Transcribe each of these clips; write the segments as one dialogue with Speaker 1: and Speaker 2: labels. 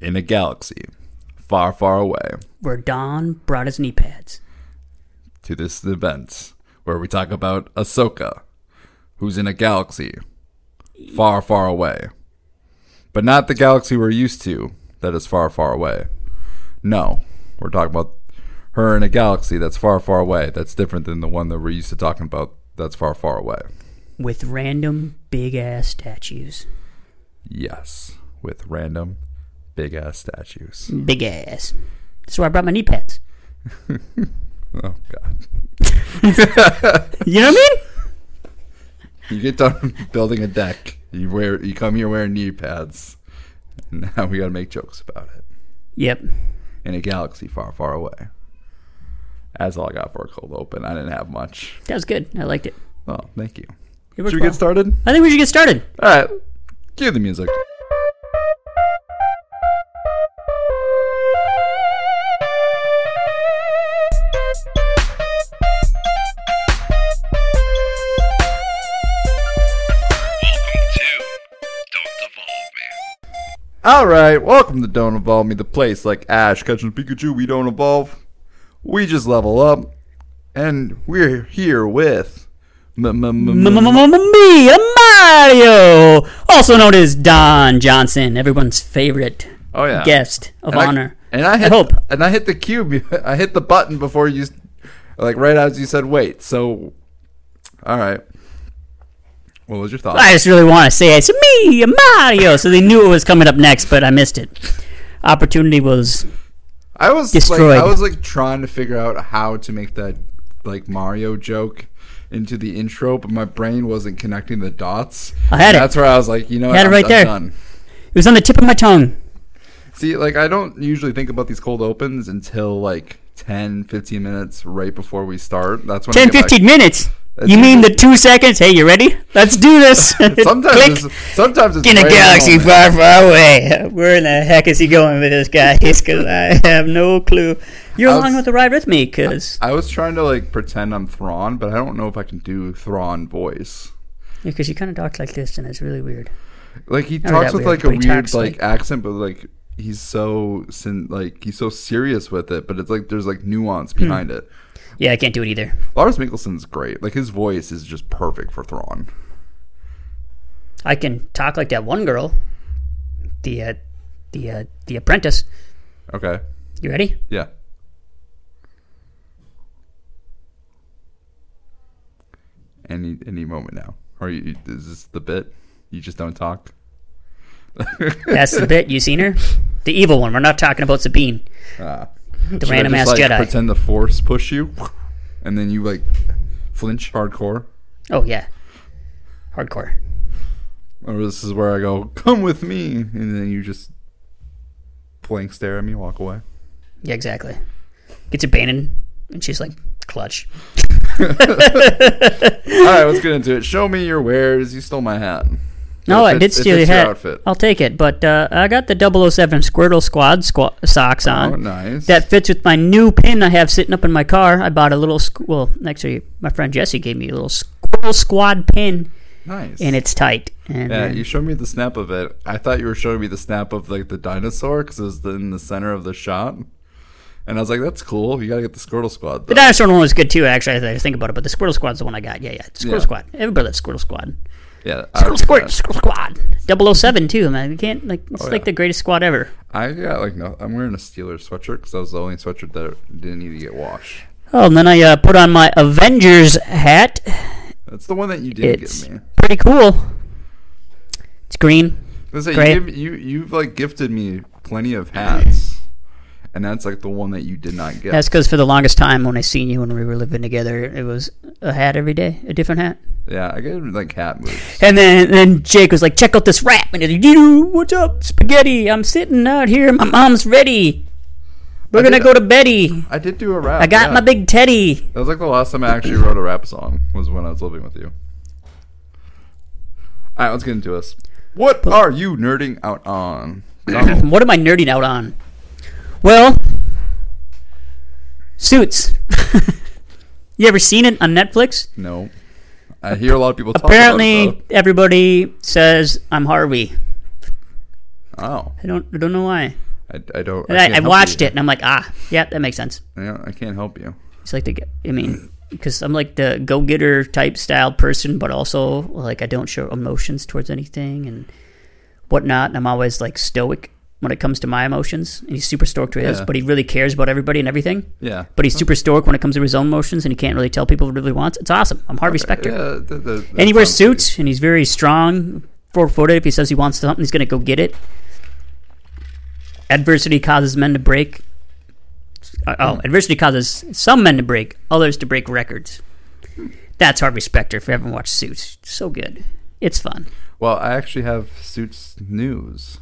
Speaker 1: in a galaxy far, far away
Speaker 2: where Don brought his knee pads.
Speaker 1: to this event where we talk about Ahsoka, who's in a galaxy far, far away. But not the galaxy we're used to that is far, far away. No, we're talking about her in a galaxy that's far, far away, that's different than the one that we're used to talking about that's far, far away.
Speaker 2: with random big ass statues.
Speaker 1: Yes, with random big ass statues.
Speaker 2: Big ass. That's why I brought my knee pads.
Speaker 1: Oh, God.
Speaker 2: You know what I mean?
Speaker 1: You get done building a deck. You wear. You come here wearing knee pads. and Now we gotta make jokes about it
Speaker 2: Yep.
Speaker 1: in a galaxy far, far away. That's all I got for a cold open. I didn't have much.
Speaker 2: That was good. I liked it.
Speaker 1: Well, thank you.
Speaker 2: It
Speaker 1: Should
Speaker 2: worked
Speaker 1: we
Speaker 2: well.
Speaker 1: get started?
Speaker 2: I think we should get started.
Speaker 1: All right. Cue the music.
Speaker 3: Welcome to Don't Devolve Me.
Speaker 1: All right. Welcome to Don't Evolve Me, the place like Ash catching Pikachu. We don't evolve. We just level up, and we're here with. m- m- m- m-
Speaker 2: Mia Mario, also known as Don Johnson, everyone's favorite
Speaker 1: Oh yeah.
Speaker 2: guest of
Speaker 1: And I-
Speaker 2: honor.
Speaker 1: and I hit,
Speaker 2: hope.
Speaker 1: and I hit the cube. I hit the button before you, s- like right as you said, wait. So, all right. What was your thought?
Speaker 2: I just really want to say it's me, Mario. So they knew it was coming up next, but I missed it. Opportunity was
Speaker 1: I was
Speaker 2: Destroyed.
Speaker 1: like, I was like trying to figure out how to make that like Mario joke into the intro, but my brain wasn't connecting the dots.
Speaker 2: I had it.
Speaker 1: That's where I was like, you know, what,
Speaker 2: had it
Speaker 1: I'm,
Speaker 2: right
Speaker 1: I'm
Speaker 2: there.
Speaker 1: done.
Speaker 2: it was on the tip of my tongue.
Speaker 1: See, like I don't usually think about these cold opens until like 10, 15 minutes right before we start. That's when I
Speaker 2: 10,
Speaker 1: get, like-
Speaker 2: 15 minutes. You mean the two seconds? Hey, you ready? Let's do this. Click.
Speaker 1: Sometimes, it's, sometimes it's
Speaker 2: in a
Speaker 1: right
Speaker 2: galaxy
Speaker 1: moment.
Speaker 2: far, far away. Where in the heck is he going with this, guys? Because I have no clue. You're
Speaker 1: I was-
Speaker 2: along with the ride with me, because
Speaker 1: I was trying to like pretend I'm Thrawn, but I don't know if I can do Thrawn voice.
Speaker 2: because you kind of talk like this, and it's really weird.
Speaker 1: Like he
Speaker 2: Not
Speaker 1: talks
Speaker 2: that
Speaker 1: with
Speaker 2: weird,
Speaker 1: like a
Speaker 2: but he
Speaker 1: weird
Speaker 2: talks
Speaker 1: like,
Speaker 2: like-
Speaker 1: accent, but like he's so sin- like he's so serious with it, but it's like there's like nuance behind it.
Speaker 2: Yeah, I can't do it either.
Speaker 1: Lars Minkelson's great. Like his voice is just perfect for Thrawn.
Speaker 2: I can talk like that one girl, the uh, the uh, the apprentice.
Speaker 1: Okay,
Speaker 2: You ready?
Speaker 1: yeah. Any any moment now? Are you? Is this the bit? You just don't talk.
Speaker 2: That's the bit. You seen her? The evil one. We're not talking about Sabine,
Speaker 1: Ah.
Speaker 2: the
Speaker 1: Should I
Speaker 2: random ass
Speaker 1: just, like,
Speaker 2: Jedi.
Speaker 1: Pretend the force push you, and then you like flinch hardcore.
Speaker 2: oh yeah, hardcore.
Speaker 1: Or this is where I go, come with me, and then you just blank stare at me, walk away.
Speaker 2: Yeah, exactly. Gets abandoned, and she's like clutch.
Speaker 1: All right, let's get into it. Show me your wares. You stole my hat.
Speaker 2: No,
Speaker 1: It
Speaker 2: I
Speaker 1: fits-
Speaker 2: did
Speaker 1: it
Speaker 2: steal your
Speaker 1: fits your
Speaker 2: hat.
Speaker 1: outfit.
Speaker 2: I'll take it, but uh, I got the 007 Squirtle Squad squa- socks on.
Speaker 1: Oh, nice.
Speaker 2: That fits with my new pin I have sitting up in my car. I bought a little, squ- well, actually, my friend Jesse gave me a little Squirtle Squad pin,
Speaker 1: nice.
Speaker 2: and it's tight. And
Speaker 1: yeah,
Speaker 2: uh,
Speaker 1: you showed me the snap of it. I thought you were showing me the snap of like the dinosaur because it was in the center of the shot, and I was like, "That's cool. You gotta get the Squirtle Squad." Though.
Speaker 2: the dinosaur one was good too, actually. I think about it, but the Squirtle Squad's the one I got. Yeah, yeah, Squirtle
Speaker 1: Yeah.
Speaker 2: Squad. Everybody loves Squirtle Squad.
Speaker 1: yeah,
Speaker 2: Squirtle Squad,
Speaker 1: I,
Speaker 2: Squirtle Squad. 007 too, man. You can't like it's like
Speaker 1: Oh, yeah.
Speaker 2: the greatest squad ever.
Speaker 1: I got like no. I'm wearing a Steelers sweatshirt because that was the only sweatshirt that didn't need to get washed.
Speaker 2: Oh, and then I uh, put on my Avengers hat.
Speaker 1: That's the one that you did
Speaker 2: It's
Speaker 1: give me.
Speaker 2: pretty cool. It's green.
Speaker 1: I was gonna say,
Speaker 2: Great.
Speaker 1: you, give, you you've like gifted me plenty of hats, and that's like the one that you did not get.
Speaker 2: That's because for the longest time when I seen you when we were living together, it was a hat every day, a different hat.
Speaker 1: yeah, I get like hat moves.
Speaker 2: And then then Jake was like, "Check out this rap," and he's like, "You, what's up, spaghetti? I'm sitting out here. My mom's ready. We're
Speaker 1: I
Speaker 2: gonna
Speaker 1: did-
Speaker 2: go to Betty.
Speaker 1: I did do a rap.
Speaker 2: I got
Speaker 1: yeah.
Speaker 2: my big teddy."
Speaker 1: That was like the last time I actually wrote a rap song was when I was living with you. All right, let's get into this. What are you nerding out on? Donald?
Speaker 2: What am I nerding out on? Well, suits. you ever seen it on Netflix?
Speaker 1: no, I hear a lot of people talk about
Speaker 2: Apparently,
Speaker 1: it.
Speaker 2: everybody says I'm Harvey.
Speaker 1: though. Oh,
Speaker 2: I don't I don't know why.
Speaker 1: I, I don't.
Speaker 2: And I, I
Speaker 1: can't help
Speaker 2: watched
Speaker 1: you.
Speaker 2: it and I'm like, ah, yeah, that makes sense.
Speaker 1: Yeah, I can't help you.
Speaker 2: It's like the, g- I mean, because I'm like the go getter type style person, but also like I don't show emotions towards anything and whatnot. And I'm always like stoic when it comes to my emotions. And he's super stoic to his,
Speaker 1: Yeah.
Speaker 2: but he really cares about everybody and everything.
Speaker 1: Yeah,
Speaker 2: But he's super stoic when it comes to his own emotions and he can't really tell people what he really wants. It's awesome. I'm Harvey Specter.
Speaker 1: Yeah, that- that- that
Speaker 2: and he wears
Speaker 1: sounds pretty-
Speaker 2: suits and he's very strong, four footed. If he says he wants something, he's going to go get it. Adversity causes men to break. uh, Oh, adversity causes some men to break, others to break records. That's Harvey Specter. If you haven't watched Suits, so good. It's fun.
Speaker 1: Well, I actually have suits news.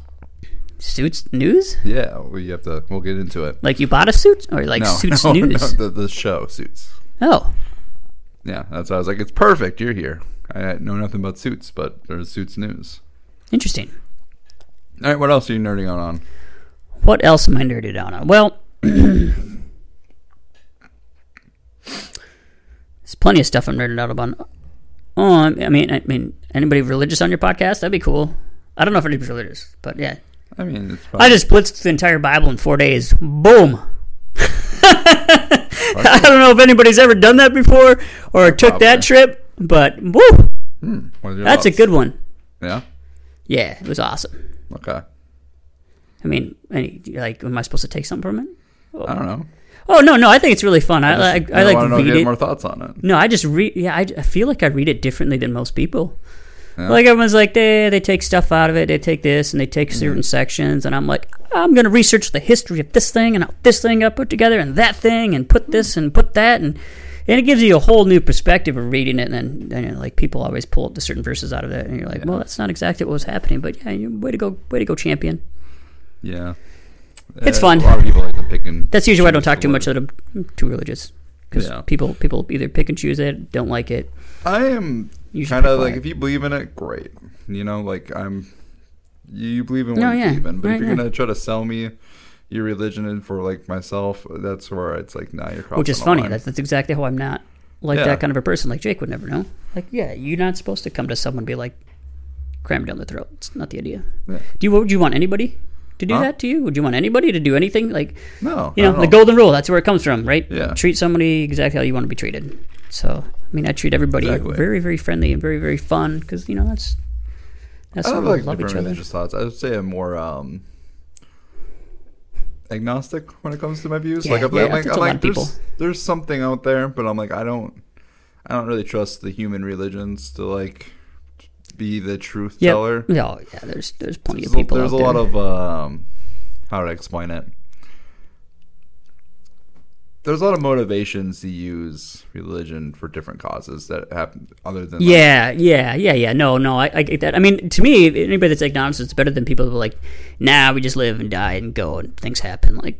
Speaker 2: Suits news?
Speaker 1: Yeah, we have to. We'll get into it.
Speaker 2: Like you bought a suit, or like
Speaker 1: no,
Speaker 2: Suits
Speaker 1: no,
Speaker 2: news?
Speaker 1: No, the, the show suits.
Speaker 2: Oh,
Speaker 1: Yeah, that's why I was like, it's perfect. You're here. I know nothing about suits, but there's suits news.
Speaker 2: interesting.
Speaker 1: All right, what else are you nerding out on?
Speaker 2: What else am I nerded out on? Well, there's plenty of stuff I'm nerded out on. Oh, I mean, I mean, anybody religious on your podcast? That'd be cool. I don't know if anybody's religious, but yeah,
Speaker 1: I mean, it's probably,
Speaker 2: I just blitzed the entire Bible in four days. Boom. I don't know if anybody's ever done that before or took
Speaker 1: Probably.
Speaker 2: that trip, but woo,
Speaker 1: hmm, What are your
Speaker 2: that's a
Speaker 1: thoughts?
Speaker 2: good one.
Speaker 1: Yeah.
Speaker 2: Yeah, it was awesome.
Speaker 1: Okay.
Speaker 2: I mean, any, like, am I supposed to take something from it?
Speaker 1: I don't know.
Speaker 2: Oh no, no, I think it's really fun. I, I, I, like
Speaker 1: want to know,
Speaker 2: read
Speaker 1: get
Speaker 2: it.
Speaker 1: more thoughts on it.
Speaker 2: No, I just read. Yeah, I, I feel like I read it differently than most people.
Speaker 1: Yeah.
Speaker 2: Like everyone's like they they take stuff out of it, they take this and they
Speaker 1: Mm-hmm.
Speaker 2: take certain sections, and I'm like I'm gonna research the history of this thing and how this thing got put together and that thing and put this and put that and and it gives you a whole new perspective of reading it. And then and, like people always pull up the certain verses out of that, and you're like, well, that's not exactly what was happening, but yeah, you- way to go, way to go, champion.
Speaker 1: Yeah.
Speaker 2: It's
Speaker 1: Uh,
Speaker 2: fun.
Speaker 1: A lot of people like to pick and.
Speaker 2: That's usually why I don't
Speaker 1: choose
Speaker 2: talk
Speaker 1: the
Speaker 2: too much
Speaker 1: word.
Speaker 2: that I'm I'm too religious because
Speaker 1: Yeah.
Speaker 2: people people either pick and choose it, don't like it.
Speaker 1: I am
Speaker 2: You should
Speaker 1: kind of
Speaker 2: pick
Speaker 1: like
Speaker 2: one.
Speaker 1: if you believe in it, great. You know, like I'm. You you believe in what
Speaker 2: No,
Speaker 1: you
Speaker 2: yeah.
Speaker 1: believe in, but
Speaker 2: Right,
Speaker 1: if you're
Speaker 2: right.
Speaker 1: gonna try to sell me your religion and for like myself, that's where it's like, nah, you're crossing.
Speaker 2: which is
Speaker 1: the
Speaker 2: funny.
Speaker 1: line.
Speaker 2: That's, that's exactly how I'm not like
Speaker 1: Yeah.
Speaker 2: that kind of a person. Like Jake would never know. Like, yeah, you're not supposed to come to someone and be like, cram it down the throat. It's not the idea.
Speaker 1: Yeah.
Speaker 2: Do you? Would you want anybody to do
Speaker 1: Huh?
Speaker 2: that to you? Would you want anybody to do anything? Like,
Speaker 1: no,
Speaker 2: you know,
Speaker 1: not at
Speaker 2: the
Speaker 1: all.
Speaker 2: golden rule. That's where it comes from, right?
Speaker 1: Yeah.
Speaker 2: Treat somebody exactly how you want to be treated. So, I mean, I treat everybody
Speaker 1: Exactly.
Speaker 2: very, very friendly and very, very fun because you know that's that's
Speaker 1: I
Speaker 2: how
Speaker 1: don't
Speaker 2: we
Speaker 1: like
Speaker 2: love each
Speaker 1: different
Speaker 2: other.
Speaker 1: religious thoughts. I would say I'm more um, agnostic when it comes to my views.
Speaker 2: Yeah,
Speaker 1: like I'm
Speaker 2: yeah,
Speaker 1: I'm like,
Speaker 2: that's
Speaker 1: I'm
Speaker 2: a lot
Speaker 1: like
Speaker 2: of people.
Speaker 1: there's, there's something out there, but I'm like I don't I don't really trust the human religions to like be the truth
Speaker 2: Yeah.
Speaker 1: teller.
Speaker 2: No, yeah. There's there's plenty
Speaker 1: There's,
Speaker 2: of people.
Speaker 1: a, there's
Speaker 2: out
Speaker 1: a lot
Speaker 2: there.
Speaker 1: of um, how to explain it. There's a lot of motivations to use religion for different causes that happen other than like,
Speaker 2: Yeah, yeah, yeah, yeah. No, no, I, I get that. I mean, to me, anybody that's acknowledges it's better than people who are like, nah, we just live and die and go and things happen. Like,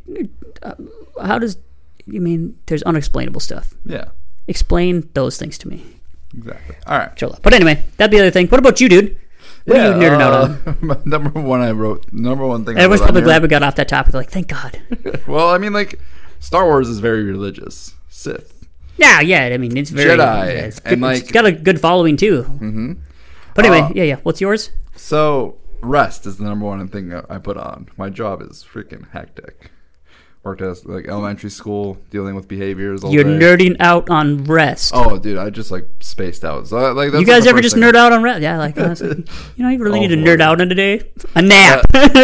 Speaker 2: uh, how does, you mean, there's unexplainable stuff.
Speaker 1: yeah,
Speaker 2: Explain those things to me.
Speaker 1: exactly. All right.
Speaker 2: Chill out. But anyway, that'd be the other thing. What about you, dude? What are you nerding out on?
Speaker 1: uh, my number one, I wrote number one thing. I
Speaker 2: Everyone's
Speaker 1: wrote on
Speaker 2: probably glad
Speaker 1: here-
Speaker 2: we got off that topic. Like, thank God.
Speaker 1: Well, I mean, like Star Wars is very religious. Sith.
Speaker 2: yeah, yeah. I mean, it's very
Speaker 1: Jedi,
Speaker 2: yeah, it's good-
Speaker 1: and,
Speaker 2: it's
Speaker 1: like-
Speaker 2: got a good following too. Mm-hmm. But anyway,
Speaker 1: Uh,
Speaker 2: yeah, yeah. What's yours?
Speaker 1: So rest is the number one thing that I put on. My job is freaking hectic. Worked at like elementary school, dealing with behaviors. All
Speaker 2: You're
Speaker 1: day.
Speaker 2: nerding out on rest.
Speaker 1: Oh, dude, I just like spaced out. So like, that's
Speaker 2: You guys ever just nerd out on rest? Yeah, like honestly, you know, you really
Speaker 1: Oh, Uh,
Speaker 2: need to
Speaker 1: Lord.
Speaker 2: nerd out on today. A nap, right?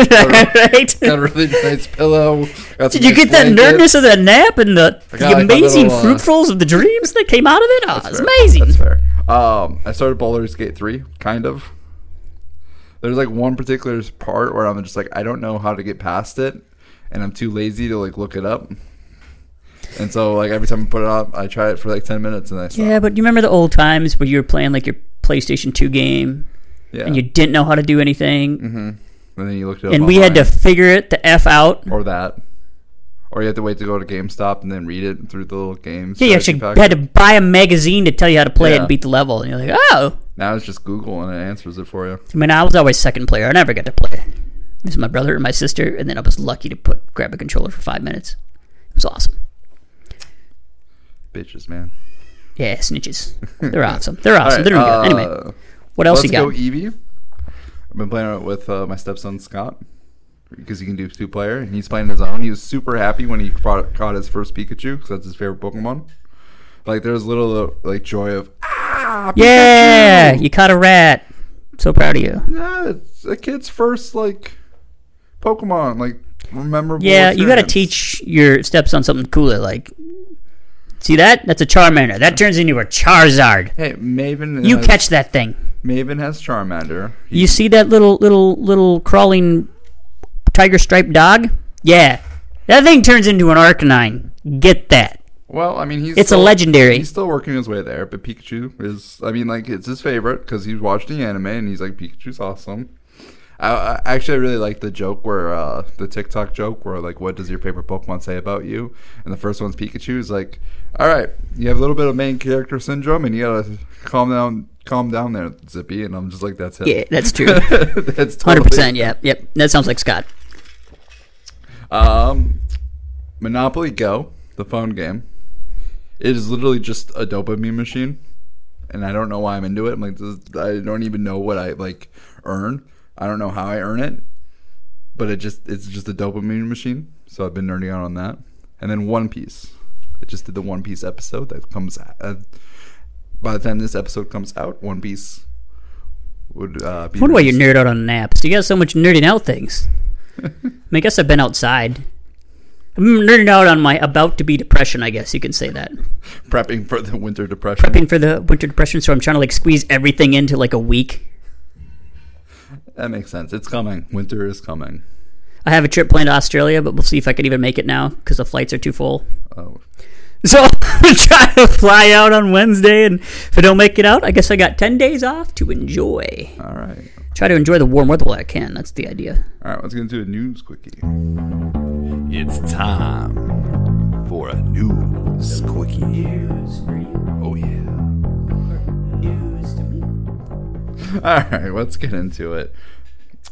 Speaker 1: Got a really nice pillow. Got
Speaker 2: Did you get that nerdness of that nap and the,
Speaker 1: got,
Speaker 2: the
Speaker 1: like, a
Speaker 2: amazing
Speaker 1: little, uh,
Speaker 2: fruitfuls of the dreams that came out of it? Oh, it's
Speaker 1: fair.
Speaker 2: amazing.
Speaker 1: That's fair. Um, I started Baldur's Gate three, kind of. There's like one particular part where I'm just like, I don't know how to get past it, and I'm too lazy to like look it up. And so like every time I put it on, I try it for like ten minutes and I stop.
Speaker 2: Yeah, but you remember the old times where you were playing like your PlayStation Two game
Speaker 1: yeah. Mm-hmm.
Speaker 2: and you didn't know how to do anything,
Speaker 1: And then you looked it up.
Speaker 2: and we had to
Speaker 1: online.
Speaker 2: figure it the f out.
Speaker 1: or that, or you have to wait to go to GameStop and then read it through the little game.
Speaker 2: Yeah, you
Speaker 1: strategy
Speaker 2: actually
Speaker 1: pack.
Speaker 2: had to buy a magazine to tell you how to play it
Speaker 1: Yeah.
Speaker 2: and beat the level, and you're like, oh.
Speaker 1: Now it's just Google and it answers it for you.
Speaker 2: I mean, I was always second player. I never got to play. It was my brother and my sister, and then I was lucky to put grab a controller for five minutes. It was awesome.
Speaker 1: Bitches, man.
Speaker 2: Yeah, snitches. They're awesome. They're awesome.
Speaker 1: All right,
Speaker 2: They're
Speaker 1: uh,
Speaker 2: really good. Anyway, what else
Speaker 1: let's
Speaker 2: you got?
Speaker 1: go Eevee. I've been playing it with uh, my stepson Scott. because he can do two player, and he's playing his own. He was super happy when he fought, caught his first Pikachu because that's his favorite Pokemon. Like there's little uh, like joy of ah
Speaker 2: Yeah,
Speaker 1: Pikachu!"
Speaker 2: you caught a rat. So proud of you.
Speaker 1: yeah it's a kid's first like Pokemon like memorable.
Speaker 2: Yeah, you got to
Speaker 1: experience.
Speaker 2: teach your stepson something cooler. Like, see that? That's a Charmander. That turns into a Charizard.
Speaker 1: Hey, Maven.
Speaker 2: You
Speaker 1: has,
Speaker 2: catch that thing.
Speaker 1: Maven has Charmander. He-
Speaker 2: You see that little little little crawling tiger striped dog? Yeah, that thing turns into an Arcanine. Get that?
Speaker 1: well, I mean, he's
Speaker 2: It's a
Speaker 1: still-
Speaker 2: legendary.
Speaker 1: He's still working his way there, but Pikachu is. I mean, like it's his favorite because he's watched the anime and he's like, Pikachu's awesome. I, I actually I really like the joke where uh, the TikTok joke where like, what does your favorite Pokemon say about you? And the first one's Pikachu. Is like, all right, you have a little bit of main character syndrome, and you gotta calm down, calm down there, Zippy. And I'm just like, that's it.
Speaker 2: Yeah, that's true.
Speaker 1: that's
Speaker 2: Hundred
Speaker 1: totally
Speaker 2: percent. Yep, yep. That sounds like Scott.
Speaker 1: Um, Monopoly Go, the phone game, it is literally just a dopamine machine, and I don't know why I'm into it. I'm like, this, I don't even know what I like earn. I don't know how I earn it, but it just it's just a dopamine machine. So I've been nerding out on that. And then One Piece, I just did the One Piece episode that comes. Uh, by the time this episode comes out, One Piece would uh, be.
Speaker 2: I wonder why you
Speaker 1: released.
Speaker 2: nerd out on naps. You got so much nerding out things. I, mean, I guess I've been outside. I'm nerding out on my about to be depression. I guess you can say that.
Speaker 1: prepping for the winter depression.
Speaker 2: Prepping for the winter depression, so I'm trying to like squeeze everything into like a week.
Speaker 1: That makes sense. It's coming. Winter is coming.
Speaker 2: I have a trip planned to Australia, but we'll see if I can even make it now because the flights are too full.
Speaker 1: Oh,
Speaker 2: So I'm trying to fly out on Wednesday, and if I don't make it out, I guess I got ten days off to enjoy.
Speaker 1: all right.
Speaker 2: Try to enjoy the warm weather while I can. That's the idea.
Speaker 1: All right, let's get into a news quickie.
Speaker 4: It's time for a news quickie. Oh yeah.
Speaker 1: All right, let's get into it.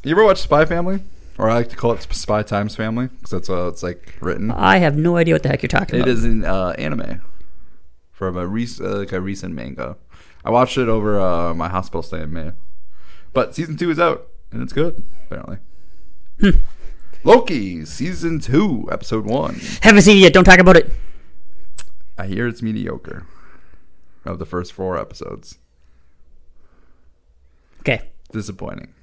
Speaker 1: You ever watch Spy Family? Or I like to call it Spy Times Family because that's how it's like written.
Speaker 2: I have no idea what the heck you're talking
Speaker 1: It
Speaker 2: about.
Speaker 1: is an uh, anime from a rec- uh, like a recent manga. I watched it over uh, my hospital stay in May, but season two is out and it's good apparently. Loki season two episode one.
Speaker 2: Haven't seen it yet. Don't talk about it.
Speaker 1: I hear it's mediocre of the first four episodes.
Speaker 2: Okay,
Speaker 1: disappointing.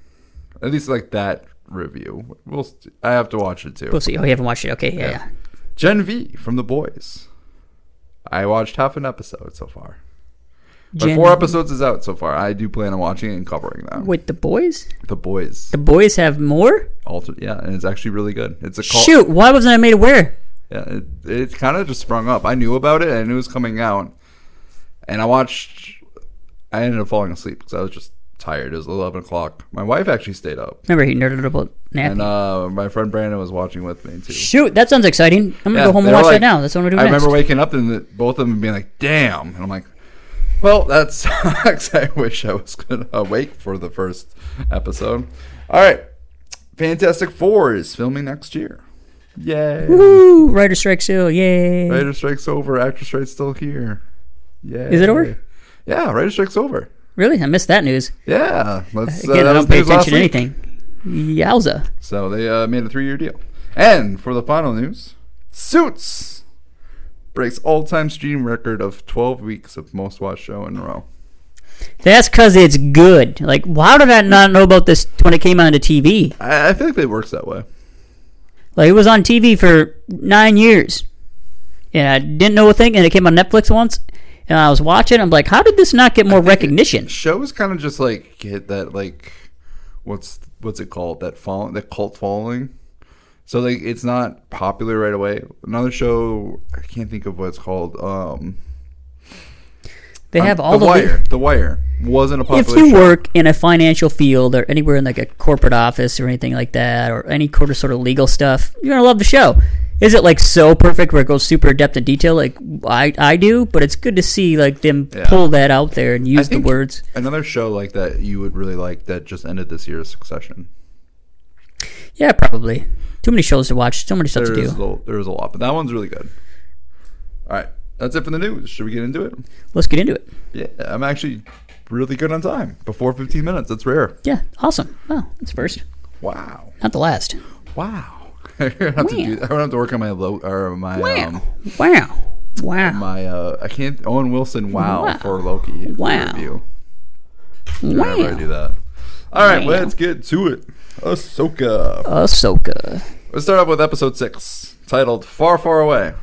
Speaker 1: At least like that review. We'll. St- I have to watch it too.
Speaker 2: we'll see. Oh, you haven't watched it. Okay, yeah, yeah.
Speaker 1: Yeah. Gen V from The Boys. I watched half an episode so far. But
Speaker 2: Gen-
Speaker 1: four episodes is out so far. I do plan on watching it and covering them.
Speaker 2: Wait, the boys?
Speaker 1: The Boys.
Speaker 2: The boys have more?
Speaker 1: Altered, yeah, and it's actually really good. It's a cult.
Speaker 2: Shoot, why wasn't I made aware?
Speaker 1: Yeah, it, it kind of just sprung up. I knew about it. I knew it was coming out, and I watched. I ended up falling asleep because I was just tired. It was eleven o'clock. My wife actually stayed up,
Speaker 2: Remember, he nerded about napping.
Speaker 1: and uh, my friend Brandon was watching with me too.
Speaker 2: Shoot, that sounds exciting. I'm gonna
Speaker 1: Yeah,
Speaker 2: go home
Speaker 1: they
Speaker 2: and
Speaker 1: were
Speaker 2: watch that
Speaker 1: like-
Speaker 2: now. That's what I'm gonna do
Speaker 1: I
Speaker 2: next.
Speaker 1: remember waking up and the, both of them being like, "Damn!" And I'm like, "Well, that sucks. I wish I was gonna awake for the first episode." All right, Fantastic Four is filming next year. Yay!
Speaker 2: Woo! Writer strikes ill. Yay!
Speaker 1: Writer strikes over. Actor strike's still here. Yeah.
Speaker 2: Is it over?
Speaker 1: Yeah, writer strike's over.
Speaker 2: Really, I missed that news.
Speaker 1: Yeah, let's. uh,
Speaker 2: Again, I
Speaker 1: that was
Speaker 2: don't pay
Speaker 1: news last
Speaker 2: attention to
Speaker 1: week.
Speaker 2: anything. Yowza!
Speaker 1: So they uh, made a three-year deal. And for the final news, Suits breaks all-time stream record of 12 weeks of most-watched show in a row.
Speaker 2: That's because it's good. Like, why did I not know about this when it came onto TV?
Speaker 1: I, I feel like it works that way.
Speaker 2: Like, it was on TV for nine years, and I didn't know a thing. And it came on Netflix once, and I was watching. I'm like, how did this not get more recognition?
Speaker 1: Shows kind of just like get that like what's what's it called that follow that cult following. So like it's not popular right away. Another show I can't think of what it's called. Um,
Speaker 2: They have all the.
Speaker 1: Wire. The Wire wasn't a
Speaker 2: if
Speaker 1: popular.
Speaker 2: you
Speaker 1: show.
Speaker 2: work in a financial field or anywhere in like a corporate office or anything like that or any sort of sort of legal stuff, you're gonna love the show. Is it like so perfect where it goes super depth and detail like I, I do? But it's good to see like them
Speaker 1: Yeah.
Speaker 2: pull that out there and
Speaker 1: I
Speaker 2: use the
Speaker 1: think
Speaker 2: words.
Speaker 1: Another show like that you would really like that just ended this year is Succession.
Speaker 2: Yeah, probably. Too many shows to watch. Too many stuff
Speaker 1: There's
Speaker 2: to do.
Speaker 1: a, there's a lot, but that one's really good. All right, that's it for the news. Should we get into it?
Speaker 2: Let's get into it.
Speaker 1: Yeah, I'm actually really good on time. Before 15 minutes, that's rare.
Speaker 2: Yeah, awesome. Wow, that's first,
Speaker 1: Wow.
Speaker 2: not the last.
Speaker 1: Wow. I'm gonna have to do. I'm gonna have to work on my low or my um,
Speaker 2: Wow. Wow.
Speaker 1: my. Uh, I can't. Owen Wilson. Wow,
Speaker 2: Wow.
Speaker 1: for Loki.
Speaker 2: Wow.
Speaker 1: Review. Whenever I
Speaker 2: Wow.
Speaker 1: do that. All right,
Speaker 2: Wow.
Speaker 1: let's get to it. Ahsoka.
Speaker 2: Ahsoka.
Speaker 1: Let's start off with episode six, titled "Far, Far Away."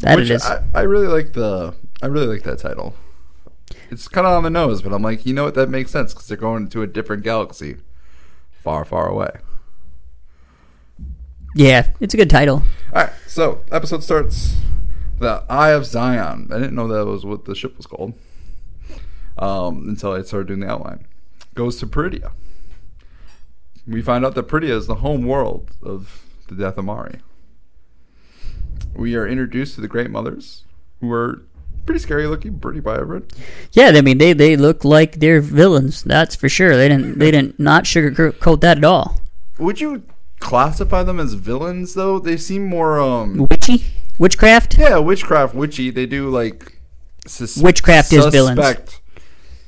Speaker 2: That
Speaker 1: Which
Speaker 2: it is.
Speaker 1: I, I really like the. I really like that title. It's kind of on the nose, but I'm like, you know what? That makes sense because they're going to a different galaxy, far, far away.
Speaker 2: yeah, it's a good title.
Speaker 1: All right, so episode starts. The Eye of Zion. I didn't know that was what the ship was called um, until I started doing the outline. Goes to Peridia. We find out that Peridia is the home world of the Death Amari. We are introduced to the Great Mothers, who are pretty scary looking, pretty vibrant.
Speaker 2: Yeah, I mean they, they look like they're villains. That's for sure. They didn't they didn't not sugarcoat that at all.
Speaker 1: Would you classify them as villains, though? They seem more, um,
Speaker 2: Witchy, witchcraft.
Speaker 1: yeah, witchcraft, witchy. They do like sus-
Speaker 2: Witchcraft is villains.
Speaker 1: suspect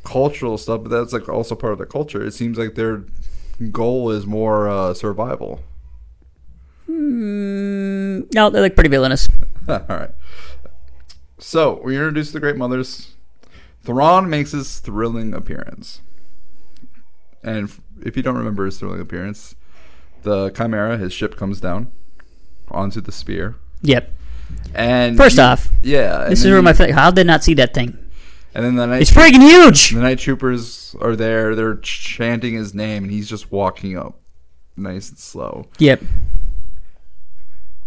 Speaker 1: Cultural stuff, but that's like also part of the culture. It seems like their goal is more uh, survival. Hmm.
Speaker 2: Mm, no, they look pretty villainous.
Speaker 1: All right. So we introduce the Great Mothers. Thrawn makes his thrilling appearance, and if, if you don't remember his thrilling appearance, the Chimera, his ship, comes down onto the spear.
Speaker 2: Yep.
Speaker 1: And
Speaker 2: First
Speaker 1: you-
Speaker 2: off,
Speaker 1: yeah, and
Speaker 2: This is
Speaker 1: then
Speaker 2: where my
Speaker 1: you-
Speaker 2: fa- how did I not see that thing?
Speaker 1: and then the night
Speaker 2: It's freaking huge.
Speaker 1: The night troopers are there. They're chanting his name, and he's just walking up, nice and slow.
Speaker 2: Yep.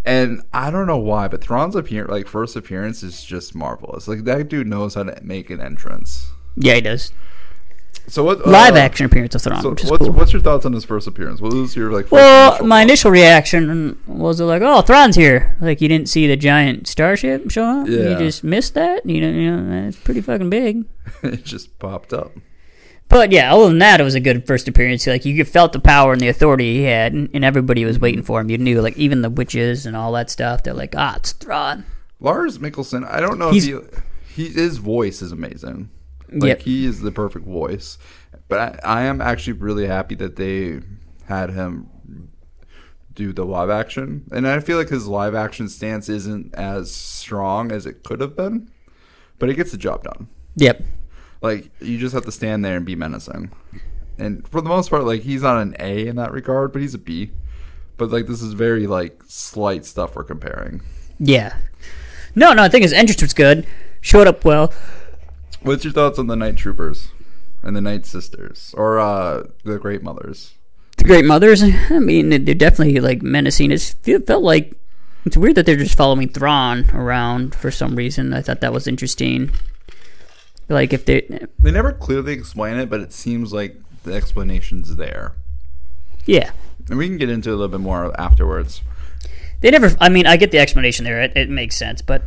Speaker 1: And I don't know why, but Thrawn's appear like first appearance is just marvelous. Like that dude knows how to make an entrance.
Speaker 2: Yeah, he does.
Speaker 1: So what
Speaker 2: Live
Speaker 1: uh,
Speaker 2: action appearance of Thrawn,
Speaker 1: So
Speaker 2: which
Speaker 1: what's,
Speaker 2: is cool.
Speaker 1: what's your thoughts on his first appearance? What was your like? First
Speaker 2: Well,
Speaker 1: initial
Speaker 2: my
Speaker 1: thought?
Speaker 2: initial reaction was like, "Oh, Thrawn's here!" Like you didn't see the giant starship show up.
Speaker 1: Yeah.
Speaker 2: You just missed that. You know, you know, it's pretty fucking big.
Speaker 1: it just popped up.
Speaker 2: But yeah, other than that, it was a good first appearance. Like you felt the power and the authority he had, and, and everybody was waiting for him. You knew, like even the witches and all that stuff. They're like, "Ah, it's Thrawn."
Speaker 1: Lars Mickelson, I don't know
Speaker 2: He's-
Speaker 1: if he, he his voice is amazing. Like
Speaker 2: Yep.
Speaker 1: he is the perfect voice. But I, I am actually really happy that they had him do the live action. And I feel like his live action stance isn't as strong as it could have been. But it gets the job done.
Speaker 2: Yep.
Speaker 1: Like you just have to stand there and be menacing. And for the most part, like he's not an A in that regard, but he's a B. But like this is very like slight stuff we're comparing.
Speaker 2: Yeah. No, no, I think his entrance was good. Showed up well.
Speaker 1: What's your thoughts on the Night Troopers and the Night Sisters or uh, the Great Mothers?
Speaker 2: The Great Mothers. I mean, they're definitely like menacing. It felt like it's weird that they're just following Thrawn around for some reason. I thought that was interesting. Like if they,
Speaker 1: They never clearly explain it, but it seems like the explanation's there,
Speaker 2: yeah,
Speaker 1: and we can get into it a little bit more afterwards.
Speaker 2: they never. I mean, I get the explanation there. It, it makes sense, but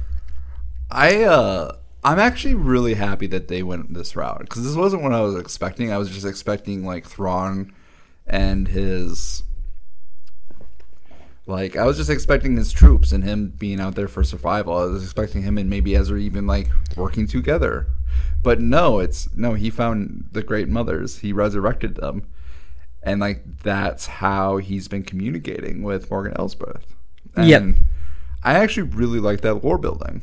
Speaker 1: I uh, I'm actually really happy that they went this route because this wasn't what I was expecting. I was just expecting like Thrawn and his like I was just expecting his troops and him being out there for survival. I was expecting him and maybe Ezra even like working together. But no, it's no, he found the great mothers. He resurrected them. And like that's how he's been communicating with Morgan Elsbeth. And
Speaker 2: Yep.
Speaker 1: I actually really like that lore building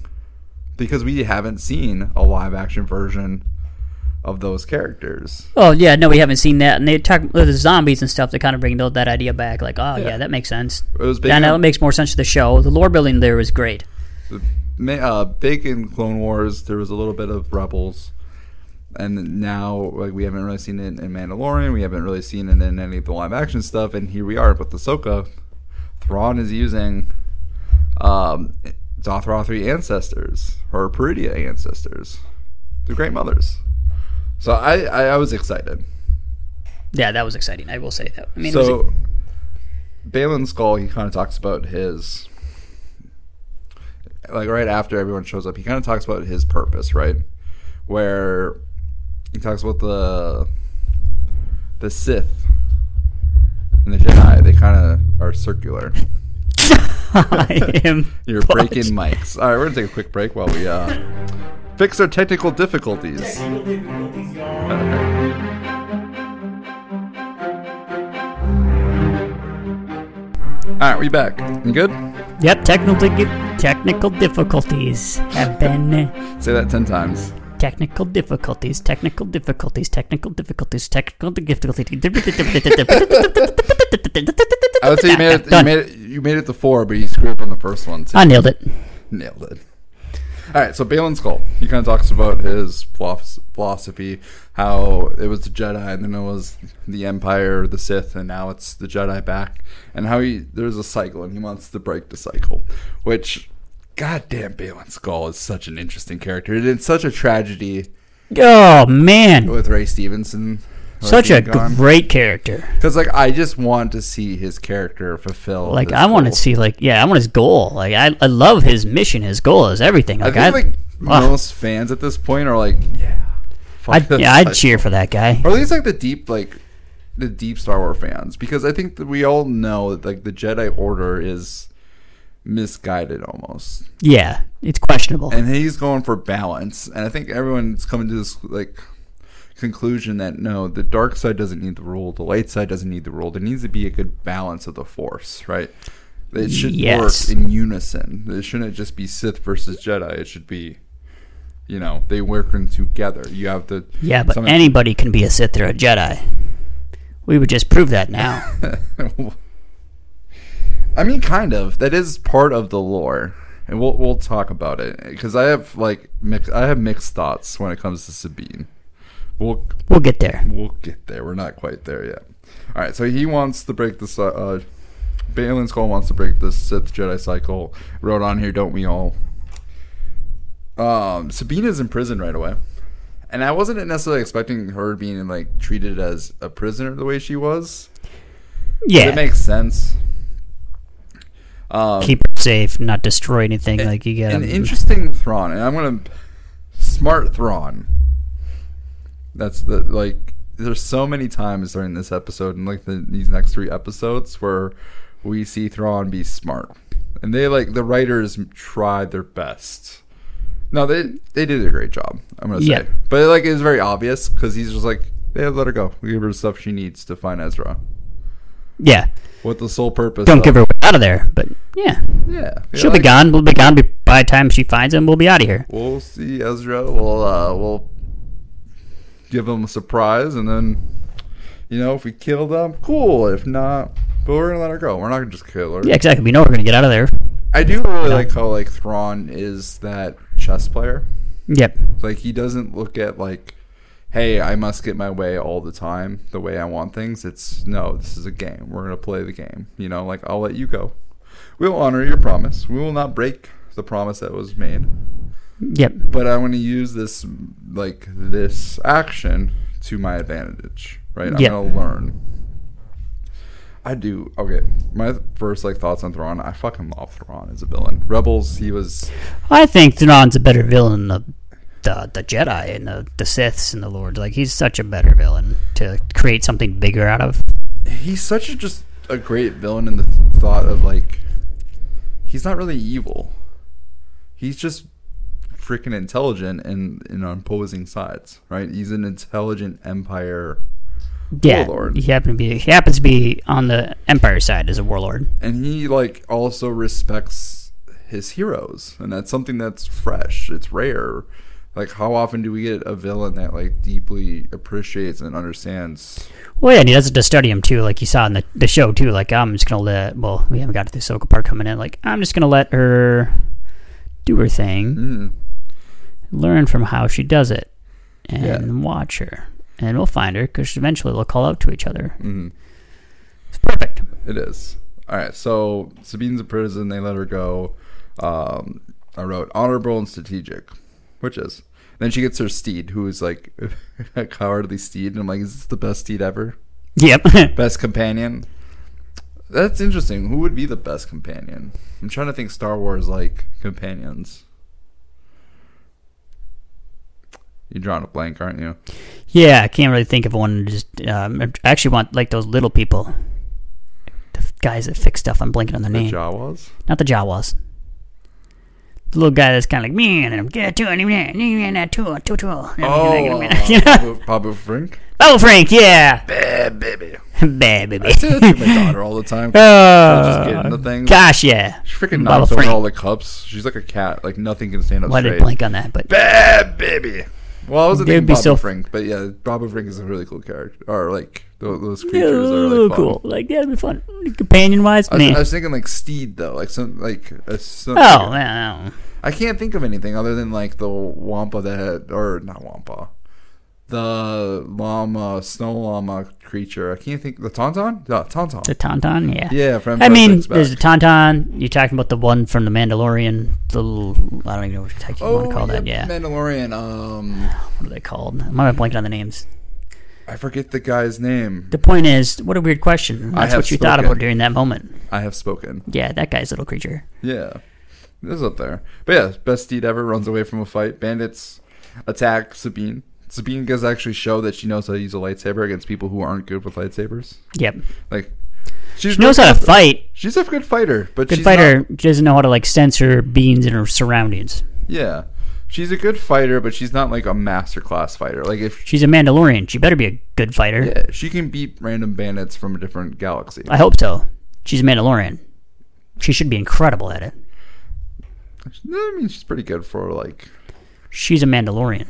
Speaker 1: because we haven't seen a live action version of those characters.
Speaker 2: oh yeah, no, we haven't seen that. And they talk uh, the zombies and stuff. They kind of bring tho- that idea back. Like, oh yeah, that makes sense.
Speaker 1: It was big,
Speaker 2: Yeah, now it
Speaker 1: in,
Speaker 2: makes more sense to the show. The lore building there was great.
Speaker 1: ma- uh, big in Clone Wars. There was a little bit of Rebels, and now like we haven't really seen it in Mandalorian. We haven't really seen it in any of the live action stuff. And here we are with Ahsoka. Thrawn is using um, Dothra three ancestors, her Peridia ancestors, the Great Mothers. So I, I, I was excited.
Speaker 2: Yeah, that was exciting. I will say that. I mean, it was a-
Speaker 1: so Balin Skull, he kind of talks about his like right after everyone shows up, he kind of talks about his purpose, right? Where he talks about the the Sith and the Jedi. They kind of are circular.
Speaker 2: I am.
Speaker 1: You're
Speaker 2: fucked.
Speaker 1: breaking mics. All right, we're gonna take a quick break while we uh, fix our technical difficulties. All right, we back. You good?
Speaker 2: Yep, technical di- technical difficulties have been uh,
Speaker 1: Say that ten times.
Speaker 2: technical difficulties, technical difficulties, technical difficulties, technical difficulties.
Speaker 1: I would say you made it. You
Speaker 2: Done.
Speaker 1: made it. You made it to four, but you screwed up on the first one. So
Speaker 2: I nailed it.
Speaker 1: Nailed it. All right, so Balin Skull. He kind of talks about his philosoph- philosophy, how it was the Jedi, and then it was the Empire, the Sith, and now it's the Jedi back, and how he there's a cycle, and he wants to break the cycle. Which, goddamn, Balin Skull is such an interesting character, and it's such a tragedy
Speaker 2: Oh man,
Speaker 1: with Ray Stevenson.
Speaker 2: such a great character.
Speaker 1: because like I just want to see his character fulfill.
Speaker 2: Like
Speaker 1: this
Speaker 2: I want to
Speaker 1: goal.
Speaker 2: see like yeah, I want his goal. Like I, I love his mission, his goal is everything.
Speaker 1: I
Speaker 2: Like I,
Speaker 1: think like
Speaker 2: Wow.
Speaker 1: most fans at this point are like, yeah, fuck
Speaker 2: I'd,
Speaker 1: this
Speaker 2: yeah, I'd
Speaker 1: guy."
Speaker 2: cheer for that guy.
Speaker 1: or at least like the deep like the deep Star Wars fans because I think that we all know that like the Jedi Order is misguided almost,
Speaker 2: Yeah, it's questionable.
Speaker 1: and he's going for balance, and I think everyone's coming to this like conclusion that no, the dark side doesn't need the rule, the light side doesn't need the rule. There needs to be a good balance of the Force, right? It should
Speaker 2: Yes.
Speaker 1: work in unison. It shouldn't just be Sith versus Jedi. It should be, you know, they working together. You have the
Speaker 2: yeah, but
Speaker 1: some-
Speaker 2: anybody can be a Sith or a Jedi. We would just prove that now.
Speaker 1: I mean, kind of. That is part of the lore, and we'll we'll talk about it because I have like mix, I have mixed thoughts when it comes to Sabine. We'll
Speaker 2: we'll get there.
Speaker 1: we'll get there. We're not quite there yet. All right. So he wants to break this. Uh, Balin's call wants to break this Sith Jedi cycle. Wrote on here, don't we all? Um, Sabina's in prison right away, and I wasn't necessarily expecting her being like treated as a prisoner the way she was.
Speaker 2: Yeah,
Speaker 1: It makes sense. Um,
Speaker 2: keep her safe, not destroy anything. like you get
Speaker 1: an
Speaker 2: 'em.
Speaker 1: interesting Thrawn, and I'm gonna smart Thrawn. That's the like. There's so many times during this episode and like the, these next three episodes where we see Thrawn be smart, and they like the writers tried their best. No, they they did a great job. I'm gonna
Speaker 2: Yeah.
Speaker 1: say, but like it's very obvious because he's just like, yeah, let her go. We give her the stuff she needs to find Ezra.
Speaker 2: yeah,
Speaker 1: With the sole purpose.
Speaker 2: don't
Speaker 1: of-
Speaker 2: give her way out of there. But yeah,
Speaker 1: Yeah,
Speaker 2: she'll be
Speaker 1: gone.
Speaker 2: gone. We'll be gone be- by the time she finds him. We'll be out of here.
Speaker 1: We'll see Ezra. We'll uh, we'll give him a surprise, and then you know if we kill them, cool. If not, but we're gonna let her go. We're not gonna just kill her.
Speaker 2: Yeah, exactly. We know we're gonna get out of there.
Speaker 1: I do really like how like Thrawn is that chess player.
Speaker 2: Yep.
Speaker 1: Like he doesn't look at like, hey, I must get my way all the time, the way I want things. It's no, this is a game. We're gonna play the game. You know, like I'll let you go. We'll honor your promise. We will not break the promise that was made.
Speaker 2: Yep.
Speaker 1: but I want to use this like this action to my advantage, right? I'm
Speaker 2: Yeah.
Speaker 1: gonna learn. I do okay. My first like thoughts on Thrawn. I fucking love Thrawn as a villain. Rebels, he was
Speaker 2: I think Thrawn's a better villain than the, the the Jedi and the, the Siths and the Lords. Like he's such a better villain to create something bigger out of.
Speaker 1: he's such a just a great villain in the th- thought of like he's not really evil. He's just freaking intelligent and in on opposing sides, right? He's an intelligent empire
Speaker 2: Yeah,
Speaker 1: Warlord.
Speaker 2: he happened to be he happens to be on the Empire side as a warlord.
Speaker 1: and he like also respects his heroes and that's something that's fresh it's rare like how often do we get a villain that like deeply appreciates and understands
Speaker 2: Well, yeah, and he does it to study him too, like you saw in the, the show too. Like I'm just gonna let well, we haven't got to the Ahsoka part coming in. Like I'm just gonna let her do her thing,
Speaker 1: mm,
Speaker 2: learn from how she does it, and
Speaker 1: Yeah.
Speaker 2: watch her, and we'll find her because eventually they'll call out to each other.
Speaker 1: Mhm.
Speaker 2: It's perfect.
Speaker 1: it is all right so sabine's in prison they let her go um, i wrote honorable and strategic which is then she gets her steed who is like a cowardly steed and i'm like is this the best steed ever
Speaker 2: Yep.
Speaker 1: Best companion. That's interesting. Who would be the best companion? I'm trying to think Star Wars like companions. You're drawing a blank, aren't you?
Speaker 2: Yeah, I can't really think of one. Just um, I actually want like those little people, the f- guys that fix stuff. I'm blanking on their
Speaker 1: The
Speaker 2: name.
Speaker 1: Jawas?
Speaker 2: Not the Jawas. the little guy that's kind of like me, and I'm get to it, not too, too, too.
Speaker 1: Oh,
Speaker 2: you know,
Speaker 1: Pablo- Pablo Frank.
Speaker 2: Bubble Frank, yeah,
Speaker 1: Bad baby.
Speaker 2: baby.
Speaker 1: I say that to my daughter all the time.
Speaker 2: Oh,
Speaker 1: getting the things.
Speaker 2: gosh, yeah.
Speaker 1: She freaking
Speaker 2: Bubble
Speaker 1: knocks over
Speaker 2: Frank.
Speaker 1: all the cups. She's like a cat. Like nothing can stand up
Speaker 2: Why did
Speaker 1: straight.
Speaker 2: it blank on that? But
Speaker 1: Bad baby. Well, I wasn't
Speaker 2: They
Speaker 1: thinking
Speaker 2: would be
Speaker 1: Bob
Speaker 2: so-
Speaker 1: Frank, but yeah, Bob Frank is a really cool character. Or like those, those
Speaker 2: yeah,
Speaker 1: creatures are really fun.
Speaker 2: Oh, cool. Like yeah, it'd be fun. Companion wise,
Speaker 1: I was,
Speaker 2: man.
Speaker 1: I was thinking like Steed though, like some like a, some,
Speaker 2: Oh, well,
Speaker 1: I can't think of anything other than like the Wampa that had, or not Wampa, the llama, snow llama creature. I can't think the Tauntaun, no, Tauntaun.
Speaker 2: the Tauntaun, yeah.
Speaker 1: Yeah, from
Speaker 2: I mean,
Speaker 1: Empire Strikes
Speaker 2: there's the Tauntaun. You're talking about the one from the Mandalorian. The little, I don't even know what type you
Speaker 1: Oh,
Speaker 2: want to call that. Yeah,
Speaker 1: Mandalorian. Um,
Speaker 2: what are they called? I'm not blanking on the names.
Speaker 1: I forget the guy's name.
Speaker 2: The point is, what a weird question.
Speaker 1: I
Speaker 2: That's
Speaker 1: have
Speaker 2: what you thought
Speaker 1: spoken.
Speaker 2: about during that moment.
Speaker 1: I have spoken.
Speaker 2: Yeah, that guy's a little creature.
Speaker 1: Yeah, this is up there. But yeah, best steed ever runs away from a fight. Bandits attack Sabine. Sabine does actually show that she knows how to use a lightsaber against people who aren't good with lightsabers.
Speaker 2: Yep,
Speaker 1: Like she's
Speaker 2: she knows
Speaker 1: real
Speaker 2: how to
Speaker 1: confident.
Speaker 2: fight.
Speaker 1: She's a good fighter, but
Speaker 2: Good
Speaker 1: she's
Speaker 2: fighter
Speaker 1: Not,
Speaker 2: doesn't know how to like sense her beings and her surroundings.
Speaker 1: yeah, she's a good fighter, but she's not like a masterclass fighter. Like if
Speaker 2: She's a Mandalorian. She better be a good fighter.
Speaker 1: yeah, she can beat random bandits from a different galaxy.
Speaker 2: I hope so. She's a Mandalorian. She should be incredible at it.
Speaker 1: I mean, she's pretty good for like
Speaker 2: She's a Mandalorian.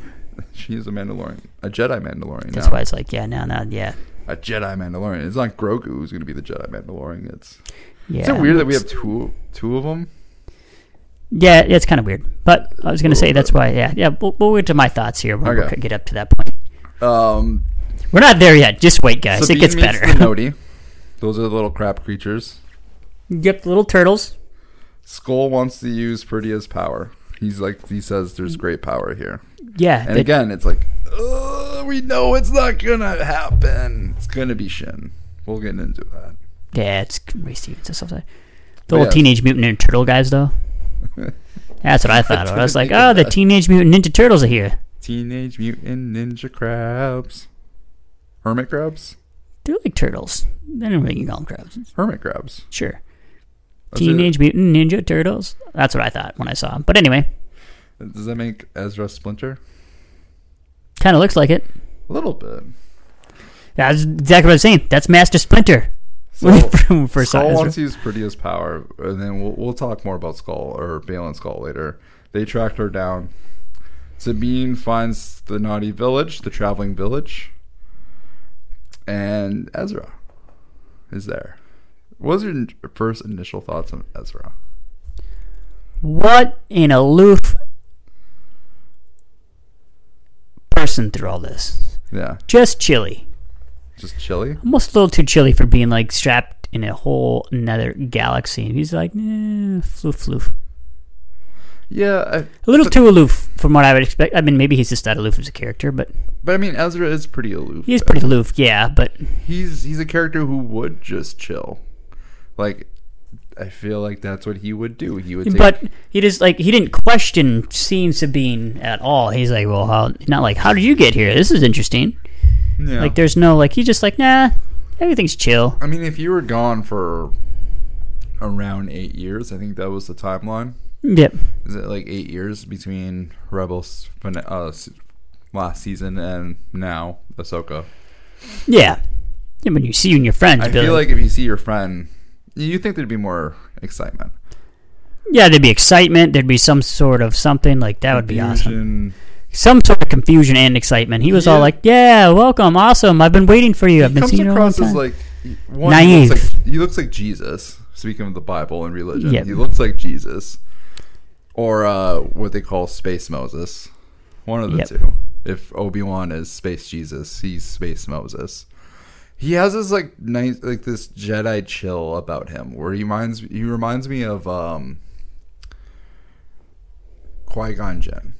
Speaker 1: she is a Mandalorian, a Jedi Mandalorian.
Speaker 2: That's
Speaker 1: now.
Speaker 2: why it's like, yeah, no, no, yeah,
Speaker 1: a Jedi Mandalorian. It's not Grogu who's going to be the Jedi Mandalorian. It's
Speaker 2: yeah.
Speaker 1: is it weird that we have two two of them?
Speaker 2: Yeah, it's kind of weird. But I was going to say that's why. Yeah, yeah. We'll, we'll get to my thoughts here when
Speaker 1: Okay.
Speaker 2: we get up to that point.
Speaker 1: Um,
Speaker 2: We're not there yet. Just wait, guys.
Speaker 1: Sabine
Speaker 2: it gets
Speaker 1: meets
Speaker 2: better.
Speaker 1: the Nodi. Those are the little crap creatures.
Speaker 2: yep, the little turtles.
Speaker 1: Skull wants to use Perdia's power. He's like he says, "There's great power here."
Speaker 2: Yeah,
Speaker 1: And
Speaker 2: they-
Speaker 1: again, it's like, "Ugh, we know it's not gonna happen. It's gonna be Shin. We'll get into that.
Speaker 2: yeah. It's wasting it's stuff like the little
Speaker 1: Oh, yeah.
Speaker 2: teenage mutant ninja turtle guys though. That's what I thought. I was like,
Speaker 1: think of
Speaker 2: oh, the
Speaker 1: that.
Speaker 2: teenage mutant ninja turtles are here.
Speaker 1: Teenage Mutant Ninja Crabs, Hermit Crabs,
Speaker 2: They're like turtles. They don't really call them crabs.
Speaker 1: Hermit Crabs.
Speaker 2: Sure.
Speaker 1: That's it.
Speaker 2: Teenage Mutant Ninja Turtles. That's what I thought when I saw them. But anyway,
Speaker 1: Does that make Ezra Splinter?
Speaker 2: kind of looks like it.
Speaker 1: A little bit.
Speaker 2: That's exactly what I'm saying. That's Master Splinter.
Speaker 1: So,
Speaker 2: From first
Speaker 1: Skull
Speaker 2: eyes,
Speaker 1: wants to use Perdia's power, and then we'll, we'll talk more about Skull or Bale and Skull later. They tracked her down. Sabine finds the naughty village, the traveling village, and Ezra is there. What was your in- first initial thoughts on Ezra?
Speaker 2: What an aloof person through all this.
Speaker 1: Yeah,
Speaker 2: Just chilly.
Speaker 1: just chilly.
Speaker 2: Almost a little too chilly for being like strapped in a whole another galaxy. And he's like, nah, floof, floof.
Speaker 1: Yeah, I,
Speaker 2: A little too aloof from what I would expect. I mean, maybe he's just that aloof as a character, but
Speaker 1: but I mean, Ezra is pretty aloof.
Speaker 2: he is pretty aloof, yeah. But
Speaker 1: he's he's a character who would just chill. Like, I feel like that's what he would do. He would. Take
Speaker 2: But he just like he didn't question seeing Sabine at all. He's like, well, how? Not like, how did you get here? This is interesting.
Speaker 1: Yeah.
Speaker 2: Like, there's no like. He's just like, nah, everything's chill.
Speaker 1: I mean, if you were gone for around eight years, I think that was the timeline.
Speaker 2: Yep.
Speaker 1: Is it like eight years between Rebels fin- uh, s- last season and now Ahsoka?
Speaker 2: Yeah. Yeah, when you see you and your friends,
Speaker 1: I
Speaker 2: be
Speaker 1: feel like if you see your friend, you think there'd be more excitement.
Speaker 2: yeah, there'd be excitement. There'd be some sort of something like that would be awesome.
Speaker 1: Fusion.
Speaker 2: Some sort of confusion and excitement. He was all
Speaker 1: Yeah.
Speaker 2: like, "Yeah, welcome, awesome. I've been waiting for you. I've
Speaker 1: He
Speaker 2: been
Speaker 1: comes
Speaker 2: seeing you all
Speaker 1: across
Speaker 2: the
Speaker 1: as
Speaker 2: time."
Speaker 1: like one, He looks
Speaker 2: Naive.
Speaker 1: like, he looks like Jesus. Speaking of the Bible and religion,
Speaker 2: Yep.
Speaker 1: he looks like Jesus, or uh, what they call Space Moses. One of the
Speaker 2: Yep.
Speaker 1: two. If Obi Wan is Space Jesus, he's Space Moses. He has this like nice, like this Jedi chill about him, where he reminds he reminds me of um, Qui Gon Jinn.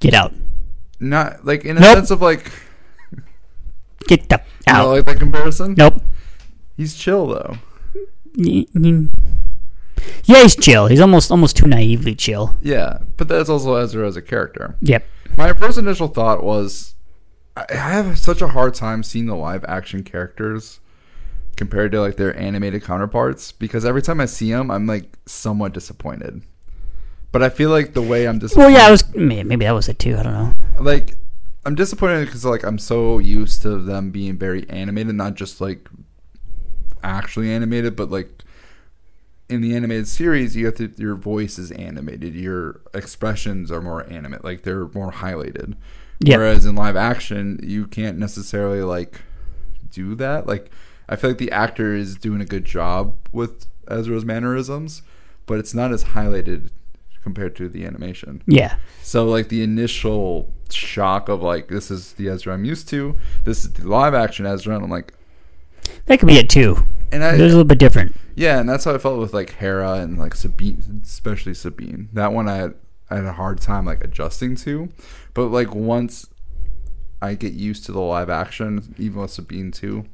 Speaker 2: Get out.
Speaker 1: Not like in a
Speaker 2: Nope.
Speaker 1: sense of like,
Speaker 2: Get the
Speaker 1: you
Speaker 2: out.
Speaker 1: know, like that comparison.
Speaker 2: nope.
Speaker 1: He's chill though.
Speaker 2: Y- y- Yeah, he's chill. He's almost almost too naively chill.
Speaker 1: Yeah, but that's also Ezra as a character.
Speaker 2: Yep.
Speaker 1: My first initial thought was I I have such a hard time seeing the live action characters compared to like their animated counterparts because every time I see them, I'm like somewhat disappointed. But I feel like the way I'm
Speaker 2: Well,
Speaker 1: disappointed,
Speaker 2: yeah, it was may- maybe that was it too. I don't know.
Speaker 1: like I'm disappointed because like I'm so used to them being very animated, not just like actually animated, but like in the animated series, you have to your voice is animated, your expressions are more animate, like they're more highlighted.
Speaker 2: Yep.
Speaker 1: Whereas in live action, you can't necessarily like do that. Like I feel like the actor is doing a good job with Ezra's mannerisms, but it's not as highlighted compared to the animation.
Speaker 2: Yeah,
Speaker 1: So like the initial shock of like this is the Ezra I'm used to, this is the live action Ezra, and I'm like,
Speaker 2: that could be it too.
Speaker 1: and
Speaker 2: It was a
Speaker 1: I
Speaker 2: little bit different.
Speaker 1: yeah, and that's how I felt with like Hera and like Sabine, especially Sabine. That one I had, I had a hard time like adjusting to, but like once I get used to the live action, even with Sabine too,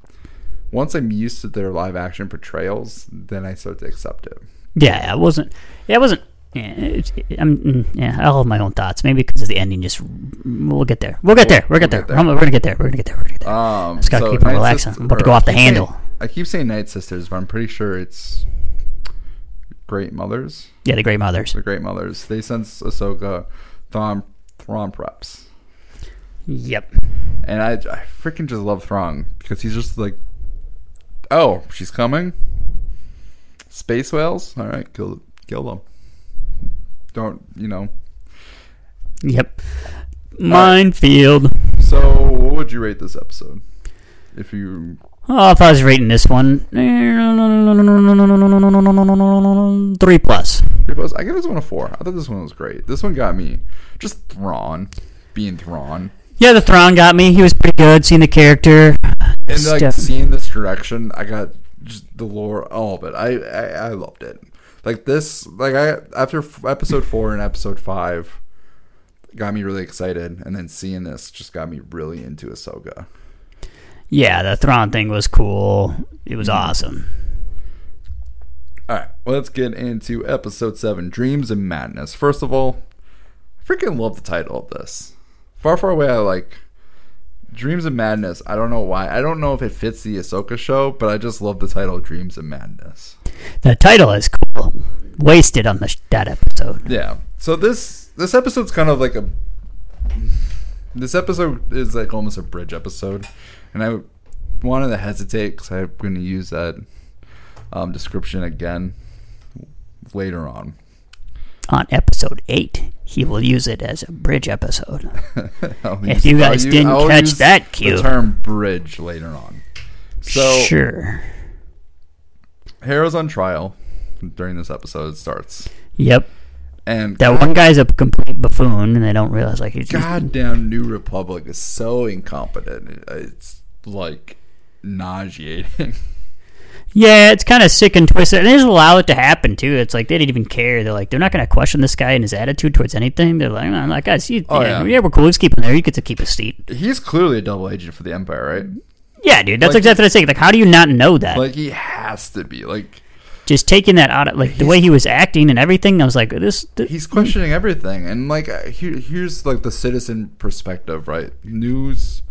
Speaker 1: once I'm used to their live action portrayals, then I start to accept it.
Speaker 2: Yeah, it wasn't. Yeah, it wasn't. Yeah, it's- I'm, mm, yeah, I'll have my own thoughts. Maybe because of the ending, just we'll get there. We'll get there. We'll get there.
Speaker 1: get there.
Speaker 2: We're gonna get there. We're gonna get there. We're gonna get there.
Speaker 1: Um,
Speaker 2: Just gotta keep it
Speaker 1: Night
Speaker 2: relaxed.
Speaker 1: Sister-
Speaker 2: I'm about to
Speaker 1: or
Speaker 2: go off the
Speaker 1: I keep
Speaker 2: handle.
Speaker 1: saying- I keep saying Night Sisters, but I'm pretty sure it's Great Mothers.
Speaker 2: yeah, the Great Mothers.
Speaker 1: The Great Mothers. They sense Ahsoka Thom Thrawn preps.
Speaker 2: Yep.
Speaker 1: And I, I freaking just love Thrawn because he's just like, oh, she's coming. Space whales? All right, kill, kill them. Don't, you know.
Speaker 2: Yep. Minefield.
Speaker 1: So, what would you rate this episode? If you.
Speaker 2: Oh, if I was rating this one, three plus.
Speaker 1: Because I give this one a four. I thought this one was great. This one got me. Just Thrawn. Being Thrawn.
Speaker 2: Yeah, the Thrawn got me. He was pretty good. Seeing the character.
Speaker 1: And like
Speaker 2: Steph-
Speaker 1: seeing this direction, I got just the lore, all of it. I, I I loved it. Like this, like I after f- episode four and episode five, got me really excited, and then seeing this just got me really into Ahsoka.
Speaker 2: Yeah, the Thrawn thing was cool. It was awesome.
Speaker 1: All right, well, let's get into episode seven, Dreams and Madness. First of all, I freaking love the title of this. Far, far away, I like Dreams and Madness. I don't know why. I don't know if it fits the Ahsoka show, but I just love the title, Dreams and Madness.
Speaker 2: The title is cool. Wasted on the sh- that episode.
Speaker 1: Yeah. So this this episode's kind of like a this episode is like almost a bridge episode, and I wanted to hesitate because I'm going to use that um, description again later on.
Speaker 2: On episode eight, he will use it as a bridge episode.
Speaker 1: I'll
Speaker 2: If you guys
Speaker 1: u-
Speaker 2: didn't catch
Speaker 1: use
Speaker 2: that
Speaker 1: the
Speaker 2: cue.
Speaker 1: term bridge later on. So
Speaker 2: sure.
Speaker 1: Hera's on trial during this episode. It starts
Speaker 2: Yep.
Speaker 1: and
Speaker 2: That one guy's a complete buffoon, and they don't realize like he's.
Speaker 1: goddamn New Republic is so incompetent. It's like nauseating.
Speaker 2: Yeah, it's kind of sick and twisted. And they just allow it to happen too. It's like they didn't even care. They're like, they're not going to question this guy and his attitude towards anything. They're like, "Nah, like guys, you,
Speaker 1: Oh,
Speaker 2: yeah,
Speaker 1: yeah.
Speaker 2: yeah, we're cool. Let's keep him there. You get to keep his seat.
Speaker 1: He's clearly a double agent for the Empire, right?
Speaker 2: Yeah, dude, that's
Speaker 1: Like-
Speaker 2: exactly what I say. Like, how do you not know that?
Speaker 1: Like he has to be. Like
Speaker 2: just taking that out of like the way he was acting and everything. I was like, this. th-
Speaker 1: he's questioning everything, and like uh, here, here's like the citizen perspective, right? News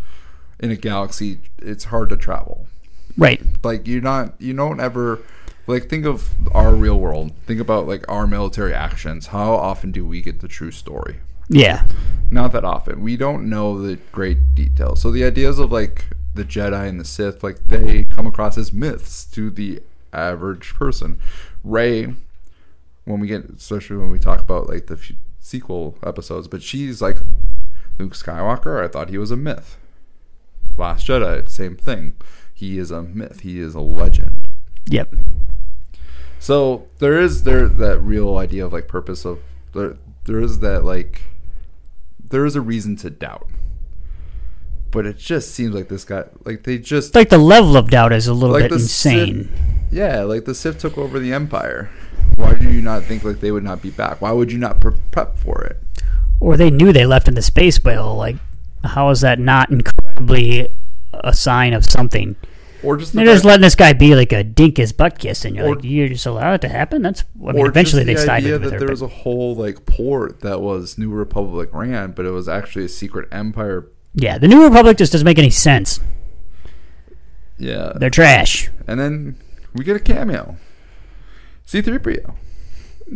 Speaker 1: in a galaxy, it's hard to travel.
Speaker 2: right.
Speaker 1: Like you're not, you don't ever. Like think of our real world. Think about like our military actions. How often do we get the true story?
Speaker 2: Yeah.
Speaker 1: not that often. We don't know the great details. So the ideas of like the Jedi and the Sith, like they come across as myths to the average person. Ray, when we get, especially when we talk about like the f- sequel episodes, but she's like Luke Skywalker. I thought he was a myth. Last Jedi, same thing. He is a myth. He is a legend.
Speaker 2: Yep.
Speaker 1: So there is there that real idea of like purpose of there there is that like there is a reason to doubt. But it just seems like this guy like they just
Speaker 2: Like the level of doubt is a little
Speaker 1: like
Speaker 2: bit insane.
Speaker 1: Sith, yeah, like the Sith took over the Empire. Why do you not think like they would not be back? Why would you not pre- prep for it?
Speaker 2: Or they knew they left in the space whale. Like, how is that not incredibly a sign of something?
Speaker 1: Or just the
Speaker 2: They're just
Speaker 1: fact-
Speaker 2: letting this guy be like a dink his butt kiss, and you're
Speaker 1: Or-
Speaker 2: like, you just allow it to happen. That's I mean,
Speaker 1: or
Speaker 2: eventually they
Speaker 1: just the idea
Speaker 2: sided with
Speaker 1: that
Speaker 2: her.
Speaker 1: there
Speaker 2: but-
Speaker 1: was a whole like port that was New Republic ran, but it was actually a secret Empire
Speaker 2: yeah, the New Republic just doesn't make any sense.
Speaker 1: Yeah.
Speaker 2: They're trash.
Speaker 1: And then we get a cameo. C3PO,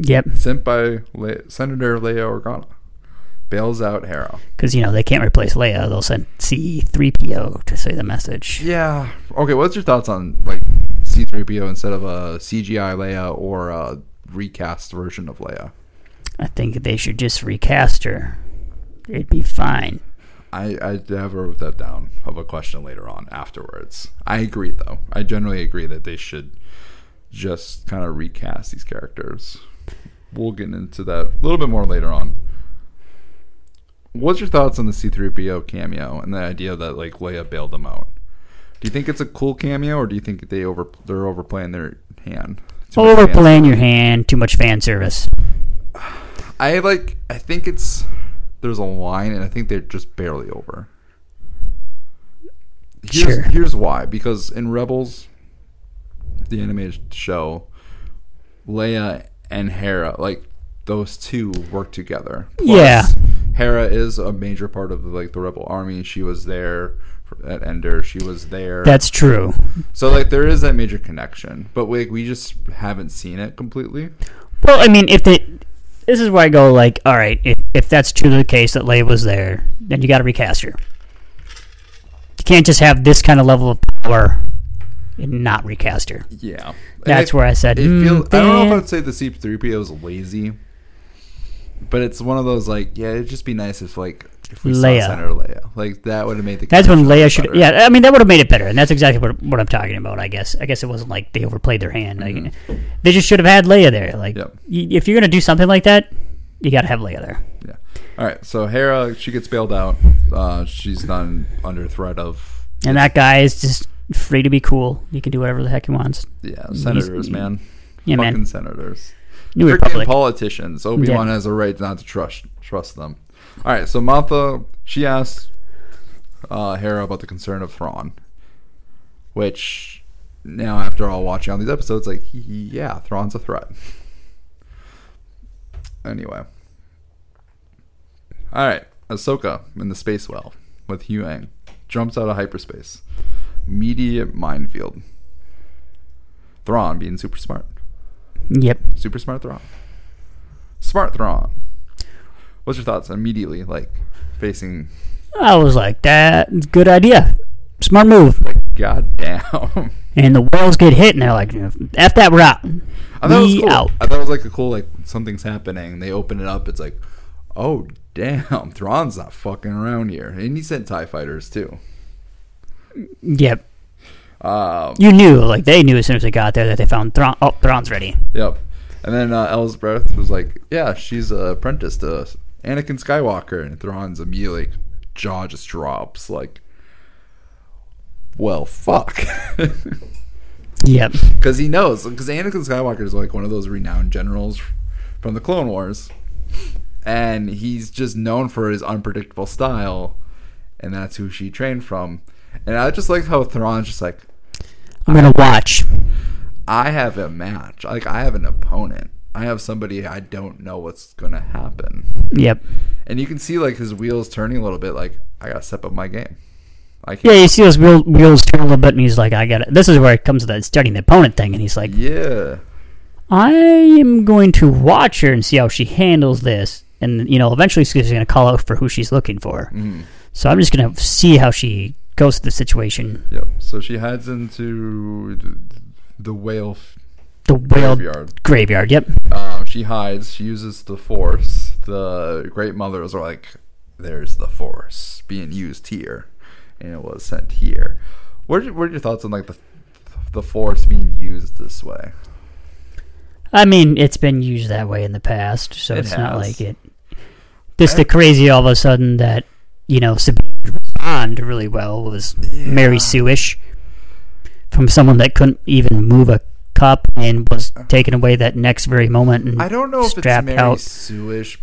Speaker 2: Yep.
Speaker 1: sent by Le- Senator Leia Organa, bails out Harrow.
Speaker 2: Because, you know, they can't replace Leia. They'll send C3PO to say the message.
Speaker 1: Yeah. Okay, what's your thoughts on like C3PO instead of a CGI Leia or a recast version of Leia?
Speaker 2: I think they should just recast her. It'd be fine.
Speaker 1: I, I have wrote that down of a question later on afterwards. I agree though. I generally agree that they should just kind of recast these characters. We'll get into that a little bit more later on. What's your thoughts on the C3PO cameo and the idea that like Leia bailed them out? Do you think it's a cool cameo or do you think they over they're overplaying their hand? Too much hand?
Speaker 2: Overplaying your hand, too much fan service.
Speaker 1: I like. I think it's there's a line, and I think they're just barely over. Here's,
Speaker 2: Sure.
Speaker 1: here's why: because in Rebels, the animated show, Leia and Hera, like those two, work together.
Speaker 2: Yeah.
Speaker 1: Hera is a major part of like the Rebel army. She was there for- at Ender. She was there.
Speaker 2: That's true.
Speaker 1: so like there is that major connection, but like we just haven't seen it completely.
Speaker 2: Well, I mean, if they. This is where I go, like, all right, if, if that's true to the case that Leia was there, then you got to recast her. You can't just have this kind of level of power and not recast her.
Speaker 1: Yeah, And
Speaker 2: That's
Speaker 1: I-
Speaker 2: where I said,
Speaker 1: It feel,
Speaker 2: "Mm,
Speaker 1: I don't know if
Speaker 2: eh."
Speaker 1: I'd say the C3PO is lazy, but it's one of those like, yeah, it'd just be nice if like if we
Speaker 2: Leia.
Speaker 1: saw Senator Leia, like that would have made the.
Speaker 2: That's when
Speaker 1: connection
Speaker 2: Leia
Speaker 1: much
Speaker 2: should.
Speaker 1: better.
Speaker 2: Yeah, I mean that would have made it better, and that's exactly what, what I'm talking about. I guess. I guess it wasn't like they overplayed their hand. Like, They just should have had Leia there. Like,
Speaker 1: Mm-hmm. Yep.
Speaker 2: y- if you're gonna do something like that, you gotta have Leia there.
Speaker 1: yeah. All right, so Hera she gets bailed out. Uh, she's not under threat of
Speaker 2: And that guy is just free to be cool. He can do whatever the heck he wants.
Speaker 1: yeah senators, man,
Speaker 2: Mm, Yeah,
Speaker 1: fucking
Speaker 2: man.
Speaker 1: senators,
Speaker 2: New
Speaker 1: freaking
Speaker 2: Republic.
Speaker 1: politicians. Obi Wan
Speaker 2: Yeah.
Speaker 1: has a right not to trust trust them. All right, so Martha she asks uh, Hera about the concern of Thrawn, which now after all watching all these episodes, like yeah, Thrawn's a threat. Anyway, all right, Ahsoka in the space well with Huang jumps out of hyperspace, immediate minefield. Thrawn being super smart.
Speaker 2: yep.
Speaker 1: Super Smart Thrawn. Smart Thrawn. What's your thoughts immediately, like facing?
Speaker 2: I was like, that good idea, smart move.
Speaker 1: God damn.
Speaker 2: And the whales get hit, and they're like, "F that rock."
Speaker 1: I thought
Speaker 2: we
Speaker 1: it was cool.
Speaker 2: out.
Speaker 1: I thought it was like a cool, like something's happening. They open it up. It's like, oh damn, Thrawn's not fucking around here, and he sent Tie Fighters too.
Speaker 2: Yep.
Speaker 1: Um,
Speaker 2: You knew, like they knew as soon as they got there that they found Thrawn. Oh, Thrawn's ready.
Speaker 1: yep. And then uh, Elsbeth was like, yeah, she's a apprentice to Anakin Skywalker, and Thrawn's immediately like, jaw just drops, like, well, fuck.
Speaker 2: Yep.
Speaker 1: because he knows because Anakin Skywalker is like one of those renowned generals from the Clone Wars, and he's just known for his unpredictable style, and that's who she trained from. And I just like how Thrawn's just like,
Speaker 2: I'm gonna watch.
Speaker 1: I have a match, like I have an opponent, I have somebody I don't know what's gonna happen,
Speaker 2: Yep.
Speaker 1: and you can see like his wheels turning a little bit, like I gotta step up my game. I
Speaker 2: Yeah,
Speaker 1: can't.
Speaker 2: you see those wheel, wheels turn a little bit, and he's like, "I got it." This is where it comes to that studying the opponent thing, and he's like,
Speaker 1: Yeah.
Speaker 2: "I am going to watch her and see how she handles this." And you know, eventually she's going to call out for who she's looking for.
Speaker 1: Mm-hmm.
Speaker 2: So I'm just going to see how she goes to the situation.
Speaker 1: Yep. So she heads into th- the whale f-
Speaker 2: The whale
Speaker 1: graveyard.
Speaker 2: graveyard. Yep.
Speaker 1: Um, she hides. She uses the force. The great mothers are like, "There's the force being used here, and it was sent here." What are, what are your thoughts on like the the force being used this way?
Speaker 2: I mean, it's been used that way in the past, so
Speaker 1: It
Speaker 2: it's not
Speaker 1: has.
Speaker 2: like it. This the crazy all of a sudden that you know Sabine could respond really well was Mary Sue-ish from someone that couldn't even move a cup and was taken away that next very moment. And
Speaker 1: Uh-huh. I don't know if it's
Speaker 2: strapped
Speaker 1: Mary
Speaker 2: out.
Speaker 1: Sueish.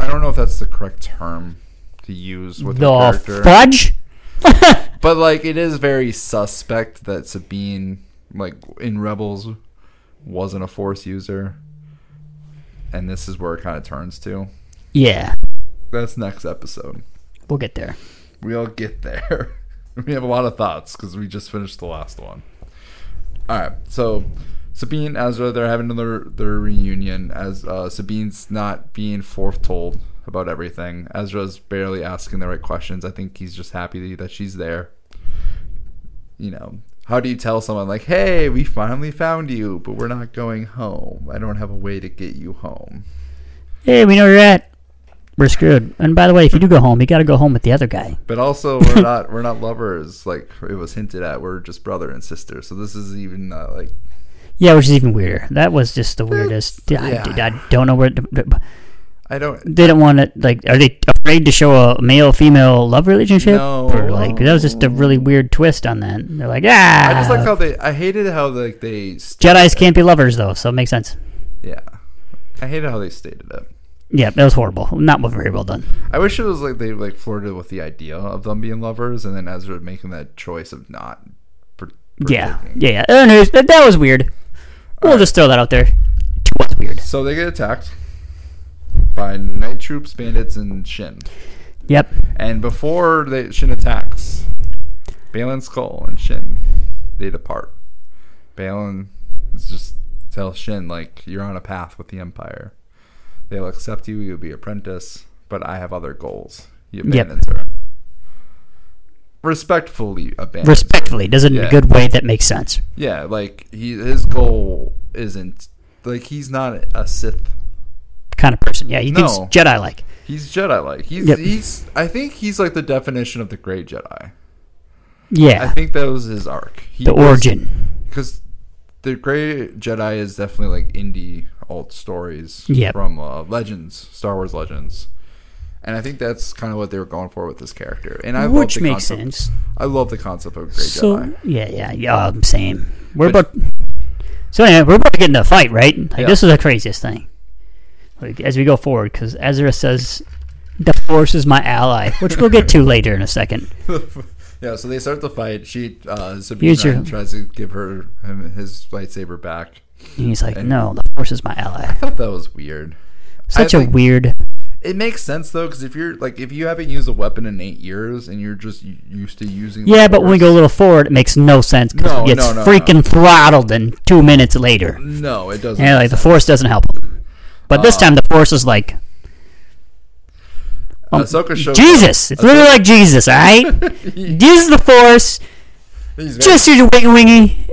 Speaker 1: I don't know if that's the correct term to use with her
Speaker 2: the
Speaker 1: character,
Speaker 2: fudge.
Speaker 1: but like it is very suspect that Sabine, like in Rebels, wasn't a force user, and this is where it kind of turns to.
Speaker 2: Yeah,
Speaker 1: That's next episode.
Speaker 2: we'll get there.
Speaker 1: We'll get there. We have a lot of thoughts because we just finished the last one. All right, so Sabine and Ezra they're having their their reunion as uh, Sabine's not being foretold about everything. Ezra's barely asking the right questions. I think he's just happy that she's there. You know, how do you tell someone like, "Hey, we finally found you, but we're not going home. I don't have a way to get you home."
Speaker 2: Hey, we know where you're at. We're screwed. And by the way, if you do go home, you got to go home with the other guy.
Speaker 1: But also, we're not we're not lovers like it was hinted at. We're just brother and sister. So this is even not like
Speaker 2: Yeah, which is even weirder. That was just the weirdest. I,
Speaker 1: yeah.
Speaker 2: I don't know where. To,
Speaker 1: I don't.
Speaker 2: they don't want to like are they afraid to show a male female love relationship
Speaker 1: No.
Speaker 2: or like that was just a really weird twist on that they're like ah
Speaker 1: I just like how they. I hated how like they. St-
Speaker 2: jedis can't be lovers though so it makes sense
Speaker 1: yeah, I hated how they stated it.
Speaker 2: yeah that was horrible not very well done
Speaker 1: I wish it was like they like flirted with the idea of them being lovers, and then Ezra making that choice of not. par-
Speaker 2: yeah
Speaker 1: partaking.
Speaker 2: yeah yeah Anyways, that, that was weird we'll just throw that out there it was weird
Speaker 1: So they get attacked by night troops, bandits, and Shin.
Speaker 2: yep
Speaker 1: And before they, Shin attacks, Balin, Skull, and Shin, they depart. Balin is just tells Shin, like, you're on a path with the Empire. They'll accept you, you'll be apprentice, but I have other goals. He abandons her. Respectfully abandons
Speaker 2: respectfully does it in
Speaker 1: Yeah.
Speaker 2: a good way that makes sense
Speaker 1: yeah, like, he, his goal isn't, like, he's not a Sith
Speaker 2: kind of person yeah you can
Speaker 1: No.
Speaker 2: jedi like
Speaker 1: He's Jedi like. He's
Speaker 2: Yep.
Speaker 1: he's I think he's like the definition of the great Jedi. I
Speaker 2: yeah
Speaker 1: think that was his arc. He
Speaker 2: the origin
Speaker 1: Because the great Jedi is definitely like indie alt stories
Speaker 2: Yep.
Speaker 1: from uh, Legends, Star Wars Legends. And I think that's kind of what they were going for with this character. And I love
Speaker 2: which
Speaker 1: the
Speaker 2: makes
Speaker 1: concept.
Speaker 2: sense
Speaker 1: I love the concept of great
Speaker 2: So
Speaker 1: Jedi.
Speaker 2: yeah, yeah, yeah. um, Same. We're
Speaker 1: But-
Speaker 2: about. So anyway, we're about to get into a fight, right? Like
Speaker 1: Yeah.
Speaker 2: this is the craziest thing. Like as we go forward, because Ezra says, "The Force is my ally," which we'll get to later in a second.
Speaker 1: yeah, so they start the fight. She uh Sabine
Speaker 2: Here's your-
Speaker 1: Wren tries to give her him his lightsaber back.
Speaker 2: And he's like, "No, the Force is my ally."
Speaker 1: I thought that was weird.
Speaker 2: Such a
Speaker 1: think-
Speaker 2: weird.
Speaker 1: It makes sense though, because if you're like if you haven't used a weapon in eight years and you're just u- used to using
Speaker 2: Yeah,
Speaker 1: the
Speaker 2: but when we
Speaker 1: Force-
Speaker 2: go a little forward, it makes no sense because
Speaker 1: No,
Speaker 2: he gets
Speaker 1: no, no,
Speaker 2: freaking throttled and two minutes later.
Speaker 1: no, it doesn't.
Speaker 2: Yeah, like the Force doesn't help him. But this
Speaker 1: Uh,
Speaker 2: time, the Force is like,
Speaker 1: Ahsoka shows
Speaker 2: Jesus. It's literally like Jesus, all right? Use the force.
Speaker 1: He's very-
Speaker 2: Just use your wing wingy.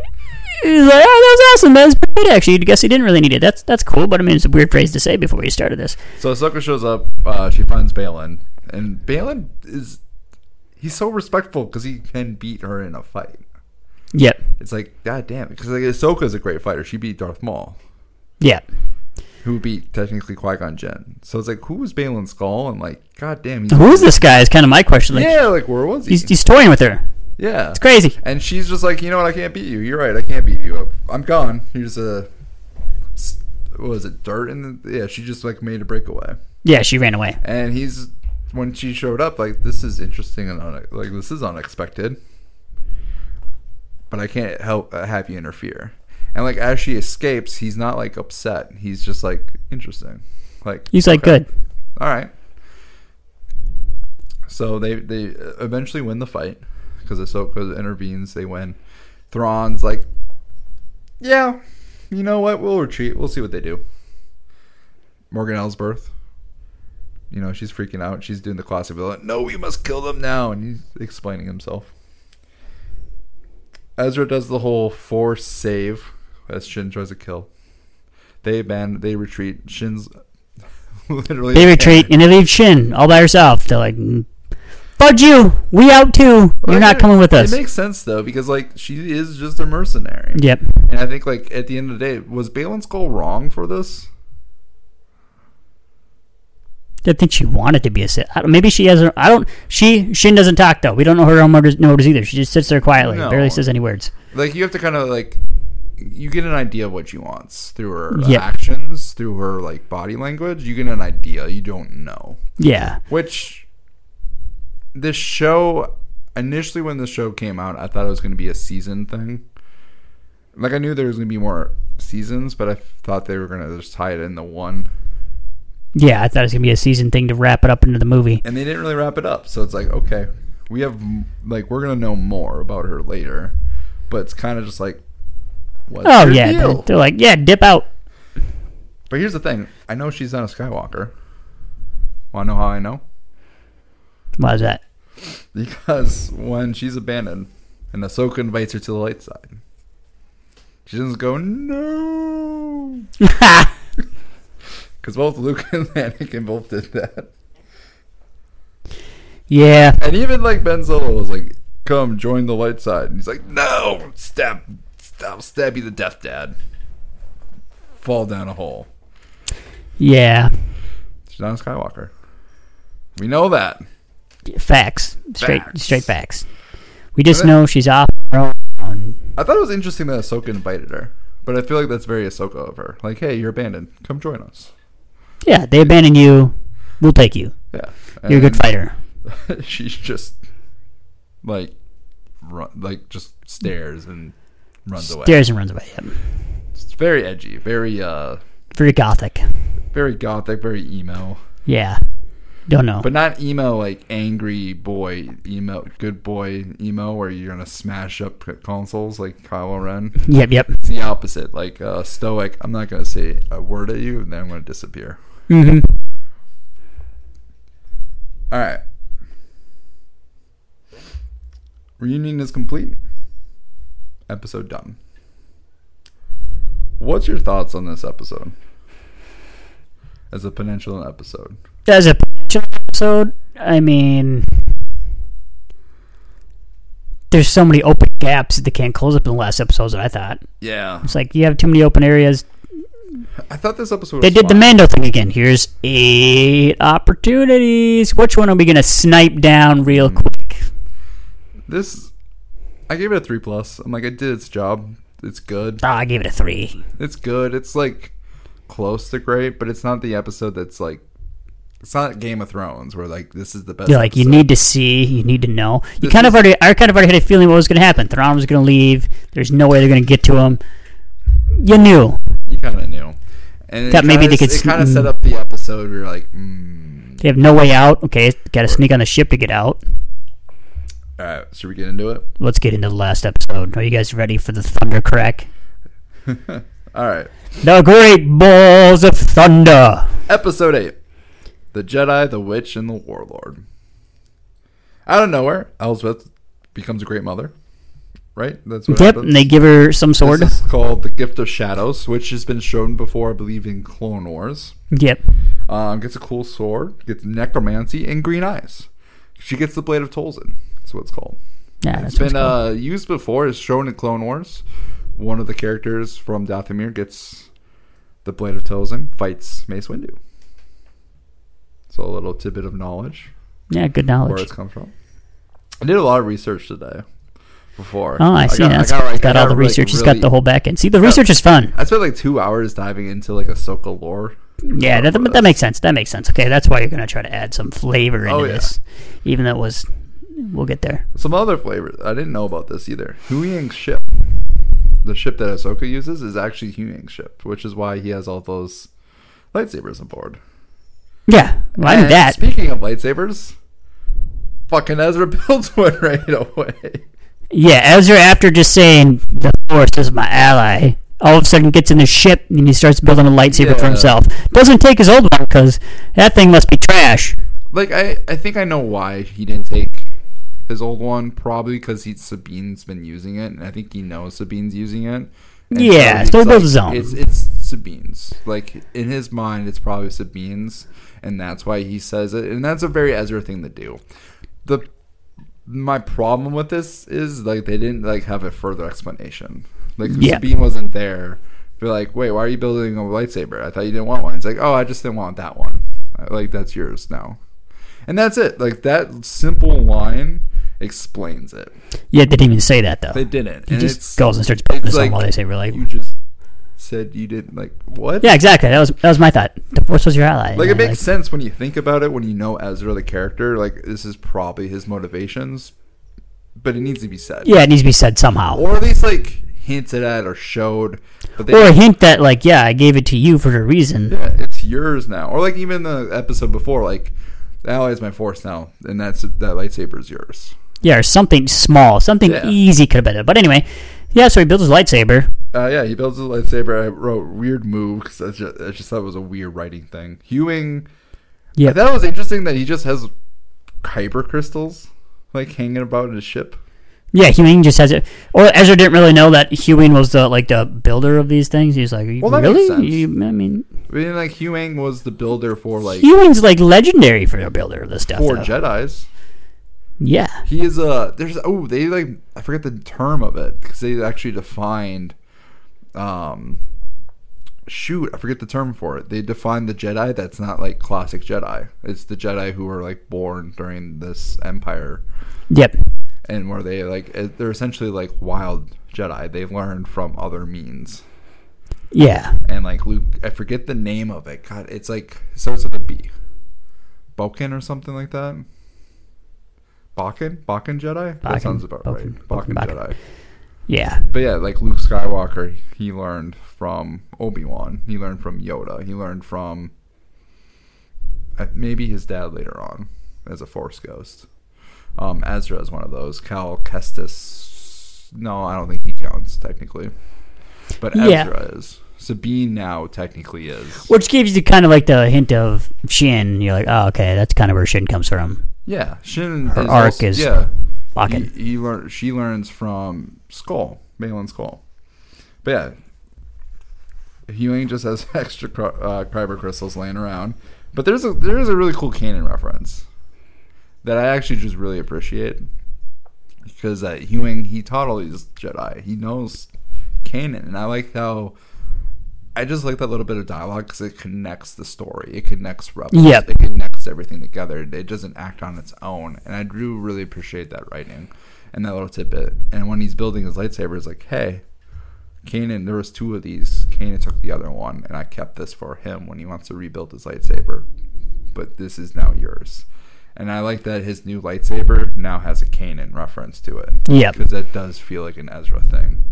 Speaker 2: He's like, oh, that was awesome. That was pretty good, actually. I guess he didn't really need it. That's that's cool, but I mean, it's a weird phrase to say before you started this.
Speaker 1: so Ahsoka shows up. Uh, she finds Balin, and Balin is he's so respectful because he can beat her in a fight.
Speaker 2: Yep.
Speaker 1: It's like god damn it, because like Ahsoka's a great fighter. She beat Darth Maul,
Speaker 2: Yep.
Speaker 1: who beat technically Qui Gon Jinn. So it's like who was Balin Skull, and like god damn, he's,
Speaker 2: Who's this guy is kind of my question. Like,
Speaker 1: yeah, like where was he?
Speaker 2: he's, he's toying with her.
Speaker 1: yeah,
Speaker 2: Crazy.
Speaker 1: And she's just like, you know what? I can't beat you. You're right. I can't beat you. Uh, I'm gone. Here's a. What was it? Dirt and yeah, she just like made a breakaway,
Speaker 2: Yeah, she ran away.
Speaker 1: and he's when she showed up like this is interesting and un- like this is unexpected, but I can't help uh, have you interfere. And like as she escapes, he's not like upset. He's just like interesting, like
Speaker 2: He's like,
Speaker 1: okay.
Speaker 2: good.
Speaker 1: All right. So they they eventually win the fight because Ahsoka intervenes. They win. Thrawn's like, yeah, you know what? We'll retreat. We'll see what they do. Morgan Elsbeth, you know, she's freaking out. She's doing the classic villain. No, we must kill them now. And he's explaining himself. Ezra does the whole force save as Shin tries to kill. They abandon. They retreat. Shin's literally
Speaker 2: They retreat and they leave Shin all by herself. They're like, "Mm, fudge you. We out too. You're
Speaker 1: Well,
Speaker 2: not
Speaker 1: yeah,
Speaker 2: coming with us.
Speaker 1: It makes sense though because like she is just a mercenary.
Speaker 2: Yep.
Speaker 1: And I think like at the end of the day, was Balin's goal wrong for this?
Speaker 2: I think she wanted to be a Sith. I don't- Maybe she has her. I don't. She Shin doesn't talk though. We don't know her own orders, no orders either. She just sits there quietly,
Speaker 1: No.
Speaker 2: barely says any words.
Speaker 1: Like you have to kind of like you get an idea of what she wants through her
Speaker 2: Yeah.
Speaker 1: actions, through her like body language. You get an idea. You don't know.
Speaker 2: Yeah,
Speaker 1: Which this show initially when the show came out, I thought it was going to be a season thing. Like I knew there was going to be more seasons, but I thought they were going to just tie it into one.
Speaker 2: yeah. I thought it was gonna be a season thing to wrap it up into the movie.
Speaker 1: and they didn't really wrap it up. So it's like, okay, We have like we're gonna know more about her later, but it's kind of just like, what's
Speaker 2: Oh
Speaker 1: your
Speaker 2: yeah,
Speaker 1: deal?
Speaker 2: they're, they're like, yeah, dip out.
Speaker 1: But here's the thing: I know she's not a Skywalker. Want to know how I know?
Speaker 2: Why's that?
Speaker 1: Because when she's abandoned, and Ahsoka invites her to the light side, she doesn't go no. Because both Luke and Anakin both did that,
Speaker 2: Yeah,
Speaker 1: and even like Ben Solo was like, "Come join the light side," and he's like, "No, stab, stab, stab you to death, Dad." Fall down a hole.
Speaker 2: yeah.
Speaker 1: She's not a Skywalker. We know that.
Speaker 2: Facts, straight,
Speaker 1: Facts.
Speaker 2: straight facts. We just
Speaker 1: And then-
Speaker 2: know she's off her own.
Speaker 1: I thought it was interesting that Ahsoka invited her, but I feel like that's very Ahsoka of her. Like, hey, you're abandoned. Come join us.
Speaker 2: Yeah, they abandon you. We'll take you.
Speaker 1: Yeah,
Speaker 2: You're a good
Speaker 1: And
Speaker 2: fighter.
Speaker 1: she's just like, run, like just stares and runs away.
Speaker 2: Dares and runs away. Yep.
Speaker 1: It's very edgy, very uh,
Speaker 2: Very gothic.
Speaker 1: very gothic, very emo,
Speaker 2: Yeah. Don't know.
Speaker 1: but not emo like angry boy emo, good boy emo, where you're gonna smash up consoles like Kylo Ren.
Speaker 2: yep, yep.
Speaker 1: It's the opposite, like uh, stoic. I'm not gonna say a word at you, and then I'm gonna disappear.
Speaker 2: hmm
Speaker 1: All right. Reunion is complete. Episode done. What's your thoughts on this episode? As a potential episode.
Speaker 2: As a potential episode, I mean, there's so many open gaps that they can't close up in the last episodes that I thought.
Speaker 1: Yeah.
Speaker 2: It's like you have too many open areas.
Speaker 1: I thought this episode was
Speaker 2: They did the
Speaker 1: fine.
Speaker 2: Mando thing again. Here's eight opportunities. Which one are we going to snipe down real
Speaker 1: Hmm.
Speaker 2: quick?
Speaker 1: This I gave it a 3 plus. I'm like it did its job. It's good.
Speaker 2: Ah, I gave it a three.
Speaker 1: It's good. It's like close to great, but it's not the episode that's like it's not Game of Thrones where like this is the best
Speaker 2: You're like, you
Speaker 1: episode.
Speaker 2: need to see, you need to know. You
Speaker 1: This
Speaker 2: kind of
Speaker 1: is-
Speaker 2: already, I kind of already had a feeling what was going to happen. Thrawn was going to leave. There's no way they're going to get to him. You knew.
Speaker 1: You kind of knew. And it
Speaker 2: That maybe
Speaker 1: kinda-
Speaker 2: they could
Speaker 1: It
Speaker 2: sn-
Speaker 1: kind of set up the episode. where you're like, mm.
Speaker 2: They have no way out. Okay, got to sneak on the ship to get out.
Speaker 1: all right, should we get into it?
Speaker 2: Let's get into the last episode. Are you guys ready for the thunder crack?
Speaker 1: All right,
Speaker 2: The great balls of thunder.
Speaker 1: episode eight: the Jedi, the Witch, and the Warlord. Out of nowhere, Elsbeth becomes a great mother. Right? That's what
Speaker 2: Yep,
Speaker 1: happens.
Speaker 2: and they give her some sword.
Speaker 1: This is called the Gift of Shadows, which has been shown before, I believe, in Clone Wars.
Speaker 2: Yep,
Speaker 1: Um, gets a cool sword, gets necromancy, and green eyes. She gets the Blade of Tolzin. That's what it's called.
Speaker 2: yeah,
Speaker 1: it's
Speaker 2: that's
Speaker 1: been
Speaker 2: what's called.
Speaker 1: uh, used before. It's shown in Clone Wars. One of the characters from Dathomir gets the Blade of Tolzin, fights Mace Windu. So a little tidbit of knowledge
Speaker 2: yeah, good
Speaker 1: where it's
Speaker 2: knowledge.
Speaker 1: come from. I did a lot of research today. Before,
Speaker 2: Oh, I, see.
Speaker 1: got-
Speaker 2: That's
Speaker 1: got,
Speaker 2: got,
Speaker 1: like- I
Speaker 2: all the
Speaker 1: like,
Speaker 2: research. It's
Speaker 1: really-
Speaker 2: got the whole back end. See, the research is fun.
Speaker 1: I spent like two hours diving into like Ahsoka lore.
Speaker 2: Yeah, that,
Speaker 1: Whatever
Speaker 2: but that makes sense. That makes sense. Okay, that's why you're gonna try to add some flavor into
Speaker 1: Oh, yeah.
Speaker 2: this, even though it was. We'll get there.
Speaker 1: Some other flavors. I didn't know about this either. Hu Yang's ship, the ship that Ahsoka uses, is actually Hu Yang's ship, which is why he has all those lightsabers on board.
Speaker 2: Yeah, well, I knew
Speaker 1: And
Speaker 2: that.
Speaker 1: Speaking of lightsabers, fucking Ezra builds one right away.
Speaker 2: Yeah, Ezra, after just saying the Force is my ally, all of a sudden gets in the ship and he starts building a lightsaber for
Speaker 1: Yeah.
Speaker 2: himself. Doesn't take his old one because that thing must be trash.
Speaker 1: Like I, I think I know why he didn't take his old one. Probably because he Sabine's been using it, and I think he knows Sabine's using it. And
Speaker 2: Yeah,
Speaker 1: he's
Speaker 2: so he
Speaker 1: like,
Speaker 2: builds his own.
Speaker 1: It's it's Sabine's. Like in his mind, it's probably Sabine's, and that's why he says it. And that's a very Ezra thing to do. The my problem with this is like they didn't like have a further explanation. Like
Speaker 2: Yeah.
Speaker 1: Sabine wasn't there. They're like, wait, why are you building a lightsaber? I thought you didn't want one. It's like, oh, I just didn't want that one. I- Like that's yours now, and that's it. Like that simple line explains it.
Speaker 2: Yeah, they didn't even say that though.
Speaker 1: They didn't.
Speaker 2: he
Speaker 1: and
Speaker 2: just
Speaker 1: it's,
Speaker 2: goes and starts building
Speaker 1: it's
Speaker 2: his own
Speaker 1: like-
Speaker 2: while they say, "Really?"
Speaker 1: you just said you didn't like what?
Speaker 2: yeah, exactly. That was that was my thought. The Force was your ally.
Speaker 1: Like
Speaker 2: And
Speaker 1: it
Speaker 2: they're
Speaker 1: makes sense when you think about it. When you know Ezra the character, like this is probably his motivations, but it needs to be said.
Speaker 2: Yeah, it needs to be said somehow.
Speaker 1: or at least like hinted at or showed. But they,
Speaker 2: or a hint that like yeah i gave it to you for a reason
Speaker 1: yeah, it's yours now. Or like even the episode before, like the ally is my force now, and that's that lightsaber is yours.
Speaker 2: Yeah, or something small, something
Speaker 1: Yeah.
Speaker 2: easy could have been it. But anyway, yeah. So he builds his lightsaber.
Speaker 1: Uh, yeah, he builds a lightsaber. I wrote weird move because I just, I just thought it was a weird writing thing. Hewing.
Speaker 2: Yeah.
Speaker 1: I thought it was interesting that he just has kyber crystals like hanging about in his ship.
Speaker 2: Yeah, Hewing just has it. Or Ezra didn't really know that Hewing was the like the builder of these things. He's like,
Speaker 1: Well, that
Speaker 2: really?
Speaker 1: makes sense.
Speaker 2: You- I mean,
Speaker 1: I mean, like Hewing was the builder for like
Speaker 2: Hewing's like legendary for a builder of this stuff.
Speaker 1: four
Speaker 2: though.
Speaker 1: Jedi's.
Speaker 2: Yeah,
Speaker 1: He is a there's oh they like I forget the term of it because they actually defined, um, shoot I forget the term for it. They defined the Jedi that's not like classic Jedi. It's the Jedi who were like born during this Empire
Speaker 2: yep.
Speaker 1: and where they like eh, they're essentially like wild Jedi. They learned from other means
Speaker 2: Yeah,
Speaker 1: and like Luke I forget the name of it. God, it's like it starts with a B, Boken or something like that. Bakken, Bakken Jedi.
Speaker 2: Bakken,
Speaker 1: that sounds about
Speaker 2: Bakken,
Speaker 1: right. Bakken,
Speaker 2: Bakken,
Speaker 1: Jedi.
Speaker 2: yeah,
Speaker 1: But yeah, like Luke Skywalker, he learned from Obi Wan. He learned from Yoda. He learned from uh, maybe his dad later on as a Force ghost. Um, Ezra is one of those. Cal Kestis. No, I don't think he counts technically. But
Speaker 2: Yeah.
Speaker 1: Ezra is. Sabine now technically is.
Speaker 2: which gives you kind of like the hint of Shin. You're like, oh, okay, that's kind of where Shin comes from.
Speaker 1: Yeah, Shin.
Speaker 2: Her
Speaker 1: is
Speaker 2: arc
Speaker 1: also-
Speaker 2: is
Speaker 1: yeah. He,
Speaker 2: Bakken.
Speaker 1: he learn, she learns from Skull, Malin Skull. But yeah, Hewing just has extra cri- uh, kyber crystals laying around. But there's a there is a really cool canon reference that I actually just really appreciate because uh, Hewing he taught all these Jedi. He knows canon, and I like how. I just like that little bit of dialogue because it connects the story. It connects Rebels.
Speaker 2: Yep.
Speaker 1: It connects everything together. It doesn't act on its own. And I do really appreciate that writing and that little tidbit. And when he's building his lightsaber, it's like, hey, Kanan, there was two of these. Kanan took the other one, and I kept this for him when he wants to rebuild his lightsaber. But this is now yours. And I like that his new lightsaber now has a Kanan reference to it.
Speaker 2: Yep.
Speaker 1: Because that does feel like an Ezra thing.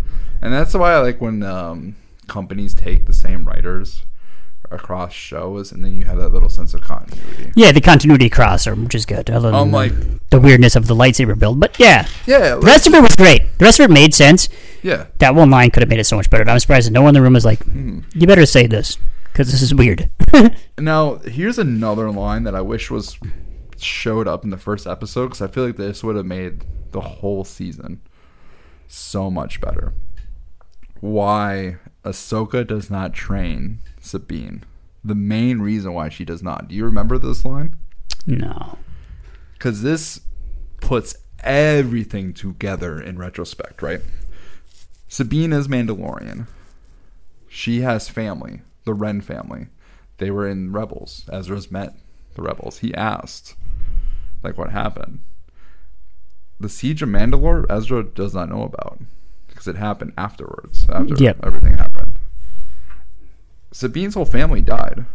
Speaker 1: And that's why I like when um, companies take the same writers across shows, and then you have that little sense of continuity.
Speaker 2: Yeah, the continuity crosser, which is good. Other than
Speaker 1: I'm like,
Speaker 2: the weirdness of the lightsaber build, but yeah,
Speaker 1: yeah,
Speaker 2: the rest of it was great. The rest of it made sense.
Speaker 1: yeah.
Speaker 2: That one line could have made it so much better. and I'm surprised that no one in the room was like,
Speaker 1: Hmm.
Speaker 2: "You better say this because this is weird."
Speaker 1: Now, here's another line that I wish was showed up in the first episode because I feel like this would have made the whole season so much better. Why Ahsoka does not train Sabine? The main reason why she does not. Do you remember this line?
Speaker 2: no.
Speaker 1: because this puts everything together in retrospect, right? Sabine is Mandalorian. She has family, the Wren family. They were in Rebels. Ezra's met the Rebels. He asked, like, what happened. The siege of Mandalore, Ezra does not know about because it happened afterwards. After
Speaker 2: Yep.
Speaker 1: everything happened, Sabine's whole family died.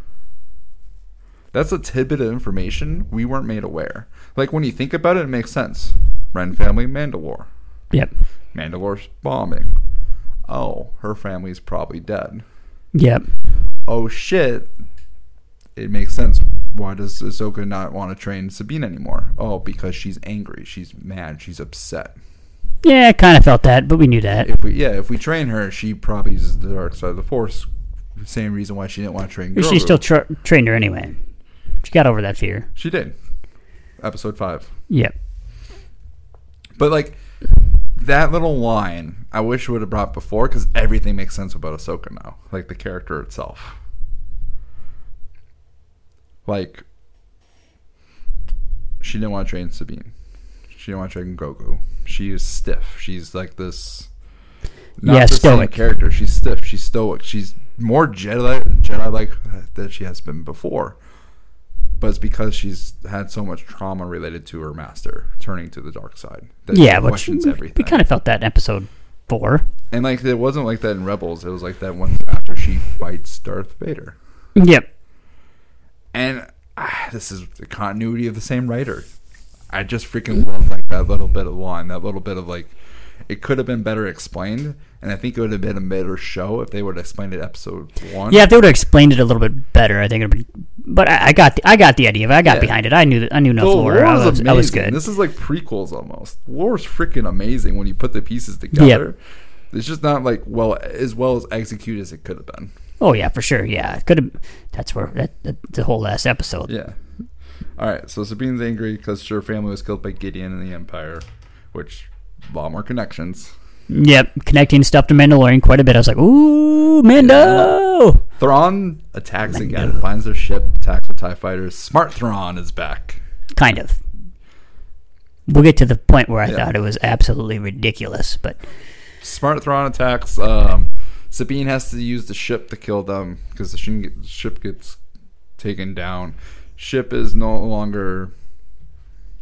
Speaker 1: That's a tidbit of information we weren't made aware. Like when you think about it, it makes sense. Ren family, Mandalore.
Speaker 2: Yep.
Speaker 1: Mandalore's bombing. Oh, her family's probably dead.
Speaker 2: Yep.
Speaker 1: Oh shit. It makes sense. Why does Ahsoka not want to train Sabine anymore? Oh, because she's angry. She's mad. She's upset.
Speaker 2: Yeah, I kind of felt that, but we knew that.
Speaker 1: If we yeah, if we train her, she probably uses the dark side of the force. Same reason why she didn't want to train. Grogu.
Speaker 2: She still tra- trained her anyway. She got over that fear.
Speaker 1: she did. Episode five.
Speaker 2: Yep.
Speaker 1: But like that little line, I wish would have brought before because everything makes sense about Ahsoka now, like the character itself. Like she didn't want to train Sabine. She didn't want to train Goku. She is stiff. She's like this. Not
Speaker 2: Yeah,
Speaker 1: the same
Speaker 2: stoic.
Speaker 1: character. She's stiff. She's stoic. She's more Jedi Jedi like that she has been before. But it's because she's had so much trauma related to her master turning to the dark side. That
Speaker 2: Yeah,
Speaker 1: she
Speaker 2: but
Speaker 1: questions
Speaker 2: she-
Speaker 1: everything.
Speaker 2: we kind of felt that in episode four.
Speaker 1: and like it wasn't like that in Rebels. It was like that once after she fights Darth Vader.
Speaker 2: Yep.
Speaker 1: And ah, this is the
Speaker 2: Mm-hmm.
Speaker 1: continuity of the same writer. I just freaking love like that little bit of line, that little bit of like It could have been better explained, and I think it would have been a better show if they would have explained it episode one.
Speaker 2: Yeah, if they would have explained it a little bit better, I think it would. Be, but I, I got the I got the idea. of it. I got
Speaker 1: Yeah.
Speaker 2: behind it. I knew that I knew enough
Speaker 1: The
Speaker 2: lore. I was, I was good.
Speaker 1: This is like prequels almost. Lore is freaking amazing when you put the pieces together. It's just not like well as well as executed as it could have been.
Speaker 2: oh yeah, for sure. Yeah, it could have. That's where that, that the whole last episode.
Speaker 1: Yeah. All right. So Sabine's angry because her family was killed by Gideon in the Empire, which a lot more connections.
Speaker 2: Yep, connecting stuff to Mandalorian quite a bit. I was like, ooh, Mando.
Speaker 1: Thrawn attacks again, finds their ship, attacks with Tie fighters. Smart Thrawn is back.
Speaker 2: Kind of. We'll get to the point where I
Speaker 1: Yeah.
Speaker 2: thought it was absolutely ridiculous, but
Speaker 1: Smart Thrawn attacks. Um, Sabine has to use the ship to kill them because the shin- ship gets taken down. Ship is no longer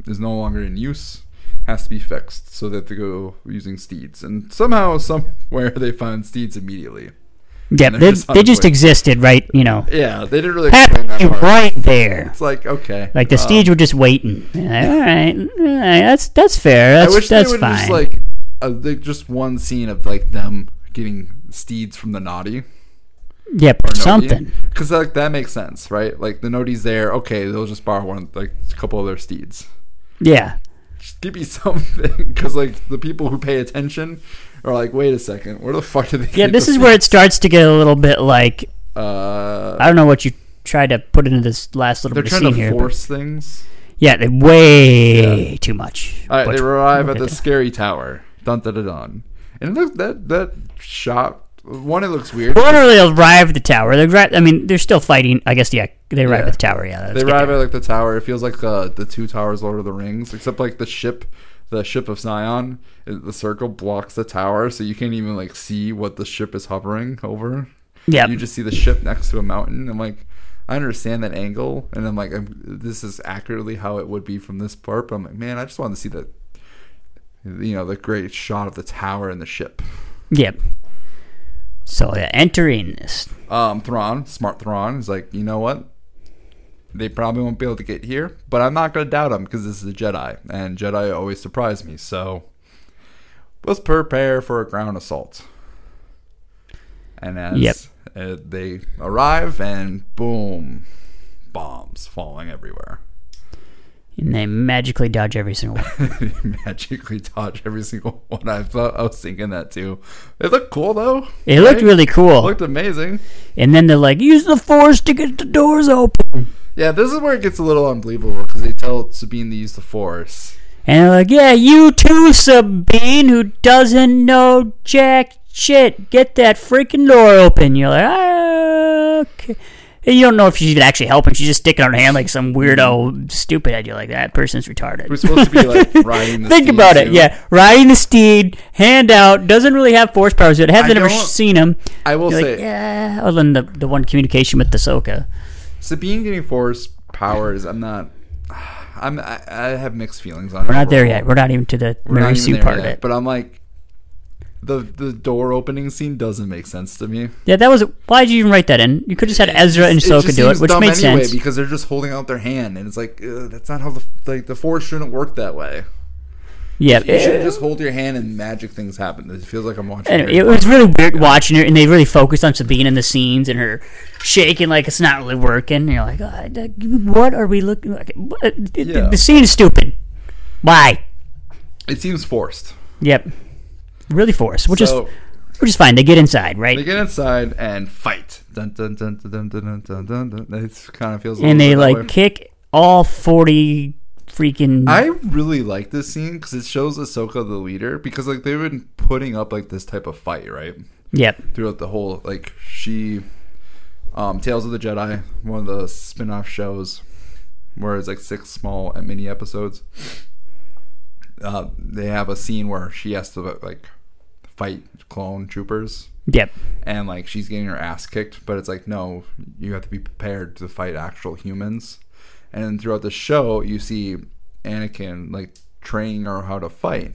Speaker 1: is no longer in use. Has to be fixed so that they go using steeds, and somehow, somewhere, they found steeds immediately.
Speaker 2: yeah,
Speaker 1: they're
Speaker 2: they,
Speaker 1: just
Speaker 2: they just
Speaker 1: unbelievable.
Speaker 2: existed, right? You know,
Speaker 1: Yeah, they didn't really explain
Speaker 2: happened
Speaker 1: that part.
Speaker 2: right there.
Speaker 1: It's like okay,
Speaker 2: Like the
Speaker 1: um,
Speaker 2: steeds were just waiting. And I- all right, all right, that's that's fair.
Speaker 1: I
Speaker 2: That's
Speaker 1: wish
Speaker 2: that's
Speaker 1: they would
Speaker 2: fine.
Speaker 1: just like uh, they, just one scene of like them getting steeds from the naughty.
Speaker 2: yep, something.
Speaker 1: Because like that makes sense, right? Like the Nodi's there. Okay, they'll just borrow one, like a couple of their steeds.
Speaker 2: Yeah,
Speaker 1: Just give me something, because like the people who pay attention are like, wait a second, where the fuck did they?
Speaker 2: yeah. This is where it starts to get a little bit like
Speaker 1: uh,
Speaker 2: I don't know what you tried to put into this last little
Speaker 1: they're
Speaker 2: bit of
Speaker 1: trying
Speaker 2: scene
Speaker 1: to
Speaker 2: here. but-
Speaker 1: force things.
Speaker 2: yeah, they way too much.
Speaker 1: All right,
Speaker 2: But
Speaker 1: they arrive
Speaker 2: we'll
Speaker 1: at
Speaker 2: get
Speaker 1: the
Speaker 2: to-
Speaker 1: scary tower. Dun dun dun. dun. And it looks that that shot one. It looks weird.
Speaker 2: Well, literally arrive at the tower. They arrive. I mean, they're still fighting. I guess yeah, they arrive
Speaker 1: Yeah.
Speaker 2: at the tower. Yeah, let's
Speaker 1: They
Speaker 2: get
Speaker 1: arrive
Speaker 2: there.
Speaker 1: at like the tower. It feels like uh, the two towers, Lord of the Rings, except like the ship, the ship of Scion, it- the circle blocks the tower, so you can't even like see what the ship is hovering over.
Speaker 2: Yep.
Speaker 1: You just see the ship next to a mountain. I'm like, I understand that angle, and I'm like, I'm, this is accurately how it would be from this part. But I'm like, man, I just wanted to see the, you know, the great shot of the tower and the ship.
Speaker 2: Yep. So yeah, entering this.
Speaker 1: Um, Thrawn, smart Thrawn, is like, you know what? They probably won't be able to get here, but I'm not going to doubt them because this is a Jedi, and Jedi always surprise me. So let's prepare for a ground assault. And as
Speaker 2: Yep.
Speaker 1: uh, they arrive, and boom, bombs falling everywhere.
Speaker 2: And they magically dodge every single one.
Speaker 1: They magically dodge every single one. I thought I was thinking that too. It looked cool though.
Speaker 2: It looked
Speaker 1: right?
Speaker 2: really cool.
Speaker 1: looked amazing.
Speaker 2: and then they're like, use the force to get the doors open.
Speaker 1: Yeah, this is where it gets a little unbelievable because they tell Sabine to use the Force.
Speaker 2: And they're like, yeah, you too, Sabine, who doesn't know jack shit. Get that freaking door open. You're like, ah, okay. And you don't know if she's even actually helping. She's just sticking out her hand like some weirdo, stupid idea like that. Person's retarded.
Speaker 1: We're supposed to be like riding. The
Speaker 2: Think
Speaker 1: steed,
Speaker 2: about it.
Speaker 1: too.
Speaker 2: Yeah, riding the steed, hand out, doesn't really have force powers yet. Haven't ever
Speaker 1: don't-
Speaker 2: seen him.
Speaker 1: I will
Speaker 2: You're
Speaker 1: say
Speaker 2: like, yeah. Other than the, the one communication with the Ahsoka.
Speaker 1: Sabine getting Force powers. I'm not. I'm. I, I have mixed feelings on.
Speaker 2: We're not there yet. We're not even to the Mary Sue part of it.
Speaker 1: But I'm like, the the door opening scene doesn't make sense to me.
Speaker 2: yeah, that was. Why did you even write that in? You could have just had Ezra and
Speaker 1: It just
Speaker 2: Ahsoka do it,
Speaker 1: seems
Speaker 2: which
Speaker 1: dumb
Speaker 2: made sense.
Speaker 1: because they're just holding out their hand, and it's like ugh, that's not how the like the Force shouldn't work that way.
Speaker 2: yeah.
Speaker 1: You should just hold your hand and magic things happen. It feels like I'm watching.
Speaker 2: Anyway,
Speaker 1: Harry
Speaker 2: it was really weird watching her, and they really focused on Sabine in the scenes and her shaking like it's not really working. And you're like, "Ah, d- what are we looking? Like? What- it- it-
Speaker 1: Yeah.
Speaker 2: The scene is stupid. Why?
Speaker 1: It seems forced.
Speaker 2: Yep. Really forced, which
Speaker 1: So-
Speaker 2: is which is fine. They get inside, right?
Speaker 1: They get inside and fight. Dun, dun, dun, dun, dun, dun, dun, dun, dun. It kind of feels. a little
Speaker 2: and they
Speaker 1: bit
Speaker 2: like
Speaker 1: that way.
Speaker 2: kick all forty freaking.
Speaker 1: I really like this scene because it shows Ahsoka the leader because like they've been putting up like this type of fight right
Speaker 2: yep.
Speaker 1: throughout the whole like she, um, Tales of the Jedi, one of the spin-off shows where it's like six small and mini episodes. Uh, they have a scene where she has to like fight clone troopers
Speaker 2: Yep.
Speaker 1: and like she's getting her ass kicked but it's like no you have to be prepared to fight actual humans and then throughout the show you see anakin like training her how to fight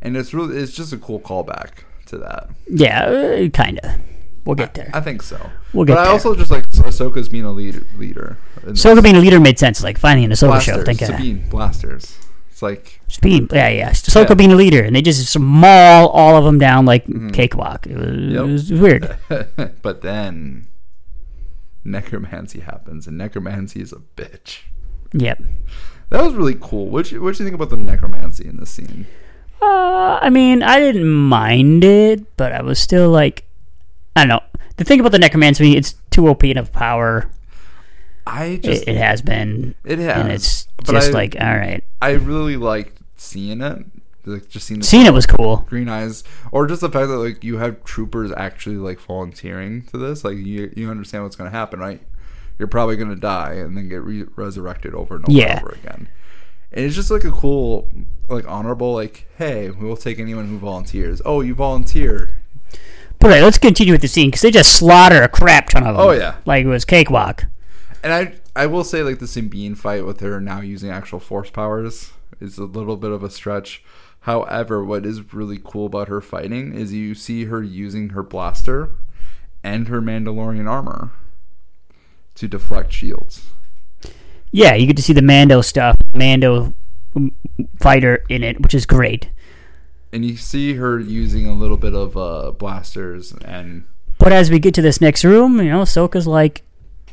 Speaker 1: and it's really it's just a cool callback to that
Speaker 2: Yeah. Uh, kind of. We'll get there.
Speaker 1: i think so
Speaker 2: We'll
Speaker 1: but
Speaker 2: get
Speaker 1: i
Speaker 2: there.
Speaker 1: also just like ahsoka's being a lead- leader in this.
Speaker 2: Ahsoka being a leader made sense. Like finally in the Solo show.
Speaker 1: blasters
Speaker 2: Thank God.
Speaker 1: sabine blasters It's like
Speaker 2: Just being, yeah, yeah. Ahsoka
Speaker 1: Yeah. Mm-hmm.
Speaker 2: being a leader, and they just maul all of them down like cakewalk. It was,
Speaker 1: Yep.
Speaker 2: it was weird.
Speaker 1: but then necromancy happens and necromancy is a bitch.
Speaker 2: yep.
Speaker 1: That was really cool. What you, what you think about the necromancy in this scene?
Speaker 2: Uh, I mean, I didn't mind it, but I was still like, I don't know. The thing about the necromancy, it's too OP and of power.
Speaker 1: I just
Speaker 2: It, it has been,
Speaker 1: It has,
Speaker 2: and it's
Speaker 1: but
Speaker 2: just
Speaker 1: I-
Speaker 2: like, all right.
Speaker 1: I really liked seeing it. Like just seeing the
Speaker 2: Cena was cool.
Speaker 1: green eyes, or just the fact that like you have troopers actually like volunteering to this. Like you you understand what's going to happen, right? You're probably going to die and then get re- resurrected over and over,
Speaker 2: Yeah.
Speaker 1: and over again. And it's just like a cool, like honorable, like hey, we will take anyone who volunteers. Oh, you volunteer.
Speaker 2: But all right, let's continue with the scene because they just slaughter a crap ton of them.
Speaker 1: Oh, yeah.
Speaker 2: like it was cakewalk.
Speaker 1: And I I will say like the Symbine fight with her now using actual force powers is a little bit of a stretch. However, what is really cool about her fighting is you see her using her blaster and her Mandalorian armor to deflect shields.
Speaker 2: Yeah, you get to see the Mando stuff, Mando mm, fighter in it, which is great.
Speaker 1: And you see her using a little bit of uh, blasters and
Speaker 2: But as we get to this next room, you know, Ahsoka's like,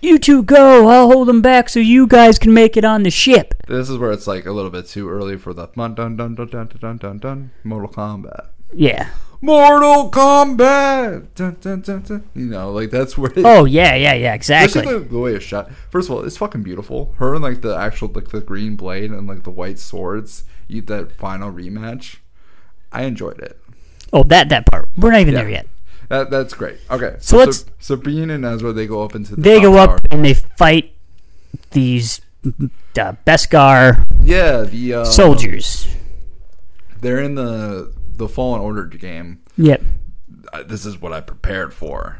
Speaker 2: "You two go. I'll hold them back so you guys can make it on the ship."
Speaker 1: this is where it's like a little bit too early for the dun dun dun dun dun dun dun dun Mortal Kombat.
Speaker 2: Yeah.
Speaker 1: Mortal Kombat. Dun, dun, dun, dun. You know, like that's where it,
Speaker 2: Oh yeah, yeah, yeah.
Speaker 1: Especially
Speaker 2: Exactly.
Speaker 1: the, the way it's shot. First of all, it's fucking beautiful. Her and like the actual like the green blade and like the white swords. You that final rematch. I enjoyed it.
Speaker 2: Oh, that that part. We're not even there yet.
Speaker 1: That, that's great. Okay,
Speaker 2: So let's-
Speaker 1: Sab- Sabine and Ezra they go up into the
Speaker 2: They
Speaker 1: top
Speaker 2: go up
Speaker 1: tower.
Speaker 2: and they fight these uh, Beskar
Speaker 1: Yeah, the uh,
Speaker 2: soldiers.
Speaker 1: They're in the the Fallen Order game.
Speaker 2: Yep.
Speaker 1: I- This is what I prepared for,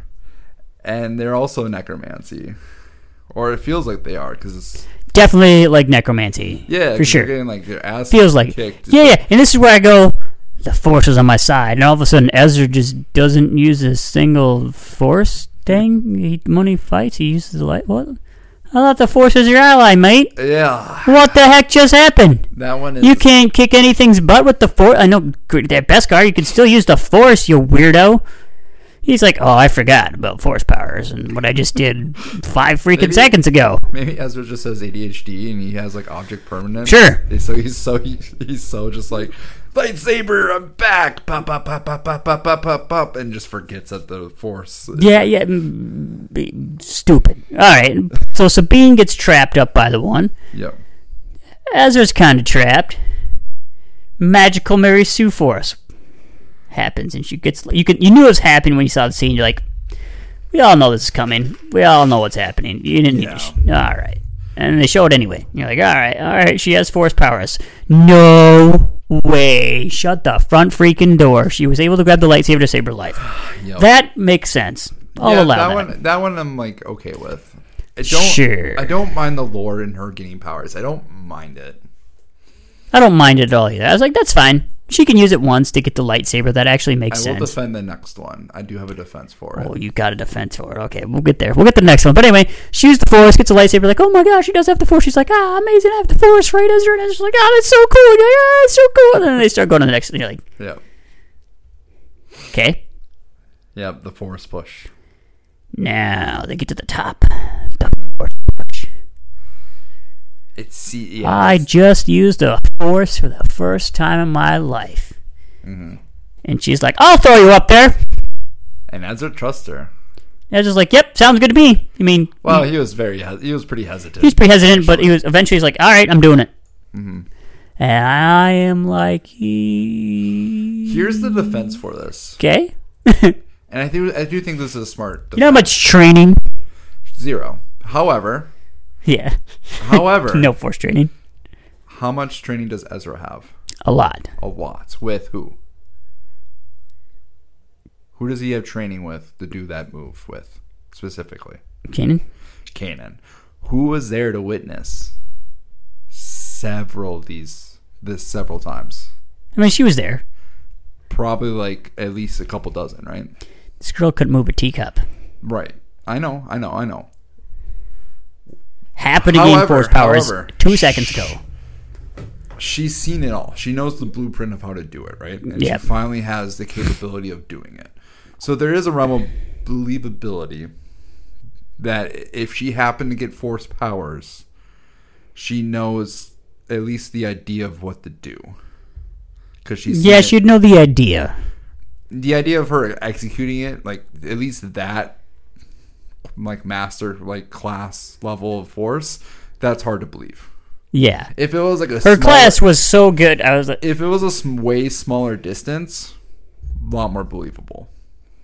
Speaker 1: and they're also necromancy, or it feels like they are because it's
Speaker 2: Definitely like necromancy.
Speaker 1: yeah
Speaker 2: for
Speaker 1: 'cause they're
Speaker 2: sure.
Speaker 1: getting like their ass
Speaker 2: feels like it.
Speaker 1: kicked.
Speaker 2: Yeah, yeah. And this is where I go. The force is on my side, and all of a sudden Ezra just doesn't use a single force thing. He, when he fights, he uses the light. What? I thought the force is your ally, mate.
Speaker 1: yeah.
Speaker 2: What the heck just happened?
Speaker 1: That one is
Speaker 2: You can't kick anything's butt with the force. I know gr- that Beskar. You can still use the force, you weirdo. He's like, oh, I forgot about force powers and what I just did five freaking
Speaker 1: Maybe-
Speaker 2: seconds ago.
Speaker 1: Maybe Ezra just has ADHD and he has like object permanence.
Speaker 2: Sure.
Speaker 1: So he's so he's so just like lightsaber, I'm back, pop, pop, pop, pop, pop, pop, pop, pop, pop, and just forgets that the force.
Speaker 2: Yeah, yeah. mm, b- Stupid. All right. So Sabine gets trapped up by the one.
Speaker 1: Yep.
Speaker 2: Ezra's kind of trapped. Magical Mary Sue Force happens, and she gets. You could, you knew it was happening when you saw the scene. You're like, we all know this is coming. We all know what's happening. You didn't need to. Sh- all right. And they show it anyway. You're like, all right, all right. She has force powers. No way. Shut the front freaking door. She was able to grab the lightsaber to save her life.
Speaker 1: Yep.
Speaker 2: That makes sense. I'll
Speaker 1: yeah,
Speaker 2: allow
Speaker 1: that,
Speaker 2: that.
Speaker 1: one. That one I'm like okay with. I don't.
Speaker 2: Sure.
Speaker 1: I don't mind the lore and her getting powers. I don't mind it.
Speaker 2: I don't mind it at all either. I was like, that's fine. She can use it once to get the lightsaber. That actually
Speaker 1: I
Speaker 2: makes
Speaker 1: will
Speaker 2: sense.
Speaker 1: defend the next one. I do have a defense for it.
Speaker 2: Oh, you got a defense for it. Okay, we'll get there. We'll get the next one. But anyway, she used the force, gets a lightsaber, like, oh my gosh, she does have the force. She's like, ah, amazing, I have the force, right, Ezra? And Ezra's like, ah, that's so cool. Yeah, yeah, it's so cool. And then they start going to the next, and you're like,
Speaker 1: Yep.
Speaker 2: okay,
Speaker 1: Yep. The force push.
Speaker 2: now they get to the top. The force push.
Speaker 1: It's E see. Yeah.
Speaker 2: I just used the force for the first time in my life.
Speaker 1: Mm-hmm.
Speaker 2: And she's like, I'll throw you up there.
Speaker 1: and Ezra trusts her.
Speaker 2: Ezra's like, yep, sounds good to me. I mean,
Speaker 1: Well, he was very. hes- He was pretty hesitant.
Speaker 2: he was pretty hesitant, but he was eventually he's like, "All right, I'm doing it."
Speaker 1: Mm-hmm.
Speaker 2: And I am like, "E-
Speaker 1: Here's the defense for this,
Speaker 2: "Okay."
Speaker 1: and I think I do think this is a smart
Speaker 2: You know how much training?
Speaker 1: Zero. However,
Speaker 2: Yeah,
Speaker 1: however,
Speaker 2: no force training.
Speaker 1: how much training does Ezra have?
Speaker 2: A lot.
Speaker 1: A lot. With who? Who does he have training with to do that move with specifically?
Speaker 2: Kanan.
Speaker 1: Kanan. Who was there to witness several of these this several times?
Speaker 2: I mean, she was there.
Speaker 1: Probably like at least a couple dozen, right?
Speaker 2: This girl couldn't move a teacup.
Speaker 1: Right. I know, I know, I know.
Speaker 2: Happened to gain
Speaker 1: However,
Speaker 2: force powers
Speaker 1: however.
Speaker 2: two seconds ago.
Speaker 1: she's seen it all. She knows the blueprint of how to do it, right? And
Speaker 2: Yep.
Speaker 1: she finally has the capability of doing it. So there is a realm of believability that if she happened to get force powers, she knows at least the idea of what to do. Because she's seen
Speaker 2: Yeah,
Speaker 1: it.
Speaker 2: she'd know the idea.
Speaker 1: the idea of her executing it, like at least that, like master like class level of force, that's hard to believe.
Speaker 2: Yeah.
Speaker 1: If it was like a
Speaker 2: Her
Speaker 1: smaller-
Speaker 2: class was so good. I was like,
Speaker 1: if it was a sm- way smaller distance, a lot more believable.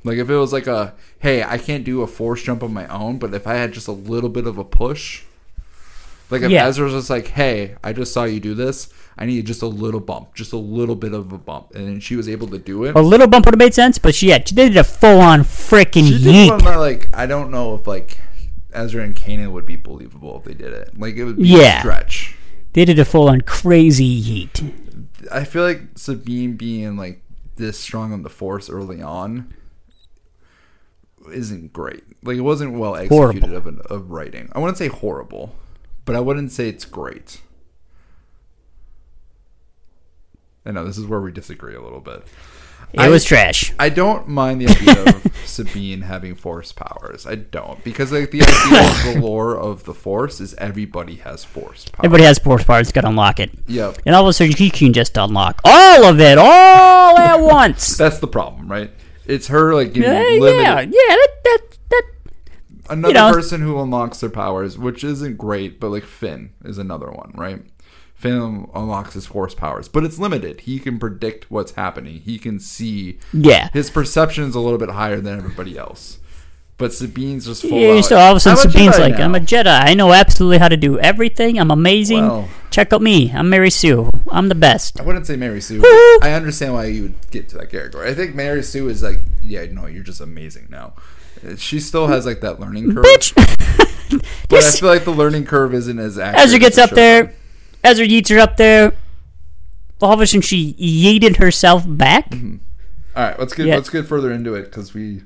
Speaker 1: Like if it was like a hey, I can't do a force jump on my own, but if I had just a little bit of a push, like if
Speaker 2: Yeah.
Speaker 1: Ezra's just like, hey, I just saw you do this, I need just a little bump, just a little bit of a bump, and then she was able to do it.
Speaker 2: a little bump would have made sense, but she, yeah, she did a full on freaking
Speaker 1: She did one
Speaker 2: yeet.
Speaker 1: that like I don't know if like Ezra and Kanan would be believable if they did it. Like it would be
Speaker 2: Yeah.
Speaker 1: a stretch.
Speaker 2: They did a full on crazy yeet.
Speaker 1: I feel like Sabine being like this strong on the Force early on isn't great. Like it wasn't well executed
Speaker 2: Horrible.
Speaker 1: of, an, of writing. I wouldn't say horrible, but I wouldn't say it's great. I know this is where we disagree a little bit.
Speaker 2: It
Speaker 1: I-
Speaker 2: was trash.
Speaker 1: I don't mind the idea of Sabine having force powers. I don't because like the idea of the lore of the force is everybody has force powers.
Speaker 2: Everybody has force powers, gotta unlock it.
Speaker 1: Yep.
Speaker 2: And all of a sudden, you can just unlock all of it all at once. Uh,
Speaker 1: That's the problem, right? It's her like getting
Speaker 2: yeah,
Speaker 1: limited.
Speaker 2: yeah, yeah, that, that, that.
Speaker 1: Another
Speaker 2: know.
Speaker 1: person who unlocks their powers, which isn't great, but like Finn is another one, right? Finn unlocks his force powers, but it's limited. He can predict what's happening. He can see.
Speaker 2: Yeah.
Speaker 1: His perception is a little bit higher than everybody else. But Sabine's just full.
Speaker 2: Yeah,
Speaker 1: out,
Speaker 2: so all of a sudden,
Speaker 1: "I'm Jedi
Speaker 2: Sabine's like,
Speaker 1: now."
Speaker 2: I'm a Jedi. I know absolutely how to do everything. I'm amazing.
Speaker 1: Well-
Speaker 2: Check out me. I'm Mary Sue. I'm the best.
Speaker 1: I wouldn't say Mary Sue. But I understand why you would get to that category. I think Mary Sue is like, yeah, no, you're just amazing now. Uh, She still has like that learning curve,
Speaker 2: Bitch!
Speaker 1: but I feel like the learning curve isn't as accurate.
Speaker 2: Ezra
Speaker 1: as
Speaker 2: gets
Speaker 1: it
Speaker 2: up
Speaker 1: should
Speaker 2: there.
Speaker 1: be.
Speaker 2: Ezra yeets her up there. All of a sudden, she yeeted herself back.
Speaker 1: Mm-hmm. All right, let's get
Speaker 2: Yeah.
Speaker 1: let's get further into it because we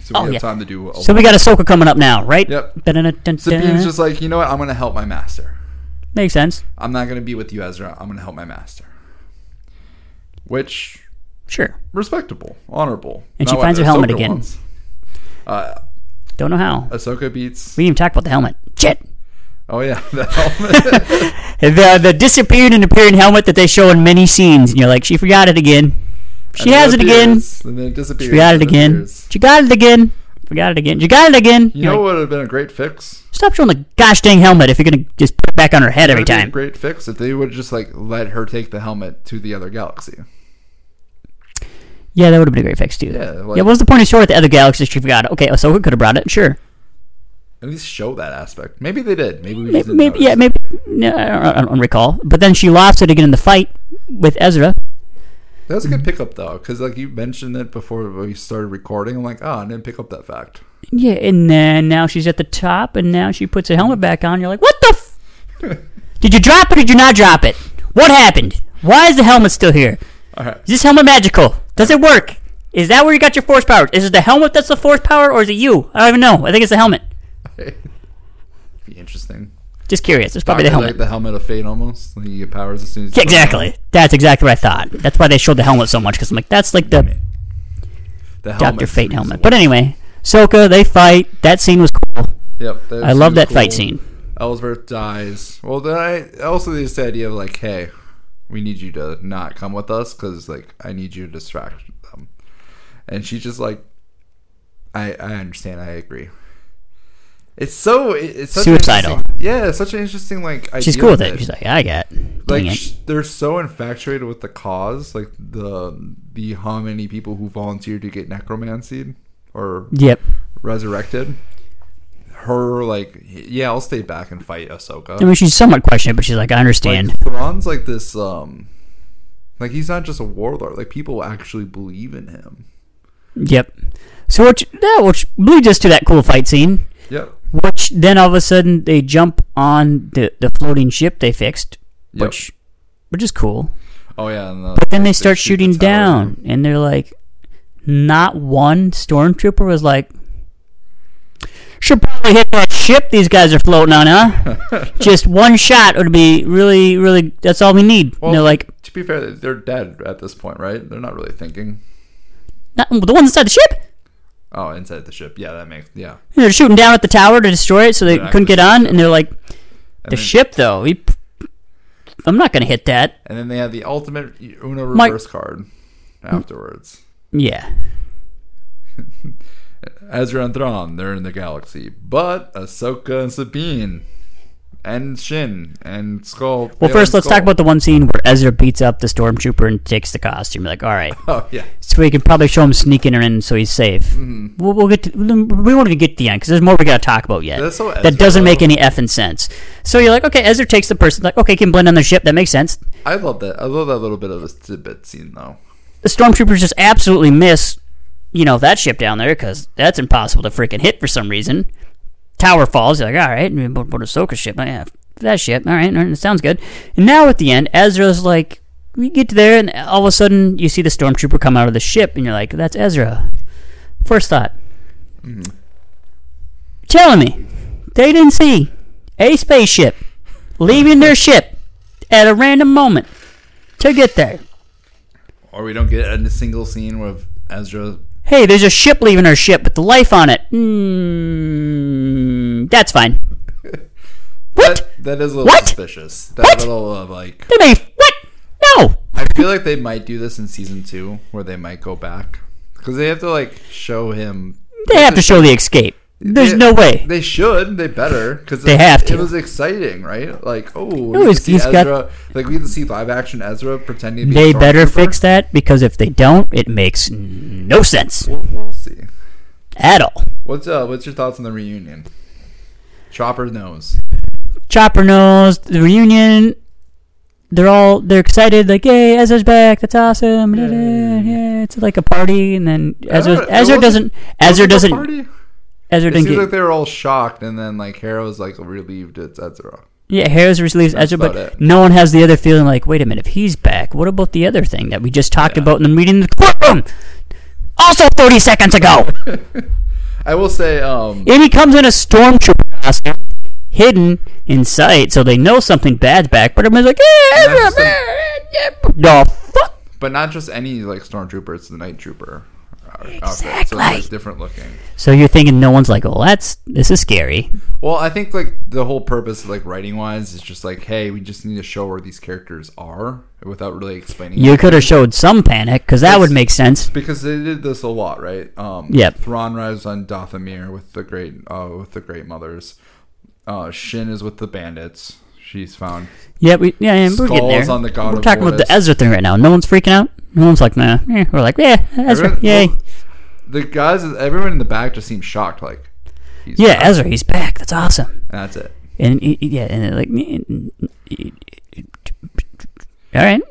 Speaker 1: so we
Speaker 2: Oh,
Speaker 1: have
Speaker 2: yeah.
Speaker 1: time to do. A
Speaker 2: So we got Ahsoka coming up now, right?
Speaker 1: Yep.
Speaker 2: Dun-dun-dun-dun.
Speaker 1: Sabine's just like, you know what? I'm gonna help my master.
Speaker 2: Makes sense.
Speaker 1: I'm not gonna be with you, Ezra. I'm gonna help my master. Which
Speaker 2: Sure.
Speaker 1: respectable, honorable.
Speaker 2: And
Speaker 1: Not
Speaker 2: she finds
Speaker 1: what
Speaker 2: her helmet
Speaker 1: Ahsoka
Speaker 2: again.
Speaker 1: wants. Uh,
Speaker 2: Don't know how.
Speaker 1: Ahsoka beats.
Speaker 2: We didn't even talk about the helmet. Shit.
Speaker 1: Oh yeah, the helmet.
Speaker 2: The the disappearing and appearing helmet that they show in many scenes, and you're like, she forgot it again. She has it again.
Speaker 1: appears, And then it disappears.
Speaker 2: She got it
Speaker 1: and
Speaker 2: again.
Speaker 1: appears.
Speaker 2: She got it again. Forgot it again. She got it again.
Speaker 1: You
Speaker 2: You're
Speaker 1: know
Speaker 2: like,
Speaker 1: what would have been a great fix?
Speaker 2: Stop showing the gosh dang helmet if you're gonna just put it back on her head every
Speaker 1: Would've been a
Speaker 2: time.
Speaker 1: great fix if they would have just like let her take the helmet to the other galaxy.
Speaker 2: Yeah, that would have been a great fix too.
Speaker 1: Yeah, like-
Speaker 2: yeah. What was the point of showing it to other galaxies? She forgot. it? Okay, Ahsoka could have brought it. Sure.
Speaker 1: At least show that aspect. Maybe they did. Maybe we just
Speaker 2: Maybe,
Speaker 1: didn't
Speaker 2: maybe
Speaker 1: notice.
Speaker 2: yeah, maybe. No, I don't, I don't recall. But then she lost it again in the fight with Ezra.
Speaker 1: That was a
Speaker 2: Mm-hmm.
Speaker 1: good pickup though, because like you mentioned it before we started recording. I'm like, oh, I didn't pick up that fact.
Speaker 2: Yeah, and then now she's at the top, and now she puts the helmet back on. You're like, what the? F- did you drop it? or Did you not drop it? What happened? Why is the helmet still here?
Speaker 1: All right.
Speaker 2: Is this helmet magical? Does it work? Is that where you got your force powers? Is it the helmet that's the force power, or is it you? I don't even know. I think it's the helmet.
Speaker 1: Be interesting.
Speaker 2: Just curious. It's probably the
Speaker 1: Kinda
Speaker 2: helmet.
Speaker 1: Like the helmet of fate, almost. Like you get powers as soon as.
Speaker 2: Yeah,
Speaker 1: you put it on.
Speaker 2: exactly. That's exactly what I thought. That's why they showed the helmet so much because I'm like, that's like the
Speaker 1: The helmet.
Speaker 2: Doctor Fate helmet. But anyway, Soka, they fight. That scene was cool.
Speaker 1: Yep. that
Speaker 2: I love
Speaker 1: seems
Speaker 2: that fight
Speaker 1: cool.
Speaker 2: scene.
Speaker 1: Ellsworth dies. Well, then I also there's the idea of like, hey, we need you to not come with us because like I need you to distract them, and she's just like, I I understand, I agree. It's so it- it's such an
Speaker 2: Suicidal.
Speaker 1: interesting- Yeah, it's such an interesting like. Idea
Speaker 2: She's cool with it. She's like, I got. it. Dang
Speaker 1: like
Speaker 2: it.
Speaker 1: sh- they're so infatuated with the cause, like the the how many people who volunteered to get necromancied or
Speaker 2: Yep.
Speaker 1: resurrected. Her like, yeah, I'll stay back and fight Ahsoka.
Speaker 2: I mean, she's somewhat questionable, but she's like, I understand.
Speaker 1: Like, Thrawn's like this, um, like he's not just a warlord. Like people actually believe in him.
Speaker 2: yep. So which that which leads us to that cool fight scene,
Speaker 1: Yep.
Speaker 2: which then all of a sudden they jump on the the floating ship they fixed,
Speaker 1: Yep.
Speaker 2: which which is cool.
Speaker 1: Oh yeah. And
Speaker 2: But then they start
Speaker 1: shoot the tower.
Speaker 2: shooting down, and they're like, not one stormtrooper was like, Should probably hit that ship these guys are floating on, huh? Just one shot would be really, really. That's all we need.
Speaker 1: Well,
Speaker 2: and they're like,
Speaker 1: to be fair, they're dead at this point, right? They're not really thinking.
Speaker 2: not, the ones inside the ship.
Speaker 1: Oh, inside the ship. Yeah, that makes yeah.
Speaker 2: And They're shooting down at the tower to destroy it, so they
Speaker 1: not
Speaker 2: couldn't
Speaker 1: gonna
Speaker 2: get on. And they're like, the
Speaker 1: then-
Speaker 2: ship though. We, I'm not gonna hit that.
Speaker 1: And then they had the ultimate Uno
Speaker 2: Mike-
Speaker 1: reverse card afterwards.
Speaker 2: Yeah.
Speaker 1: Ezra and Thrawn, they're in the galaxy, but Ahsoka and Sabine and Shin and Skull.
Speaker 2: Well, first, let's talk about the one scene where Ezra beats up the stormtrooper and takes the costume. You're like, all right,
Speaker 1: Oh yeah,
Speaker 2: so we can probably show him sneaking her in, so he's safe.
Speaker 1: Mm-hmm.
Speaker 2: We'll, we'll get to, we won't even get to the end because there's more we got to talk about yet.
Speaker 1: That's so Ezra,
Speaker 2: that doesn't make
Speaker 1: though.
Speaker 2: any effing sense. So you're like, okay, Ezra takes the person. Like, okay, he can blend on the ship. That makes sense.
Speaker 1: I love that. I love that little bit of a tidbit scene though.
Speaker 2: the stormtroopers just absolutely miss, you know, that ship down there because that's impossible to freaking hit for some reason. Tower falls. You're like, all right, but what Ahsoka ship? Oh, yeah, that ship. All right, all right, it sounds good. And now at the end, Ezra's like, we get to there, and all of a sudden you see the stormtrooper come out of the ship, and you're like, that's Ezra. First thought. Telling me they didn't see a spaceship leaving their ship at a random moment to get there.
Speaker 1: Or we don't get a single scene with Ezra.
Speaker 2: hey, there's a ship leaving our ship with the life on it. Mm, that's fine. What?
Speaker 1: That, that is a little
Speaker 2: What?
Speaker 1: suspicious. That
Speaker 2: What?
Speaker 1: little uh, like
Speaker 2: They may. What? No!
Speaker 1: I feel like they might do this in season two where they might go back because they have to like show him.
Speaker 2: They have to show the escape. There's
Speaker 1: They-
Speaker 2: no way.
Speaker 1: They should. They better because
Speaker 2: They have to.
Speaker 1: It was exciting, right? Like, oh, we
Speaker 2: No,
Speaker 1: can
Speaker 2: he's-
Speaker 1: see
Speaker 2: he's got-
Speaker 1: Ezra. Like, we can see live action Ezra pretending. To be a
Speaker 2: They better
Speaker 1: stormtrooper.
Speaker 2: fix that because if they don't, it makes no sense
Speaker 1: We'll, we'll see.
Speaker 2: at all.
Speaker 1: What's uh? What's your thoughts on the reunion? Chopper knows.
Speaker 2: Chopper knows the reunion. They're all they're excited, like, "Yay, Ezra's back! That's awesome!" Da, da, Yeah, it's like a party, and then
Speaker 1: know,
Speaker 2: Ezra
Speaker 1: it
Speaker 2: Ezra
Speaker 1: wasn't-
Speaker 2: doesn't
Speaker 1: Was it
Speaker 2: Ezra
Speaker 1: a
Speaker 2: doesn't
Speaker 1: Party?
Speaker 2: Ezra
Speaker 1: It
Speaker 2: didn't
Speaker 1: seems
Speaker 2: get
Speaker 1: like they were all shocked, and then like Harrow's like relieved it's Ezra.
Speaker 2: Yeah, Harris relieves Ezra,
Speaker 1: about
Speaker 2: but
Speaker 1: it.
Speaker 2: no one has the other feeling like, wait a minute, if he's back, what about the other thing that we just talked about in the meeting in the courtroom? Also 30 seconds ago.
Speaker 1: I will say, um,
Speaker 2: and he comes in a stormtrooper costume, hidden in sight, so they know something bad's back, but everyone's like, yeah,
Speaker 1: And that's
Speaker 2: Ezra, man, yeah, yeah." the fuck?
Speaker 1: but not just any like stormtrooper. It's the night trooper. Exactly. So it's
Speaker 2: Exactly.
Speaker 1: different looking.
Speaker 2: So you're thinking no one's like, oh, that's, this is scary.
Speaker 1: Well, I think like the whole purpose, like writing wise, is just like, hey, we just need to show where these characters are without really explaining.
Speaker 2: You
Speaker 1: it.
Speaker 2: could have showed some panic, because that would make sense.
Speaker 1: because they did this a lot, right? Um,
Speaker 2: Yep.
Speaker 1: Thrawn rides on Dothamir with the great, uh, with the great mothers. Uh, Shin is with the bandits. She's found.
Speaker 2: Yeah, we, yeah, yeah we're getting
Speaker 1: Skulls
Speaker 2: there.
Speaker 1: on the God
Speaker 2: we're
Speaker 1: of
Speaker 2: talking about the
Speaker 1: Mortis.
Speaker 2: Ezra thing right now. No one's freaking out. No one's like, nah. Eh, We're like, yeah, Ezra,
Speaker 1: Everyone-
Speaker 2: yay.
Speaker 1: well, the guys, everyone in the back just seems shocked. Like, he's
Speaker 2: yeah,
Speaker 1: back.
Speaker 2: Ezra, he's back. That's awesome.
Speaker 1: And that's it.
Speaker 2: And he- he- yeah, and they're like, "Mm, mm, mm, all right.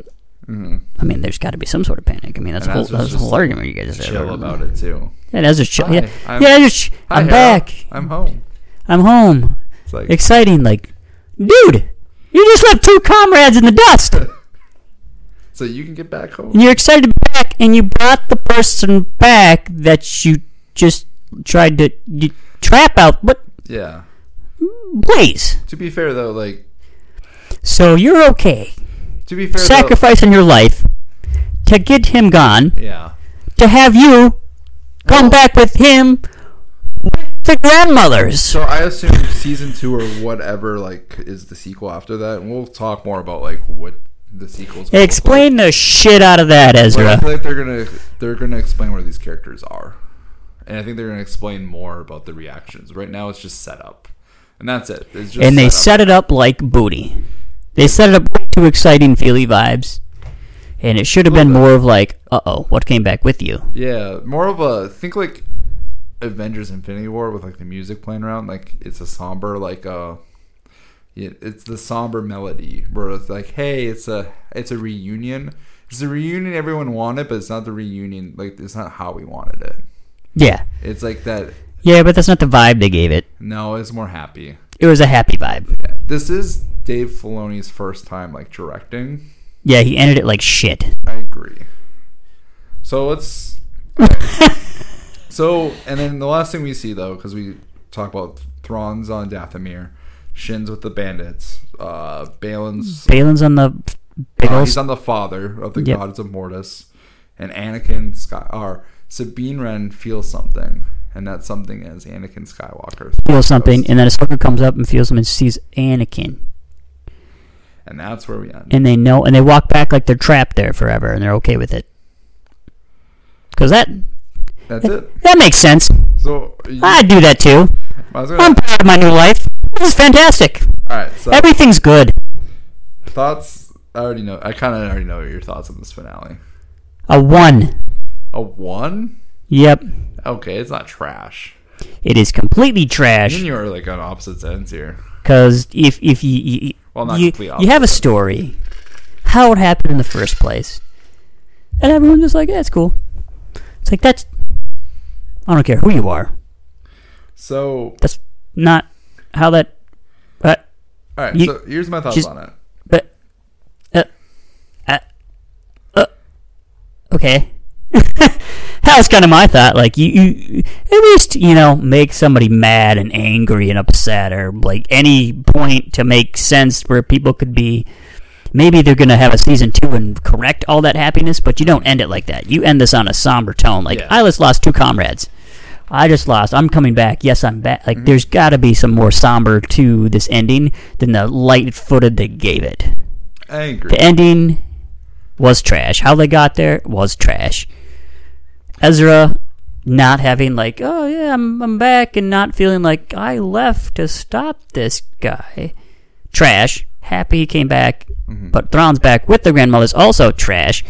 Speaker 2: I mean, there's got to be some sort of panic. I mean, that's a
Speaker 1: Mm-hmm. And Ezra's
Speaker 2: whole, that's a
Speaker 1: just
Speaker 2: whole argument you guys have.
Speaker 1: Chill about it too.
Speaker 2: And Ezra's chill.
Speaker 1: Hi,
Speaker 2: yeah,
Speaker 1: I'm-
Speaker 2: yeah, Ezra's ch-
Speaker 1: Hi,
Speaker 2: I'm
Speaker 1: Hera.
Speaker 2: back.
Speaker 1: I'm home.
Speaker 2: I'm home.
Speaker 1: It's like
Speaker 2: Exciting. Like, dude, you just left two comrades in the dust.
Speaker 1: so you can get back home.
Speaker 2: And you're excited to be back, and you brought the person back that you just tried to you trap out. But
Speaker 1: Yeah.
Speaker 2: please,
Speaker 1: To be fair though, like
Speaker 2: so you're okay
Speaker 1: to be fair, though-
Speaker 2: sacrificing your life to get him gone,
Speaker 1: yeah.
Speaker 2: to have you come
Speaker 1: Well-
Speaker 2: back with him with the grandmothers.
Speaker 1: So I assume season two or whatever like is the sequel after that, and we'll talk more about like what the sequels. gonna look
Speaker 2: Explain the shit out of
Speaker 1: like.
Speaker 2: that,
Speaker 1: But I
Speaker 2: Ezra.
Speaker 1: feel like they're gonna they're gonna explain where these characters are, and I think they're gonna explain more about the reactions. Right now, it's just set up, and that's it. It's just
Speaker 2: And they
Speaker 1: set
Speaker 2: set it up like booty. They set it up way too exciting, feely vibes. And it should have been
Speaker 1: Little bit.
Speaker 2: more of like, uh oh, what came back with you?
Speaker 1: yeah, more of a think like Avengers: Infinity War with like the music playing around. Like it's a somber like uh Yeah, it's the somber melody where it's like, hey, it's a it's a reunion. It's a reunion everyone wanted, but it's not the reunion. Like it's not how we wanted it.
Speaker 2: Yeah.
Speaker 1: It's like that.
Speaker 2: Yeah, but that's not the vibe they gave it.
Speaker 1: No, it's more happy.
Speaker 2: It was a happy vibe.
Speaker 1: Yeah. This is Dave Filoni's first time like directing.
Speaker 2: Yeah, he ended it like shit.
Speaker 1: I agree. So let's. so and then the last thing we see though, because we talk about Thrawn's on Dathomir, Shin's with the bandits, uh, Balin's
Speaker 2: Balin's on the big
Speaker 1: uh,
Speaker 2: ol'
Speaker 1: he's on the father of the
Speaker 2: Yep.
Speaker 1: gods of Mortis, and Anakin Sky or Sabine Wren feels something, and that something is Anakin Skywalker's
Speaker 2: feel something, and then Ahsoka comes up and feels him and sees Anakin,
Speaker 1: and that's where we end.
Speaker 2: and they know, and they walk back like they're trapped there forever, and they're okay with it. Cause that
Speaker 1: That's it.
Speaker 2: that makes sense.
Speaker 1: So you,
Speaker 2: I'd do that too.
Speaker 1: I was
Speaker 2: I'm
Speaker 1: gonna,
Speaker 2: proud of my new life. This is fantastic.
Speaker 1: all right. So
Speaker 2: Everything's good.
Speaker 1: thoughts. I already know. I kind of already know your thoughts on this finale.
Speaker 2: A one.
Speaker 1: A one?
Speaker 2: Yep.
Speaker 1: Okay, it's not trash.
Speaker 2: It is completely
Speaker 1: Me and
Speaker 2: trash
Speaker 1: you are like on opposite ends here.
Speaker 2: because if if you you,
Speaker 1: Well, not
Speaker 2: you,
Speaker 1: complete
Speaker 2: you have a
Speaker 1: opposite.
Speaker 2: story, how it happened in the first place, and everyone's just like, "That's cool." It's like that's I don't care who you are.
Speaker 1: So,
Speaker 2: That's not how that. uh, But
Speaker 1: all right.
Speaker 2: You-
Speaker 1: so here's my thoughts
Speaker 2: just-
Speaker 1: on it.
Speaker 2: but uh, uh, uh okay. that was kind of my thought. Like you, you, at least you know, make somebody mad and angry and upset, or like any point to make sense where people could be. Maybe they're gonna have a season two and correct all that happiness, but you don't end it like that. You end this on a somber tone. Like
Speaker 1: Yeah.
Speaker 2: I just lost two comrades. I just lost. I'm coming back. Yes, I'm back. Like there's got to be some more somber to this ending than the light-footed they gave it.
Speaker 1: I agree.
Speaker 2: The ending was trash. How they got there was trash. Ezra not having like, oh yeah, I'm I'm back, and not feeling like I left to stop this guy. Trash. Happy he came back, but Thrawn's back with the grandmother's also trash.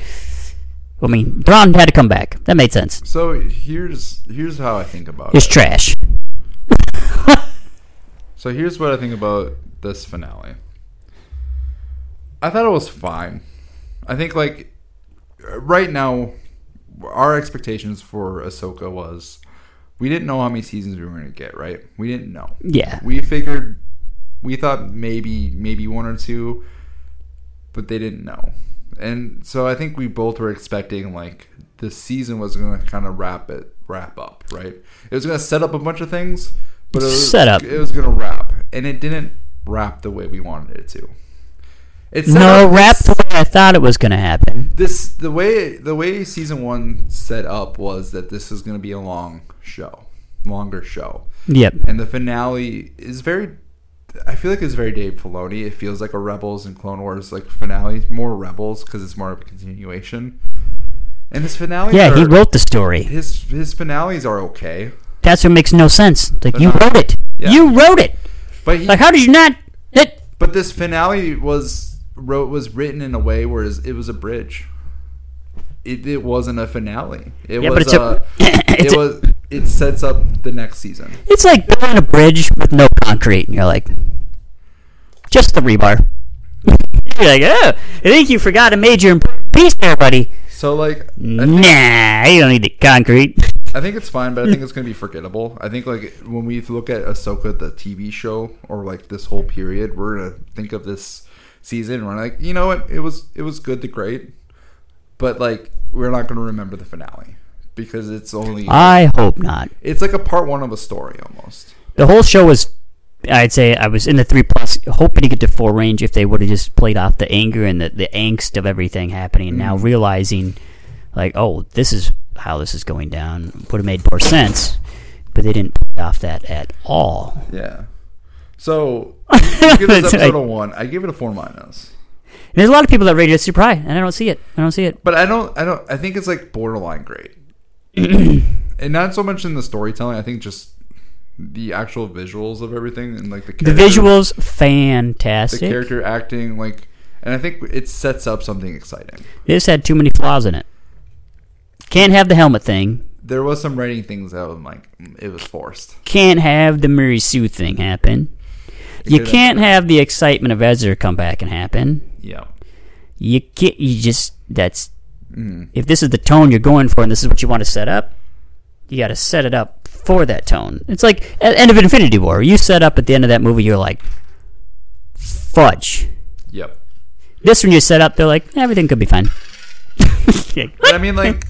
Speaker 2: I mean, Thrawn had to come back. That made sense.
Speaker 1: So here's here's how I think about
Speaker 2: It's
Speaker 1: it.
Speaker 2: trash.
Speaker 1: So here's what I think about this finale. I thought it was fine. I think like right now, our expectations for Ahsoka was we didn't know how many seasons we were going to get. Right? We didn't know.
Speaker 2: Yeah.
Speaker 1: We figured we thought maybe maybe one or two, but they didn't know. And so I think we both were expecting like the season was going to kind of wrap it wrap up, right? It was going to set up a bunch of things, but it was,
Speaker 2: Set up.
Speaker 1: it was going to wrap, and it didn't wrap the way we wanted it to. It's
Speaker 2: No wrap the way I thought it was gonna happen.
Speaker 1: this the way the way season one set up was that this is going to be a long show, longer show
Speaker 2: Yep.
Speaker 1: and the finale is very. I feel like it's very Dave Filoni. It feels like a Rebels and Clone Wars like finale, more Rebels because it's more of a continuation. And his finale,
Speaker 2: Yeah, he
Speaker 1: are-
Speaker 2: wrote the story.
Speaker 1: his his finales are okay,
Speaker 2: That's what makes no sense. Like you
Speaker 1: not-
Speaker 2: wrote it.
Speaker 1: uh, Yeah.
Speaker 2: You wrote it.
Speaker 1: but he,
Speaker 2: Like how did you not? That
Speaker 1: but this finale was wrote was written in a way where it was a bridge. It, it wasn't a finale. It
Speaker 2: Yeah,
Speaker 1: was
Speaker 2: but it's
Speaker 1: a,
Speaker 2: a- it's
Speaker 1: it
Speaker 2: a-
Speaker 1: was it sets up the next season.
Speaker 2: it's like building a bridge with no concrete, and you're like, just the rebar. you're like, oh, I think you forgot a major important piece there, buddy.
Speaker 1: So like
Speaker 2: Mm.
Speaker 1: I
Speaker 2: Nah, you don't need the concrete.
Speaker 1: I think it's fine, but I think
Speaker 2: Hmm.
Speaker 1: it's going to be forgettable. I think like when we look at Ahsoka, the TV show, or like this whole period, we're gonna think of this season. And we're like, you know what? It was it was good to great, but like we're not going to remember the finale because it's only
Speaker 2: I hope not.
Speaker 1: it's like a part one of a story almost.
Speaker 2: The whole show was. I'd say I was in the three plus, hoping to get to four range if they would have just played off the anger and the, the angst of everything happening. Now
Speaker 1: Mm.
Speaker 2: realizing, like, oh, this is how this is going down would have made more sense, but they didn't play off that at all.
Speaker 1: Yeah. So you give this
Speaker 2: It's
Speaker 1: episode a
Speaker 2: like-
Speaker 1: one. I give it a four minus.
Speaker 2: And there's a lot of people that rated it super high, and I don't see it. I don't see it.
Speaker 1: But I don't. I don't. I think it's like borderline great, and not so much in the storytelling. I think just the actual visuals of everything and like the
Speaker 2: The
Speaker 1: character,
Speaker 2: visuals,
Speaker 1: the
Speaker 2: fantastic.
Speaker 1: character acting, like, and I think it sets up something exciting.
Speaker 2: This had too many flaws in it. Can't have the helmet thing.
Speaker 1: There was some writing things that I'm like, mm, it was forced.
Speaker 2: Can't have the Murray Sue thing happen. You
Speaker 1: could've-
Speaker 2: can't have the excitement of Ezra come back and happen.
Speaker 1: Yeah,
Speaker 2: you can't you just that's if this is the tone you're going for and this is what you want to set up you got to set it up for that tone it's like at end of infinity war you set up at the end of that movie you're like fudge
Speaker 1: yep.
Speaker 2: this one you set up they're like everything could be fine
Speaker 1: But I mean, like,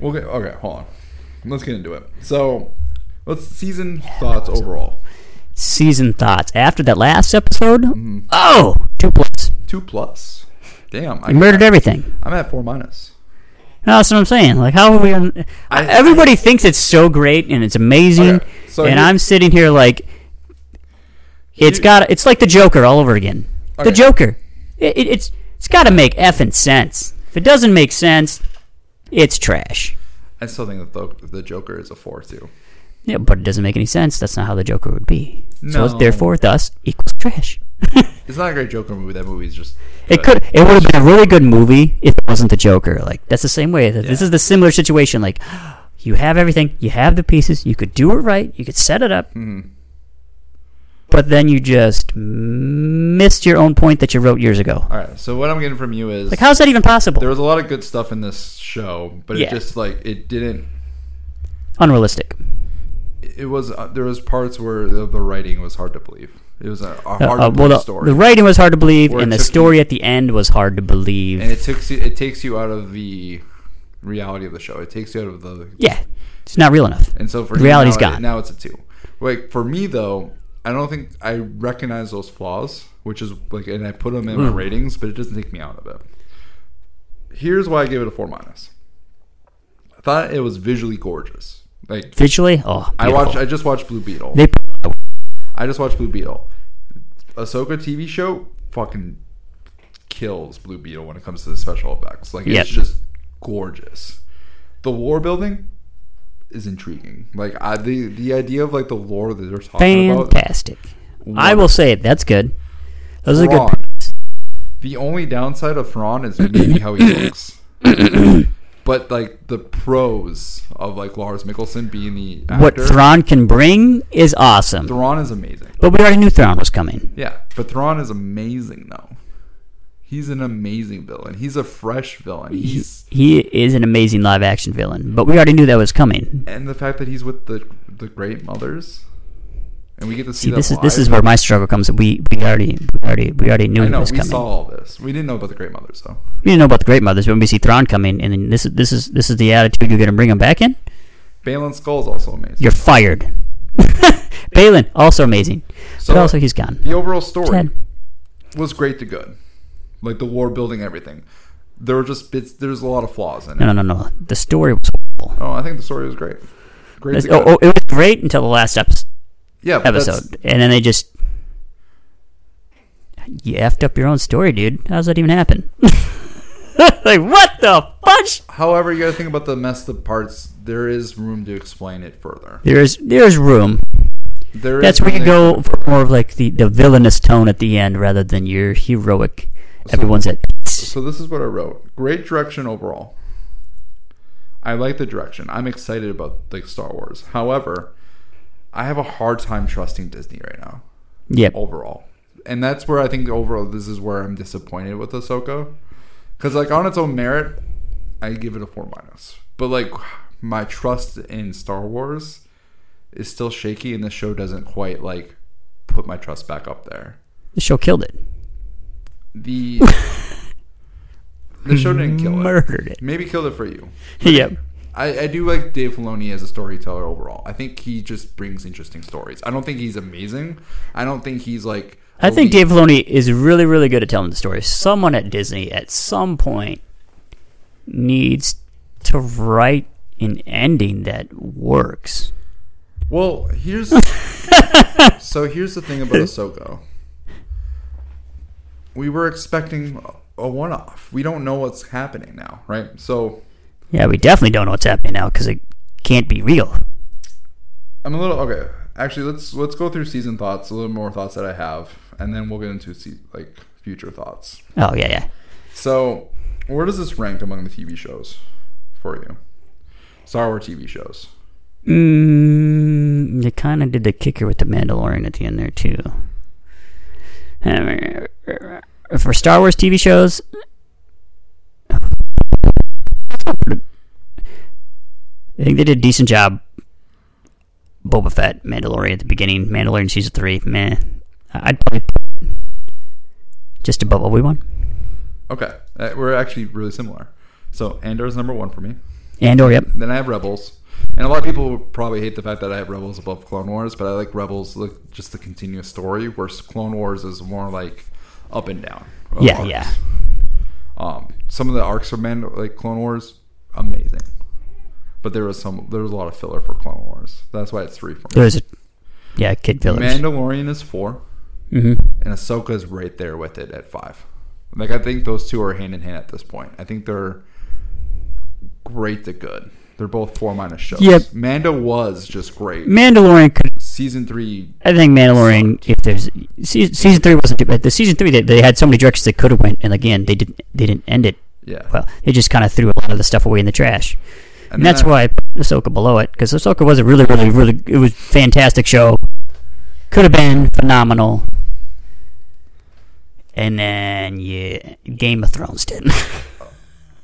Speaker 1: we'll get okay. Hold on, let's get into it. So What's season thoughts overall?
Speaker 2: Season thoughts after that last episode. Oh, two plus.
Speaker 1: Two plus. Damn, I,
Speaker 2: You murdered everything.
Speaker 1: I'm at four minus.
Speaker 2: No, that's what I'm saying. Like, how are we? On,
Speaker 1: I-
Speaker 2: everybody thinks it's so great and it's amazing,
Speaker 1: Okay, so
Speaker 2: and
Speaker 1: here-
Speaker 2: I'm sitting here like, it's
Speaker 1: Here-
Speaker 2: got. It's like the Joker all over again.
Speaker 1: Okay.
Speaker 2: The Joker. It, it, it's it's got to make effing sense. If it doesn't make sense, it's trash.
Speaker 1: I still think that the, the Joker is a four too.
Speaker 2: Yeah, but it doesn't make any sense. That's not how the Joker would be. So it's
Speaker 1: No.
Speaker 2: therefore, thus equals trash.
Speaker 1: It's not a great Joker movie. That movie's just.
Speaker 2: It could. It would have been a really good movie if it wasn't the Joker. Like that's the same way. that This
Speaker 1: Yeah.
Speaker 2: is the similar situation. Like you have everything. You have the pieces. You could do it right. You could set it up.
Speaker 1: Mm-hmm.
Speaker 2: But then you just missed your own point that you wrote years ago.
Speaker 1: All right. So what I'm getting from you is
Speaker 2: Like how's that even possible?
Speaker 1: there was a lot of good stuff in this show, but
Speaker 2: Yeah.
Speaker 1: it just like it didn't.
Speaker 2: Unrealistic.
Speaker 1: It was uh, there was parts where the, the writing was hard to believe. It was a, a
Speaker 2: Uh,
Speaker 1: hard
Speaker 2: uh,
Speaker 1: to believe
Speaker 2: well, the,
Speaker 1: story,
Speaker 2: the writing was hard to believe,
Speaker 1: Or it
Speaker 2: and the
Speaker 1: took you-
Speaker 2: story at the end was hard to believe.
Speaker 1: and it takes you, it takes you out of the reality of the show. It takes you out of the
Speaker 2: yeah, it's not real enough.
Speaker 1: And so for
Speaker 2: The
Speaker 1: you,
Speaker 2: reality's
Speaker 1: now, it-
Speaker 2: gone.
Speaker 1: Now it's a two. Like for me though, I don't think I recognize those flaws, which is like, and I put them in my
Speaker 2: Mm.
Speaker 1: ratings, but it doesn't take me out of it. Here's why I gave it a four minus. I thought it was visually gorgeous. Like
Speaker 2: Visually, oh,
Speaker 1: I
Speaker 2: beautiful.
Speaker 1: watched, I just watched Blue Beetle.
Speaker 2: They
Speaker 1: I just watched Blue Beetle. Ahsoka TV show fucking kills Blue Beetle when it comes to the special effects. Like
Speaker 2: Yep.
Speaker 1: it's just gorgeous. The lore building is intriguing. Like I, the the idea of like the lore that they're talking about.
Speaker 2: fantastic. I will say it. That's good. Those are good.
Speaker 1: Thrawn. The only downside of Thrawn is maybe how he looks. but like the pros of like Lars Mikkelsen being the actor,
Speaker 2: what Thrawn can bring is awesome.
Speaker 1: Thrawn is amazing.
Speaker 2: But we already knew Thrawn was coming.
Speaker 1: Yeah, but Thrawn is amazing though. He's an amazing villain. He's a fresh villain. He's
Speaker 2: He is an amazing live action villain, but we already knew that was coming.
Speaker 1: and the fact that he's with the the great mothers, and we get to see,
Speaker 2: See,
Speaker 1: that
Speaker 2: this is this
Speaker 1: live.
Speaker 2: is where my struggle comes. We we already we already we already knew
Speaker 1: I
Speaker 2: it
Speaker 1: know
Speaker 2: was
Speaker 1: we
Speaker 2: coming.
Speaker 1: saw all this. We didn't know about the great mothers though.
Speaker 2: we didn't know about the Great Mothers, but when we see Thrawn coming, and then this is this is this is the attitude you're going to bring him back in.
Speaker 1: Balin Skull's also amazing.
Speaker 2: You're fired. Balin also amazing,
Speaker 1: So-
Speaker 2: but also he's gone.
Speaker 1: the overall story
Speaker 2: Sad.
Speaker 1: was great to good, like the war building everything. There were just bits. There's a lot of flaws in it.
Speaker 2: No, no, no, no. The story was horrible.
Speaker 1: Oh, I think the story was great. Great.
Speaker 2: This-
Speaker 1: To
Speaker 2: oh,
Speaker 1: good.
Speaker 2: oh, it was great until the last episode.
Speaker 1: yeah. but that's-
Speaker 2: episode, and then they just you effed up your own story, dude. How's that even happen? like what the fudge?
Speaker 1: However, you got to think about the messed up parts. There is room to explain it further.
Speaker 2: There's there's room.
Speaker 1: There is
Speaker 2: That's where you
Speaker 1: room to
Speaker 2: go for more of like the, the villainous tone at the end rather than your heroic. Everyone's at peace.
Speaker 1: So this is what I wrote. Great direction overall. I like the direction. I'm excited about like Star Wars. However, I have a hard time trusting Disney right now
Speaker 2: Yep.
Speaker 1: overall. And that's where I think overall this is where I'm disappointed with Ahsoka. Cuz like on its own merit, I give it a 4 minus. But like my trust in Star Wars is still shaky and the show doesn't quite like put my trust back up there
Speaker 2: The show killed it.
Speaker 1: the the show didn't kill it.
Speaker 2: Murdered it.
Speaker 1: Maybe killed it for you.
Speaker 2: Yep.
Speaker 1: I, I do like Dave Filoni as a storyteller overall. I think he just brings interesting stories. I don't think he's amazing. I don't think he's like.
Speaker 2: I think
Speaker 1: elite.
Speaker 2: Dave Filoni is really, really good at telling the story. Someone at Disney at some point needs to write an ending that works.
Speaker 1: Well, here's so here's the thing about Ahsoka. We were expecting a one-off. We don't know what's happening now, right? So
Speaker 2: Yeah, we definitely don't know what's happening now because it can't be real.
Speaker 1: I'm a little okay. Actually, let's let's go through season thoughts, a little more thoughts that I have, and then we'll get into se- like future thoughts.
Speaker 2: Oh yeah, yeah.
Speaker 1: So, where does this rank among the TV shows for you? Star Wars TV shows.
Speaker 2: Mm, they kind of did the kicker with the Mandalorian at the end there too. Um, For Star Wars TV shows, I think they did a decent job. Boba Fett, Mandalorian at the beginning, Mandalorian season three, meh. I'd probably put it just above Obi Wan.
Speaker 1: Okay, uh, we're actually really similar. So, Andor is number one for me.
Speaker 2: Andor, oh, yep.
Speaker 1: Then I have Rebels. And a lot of people would probably hate the fact that I have Rebels above Clone Wars, but I like Rebels like just the continuous story, whereas Clone Wars is more like up and down. of
Speaker 2: yeah,
Speaker 1: arcs.
Speaker 2: yeah.
Speaker 1: Um, some of the arcs for Man like Clone Wars, amazing. But there was some there was a lot of filler for Clone Wars. That's why it's three for me.
Speaker 2: There's a yeah, kid village.
Speaker 1: Mandalorian is four,
Speaker 2: hmm
Speaker 1: and Ahsoka is right there with it at five. Like I think those two are hand in hand at this point. I think they're great to good. They're both four minus shows.
Speaker 2: Yep.
Speaker 1: Mando was just great.
Speaker 2: Mandalorian could.
Speaker 1: Season three,
Speaker 2: I think Mandalorian. If there's season, season three wasn't too bad. The season three they, they had so many directions they could have went, and again they didn't. They didn't end it
Speaker 1: yeah.
Speaker 2: well. They just kind of threw a lot of the stuff away in the trash.
Speaker 1: and
Speaker 2: And that's
Speaker 1: then I-
Speaker 2: why I put Ahsoka below it because Ahsoka was a really, really, really it was a fantastic show. Could have been phenomenal. And then yeah, Game of Thrones did.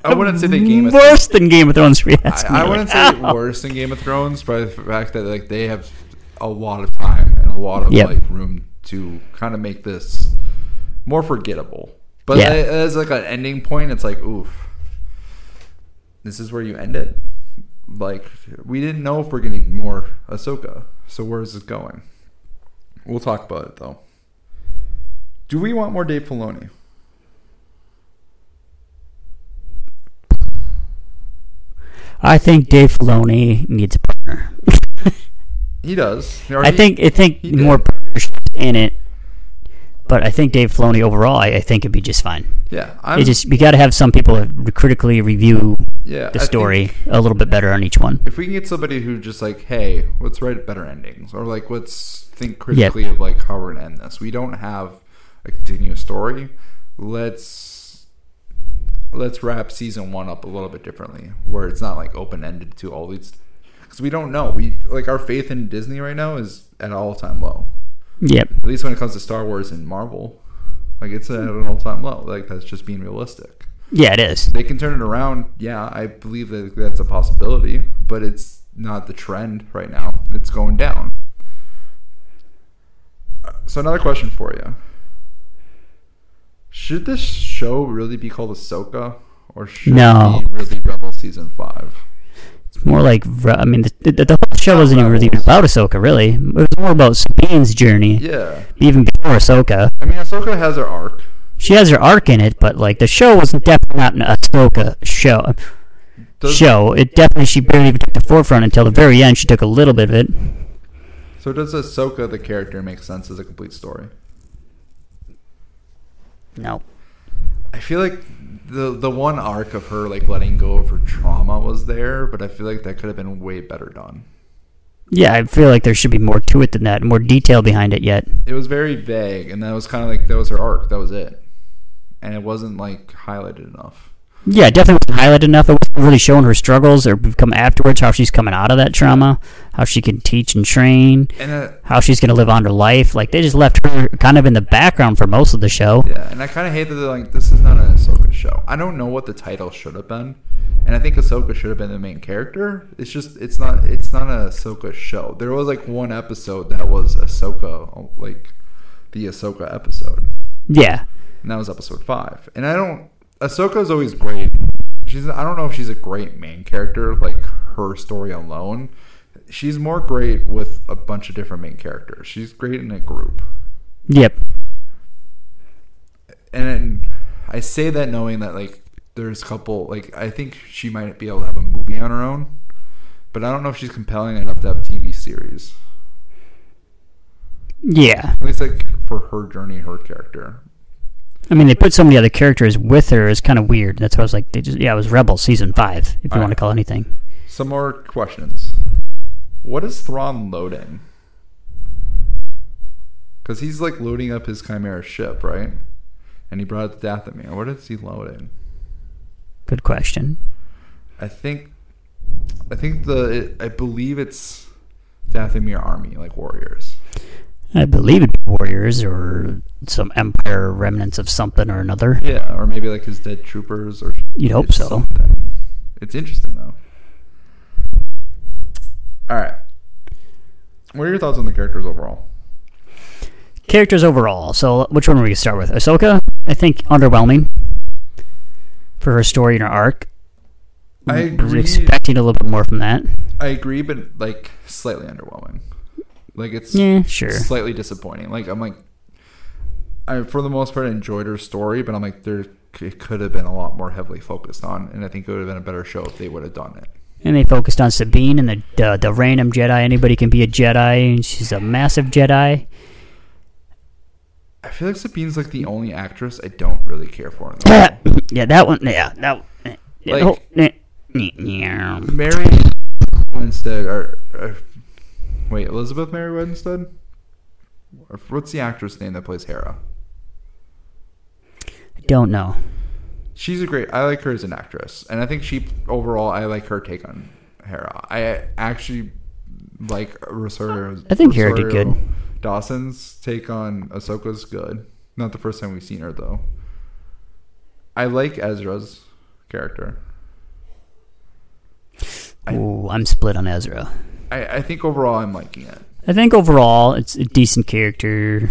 Speaker 1: I wouldn't say they Game of Thrones.
Speaker 2: worse than Game of Thrones. For you asking
Speaker 1: I, I
Speaker 2: me.
Speaker 1: wouldn't
Speaker 2: Like,
Speaker 1: say worse than Game of Thrones, but the fact that like they have a lot of time and a lot of
Speaker 2: Yep.
Speaker 1: like room to kind of make this more forgettable. But
Speaker 2: Yeah.
Speaker 1: a- as like an ending point, it's like oof, this is where you end it. Like we didn't know if we're getting more Ahsoka, so where is this going? We'll talk about it though. Do we want more Dave Filoni?
Speaker 2: I think Dave Filoni needs a partner.
Speaker 1: He does. Or
Speaker 2: I
Speaker 1: he-
Speaker 2: think I think
Speaker 1: he
Speaker 2: more
Speaker 1: did.
Speaker 2: partnerships in it, but I think Dave Filoni overall, I, I think it'd be just fine.
Speaker 1: yeah. I'm,
Speaker 2: It just we got to have some people critically review
Speaker 1: yeah,
Speaker 2: the
Speaker 1: I
Speaker 2: story
Speaker 1: think-
Speaker 2: a little bit better on each one.
Speaker 1: if we can get somebody who just like, hey, let's write better endings, or like let's think critically of like how we're gonna end this. We don't have a continuous story. Let's let's wrap season one up a little bit differently, where it's not like open ended to all these. Because we don't know. We like our faith in Disney right now is at all time low.
Speaker 2: Yep.
Speaker 1: At least when it comes to Star Wars and Marvel, like it's at an all time low. Like that's just being realistic
Speaker 2: Yeah, it is.
Speaker 1: they can turn it around. Yeah, I believe that that's a possibility, but it's not the trend right now. It's going down. So another question for you: Should this show really be called Ahsoka, or should
Speaker 2: No.
Speaker 1: it be really Rebel season five?
Speaker 2: more like Re- I mean the, the, the whole show wasn't even really about Ahsoka really. It was more about Sabine's journey
Speaker 1: Yeah,
Speaker 2: even before Ahsoka.
Speaker 1: I mean Ahsoka has her arc.
Speaker 2: She has her arc in it, but like the show was definitely not an Ahsoka show.
Speaker 1: Does-
Speaker 2: show it definitely she barely even took the forefront until the very end. She took a little bit of it.
Speaker 1: So does Ahsoka the character make sense as a complete story?
Speaker 2: No,
Speaker 1: I feel like the the one arc of her like letting go of her trauma was there, but I feel like that could have been way better done.
Speaker 2: yeah, I feel like there should be more to it than that, more detail behind it yet.
Speaker 1: it was very vague and that was kind of like that was her arc that was it and it wasn't like highlighted enough
Speaker 2: Yeah, it definitely wasn't highlighted enough. It wasn't really showing her struggles or come afterwards, how she's coming out of that trauma, how she can teach and train.
Speaker 1: and uh,
Speaker 2: how she's going to live on her life. Like they just left her kind of in the background for most of the show.
Speaker 1: yeah and i kind of hate that they're like this is not an ahsoka show i don't know what the title should have been and i think ahsoka should have been the main character it's just it's not it's not an ahsoka show there was like one episode that was ahsoka like the ahsoka episode
Speaker 2: Yeah,
Speaker 1: and that was episode five. And I don't. Ahsoka's always great. She's. I don't know if she's a great main character, like her story alone. She's more great with a bunch of different main characters. She's great in a group,
Speaker 2: yep,
Speaker 1: and I say that knowing that like there's a couple. Like I think she might be able to have a movie on her own, but I don't know if she's compelling enough to have a TV series.
Speaker 2: yeah.
Speaker 1: At least like for her journey, her character.
Speaker 2: I mean, they put so many other characters with her is kind of weird. That's why I was like, they just yeah, it was Rebel season five, if you
Speaker 1: All
Speaker 2: want to
Speaker 1: right.
Speaker 2: call anything.
Speaker 1: Some more questions. What is Thrawn loading? Because he's like loading up his Chimera ship, right? And he brought it to Dathomir. What is he loading?
Speaker 2: Good question.
Speaker 1: I think, I think the I believe it's Dathomir army, like warriors.
Speaker 2: I believe it'd be warriors or some empire remnants of something or another.
Speaker 1: Yeah, Uh, or maybe like his dead troopers, or
Speaker 2: You'd hope
Speaker 1: it's
Speaker 2: so.
Speaker 1: something. It's interesting though. All right, what are your thoughts on the characters overall?
Speaker 2: Characters overall. So, which one are we going to start with? Ahsoka, I think, underwhelming for her story and her arc.
Speaker 1: I
Speaker 2: was
Speaker 1: agree.
Speaker 2: expecting a little bit more from that.
Speaker 1: I agree, but like slightly underwhelming. Like it's
Speaker 2: Yeah, sure.
Speaker 1: slightly disappointing. Like I'm like, I for the most part enjoyed her story, but I'm like there it could have been a lot more heavily focused on, and I think it would have been a better show if they would have done it.
Speaker 2: And they focused on Sabine and the the, the random Jedi. Anybody can be a Jedi, and she's a massive Jedi.
Speaker 1: I feel like Sabine's like the only actress I don't really care for. In the
Speaker 2: yeah, that one. Yeah, that. One, eh, eh,
Speaker 1: Like-
Speaker 2: oh, eh, eh, yeah.
Speaker 1: Mary Winstead or, or wait, Elizabeth Mary Winstead? Or What's the actress name that plays Hera?
Speaker 2: I don't know.
Speaker 1: She's a great. I like her as an actress, and I think she overall I like her take on Hera. I actually like Rosario.
Speaker 2: I think Hera did
Speaker 1: Rosario
Speaker 2: good.
Speaker 1: Dawson's take on Ahsoka's good. Not the first time we've seen her though. I like Ezra's character. I-
Speaker 2: Ooh, I'm split on Ezra.
Speaker 1: I, I think overall I'm liking it.
Speaker 2: I think overall it's a decent character.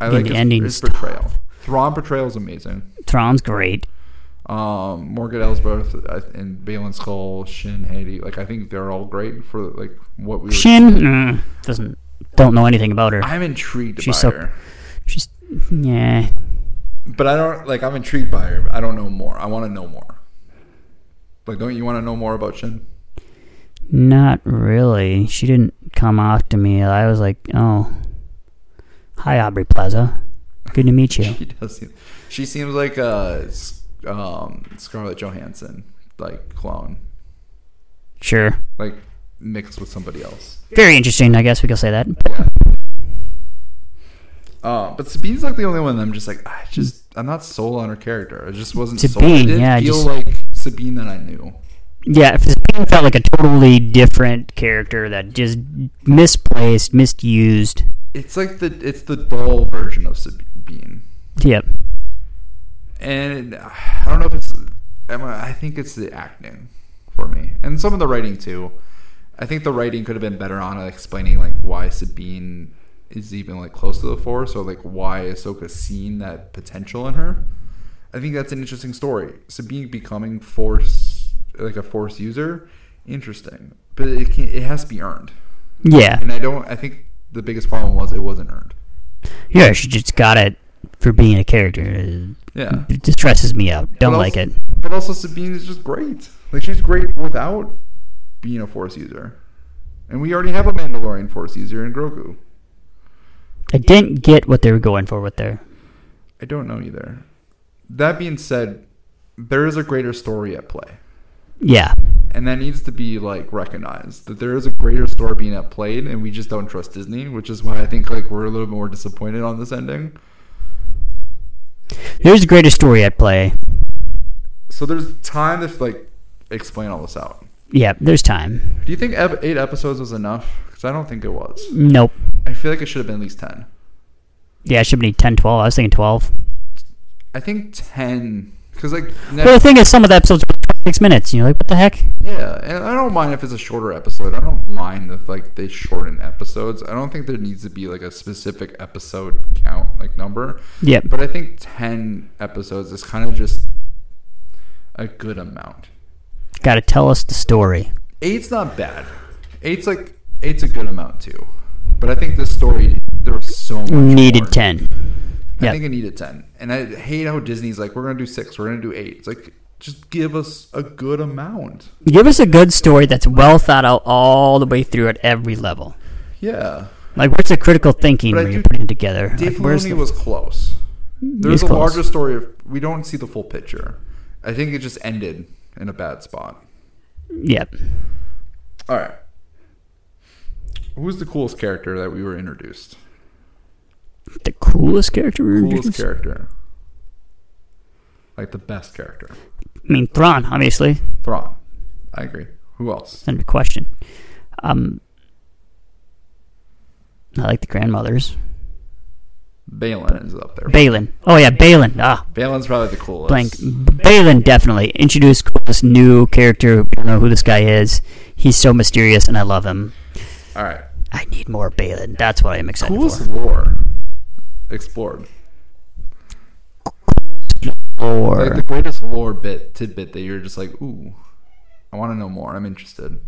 Speaker 1: I
Speaker 2: Again,
Speaker 1: like
Speaker 2: the
Speaker 1: his,
Speaker 2: ending
Speaker 1: his
Speaker 2: stuff.
Speaker 1: portrayal. Thrawn portrayal is amazing.
Speaker 2: Thrawn's great.
Speaker 1: Um, Morgan Ellsworth uh, and Balin Skull, Shin Haiti. Like I think they're all great for like what we. Were,
Speaker 2: Shin mm, doesn't don't know anything about her.
Speaker 1: I'm intrigued
Speaker 2: She's
Speaker 1: by
Speaker 2: so-
Speaker 1: her,
Speaker 2: She's yeah.
Speaker 1: but I don't like. I'm intrigued by her. but I don't know more. I want to know more. Like, don't you want to know more about Shin?
Speaker 2: Not really. She didn't come off to me. I was like, oh. Hi, Aubrey Plaza. Good to meet you.
Speaker 1: She does. Seem, she seems like a s- um, Scarlett Johansson like clone,
Speaker 2: Sure.
Speaker 1: like mixed with somebody else.
Speaker 2: Very interesting, I guess we could say that.
Speaker 1: Uh, but Sabine's like the only one that I'm just like I just I'm not sold on her character. It just wasn't sold.
Speaker 2: Sabine,
Speaker 1: It didn't
Speaker 2: yeah, I
Speaker 1: feel
Speaker 2: just-
Speaker 1: like Sabine that I knew.
Speaker 2: Yeah, Sabine felt like a totally different character that just misplaced, misused.
Speaker 1: It's like the it's the dull version of Sabine,
Speaker 2: Yep.
Speaker 1: and I don't know if it's I'm a- I think it's the acting for me, and some of the writing too. I think the writing could have been better on explaining like why Sabine is even like close to the Force, or like why Ahsoka's seen that potential in her. I think that's an interesting story. Sabine becoming Force like a Force user, interesting, but it can, it has to be earned,
Speaker 2: Yeah.
Speaker 1: and I don't. I think the biggest problem was it wasn't earned.
Speaker 2: Yeah, she just got it for being a character.
Speaker 1: Yeah.
Speaker 2: It just stresses me out. Don't
Speaker 1: But
Speaker 2: like it.
Speaker 1: also- But also Sabine is just great. Like she's great without being a force user. And we already have a Mandalorian force user in Grogu.
Speaker 2: I didn't get what they were going for with their
Speaker 1: I don't know either. That being said, there is a greater story at play.
Speaker 2: Yeah.
Speaker 1: And that needs to be like recognized that there is a greater story being at played and we just don't trust Disney, which is why I think like we're a little more disappointed on this ending.
Speaker 2: There's a greater story at play.
Speaker 1: So there's time to like explain all this out.
Speaker 2: Yeah, there's time.
Speaker 1: Do you think ep- eight episodes was enough? Because I don't think it was.
Speaker 2: Nope.
Speaker 1: I feel like it should have been at least ten.
Speaker 2: Yeah, it should be 10, 12. I was thinking 12.
Speaker 1: I think ten, because like next,
Speaker 2: Well, the thing is, some of the episodes were 26 minutes, and you're like, what the heck?
Speaker 1: yeah, and I don't mind if it's a shorter episode. I don't mind if like they shorten episodes. I don't think there needs to be like a specific episode count like number.
Speaker 2: Yep.
Speaker 1: But I think ten episodes is kind of just a good amount.
Speaker 2: Gotta tell us the story.
Speaker 1: Eight's not bad. Eight's like eight's a good amount too. But I think this story there was so much more.
Speaker 2: Needed 10.
Speaker 1: I
Speaker 2: Yeah.
Speaker 1: think I needed ten. And I hate how Disney's like, we're gonna do six, we're gonna do eight. It's like just give us a good amount.
Speaker 2: Give us a good story that's well thought out all the way through at every level.
Speaker 1: Yeah.
Speaker 2: Like, where's the critical thinking
Speaker 1: But I
Speaker 2: when you're
Speaker 1: do-
Speaker 2: putting it together?
Speaker 1: Dave
Speaker 2: Like, where's
Speaker 1: Filoni
Speaker 2: the-
Speaker 1: was close. There's
Speaker 2: was
Speaker 1: a
Speaker 2: close.
Speaker 1: larger story of we don't see the full picture. I think it just ended in a bad spot.
Speaker 2: Yep.
Speaker 1: All right. Who's the coolest character that we were introduced?
Speaker 2: The coolest character we
Speaker 1: Coolest
Speaker 2: introduced?
Speaker 1: character. Like the best character.
Speaker 2: I mean, Thrawn, obviously.
Speaker 1: Thrawn. I agree. Who else?
Speaker 2: That's a question. Um, I like the grandmothers.
Speaker 1: Balin is up there.
Speaker 2: Balin. Oh, yeah, Balin. Ah,
Speaker 1: Balin's probably the coolest.
Speaker 2: blank. Balin definitely introduced this new character. We don't know who this guy is. He's so mysterious, and I love him.
Speaker 1: All right.
Speaker 2: I need more Balin. That's what I'm excited
Speaker 1: Coolest
Speaker 2: for.
Speaker 1: lore explored. Like
Speaker 2: Or
Speaker 1: the greatest lore bit tidbit that you're just like, ooh, I want to know more. I'm interested.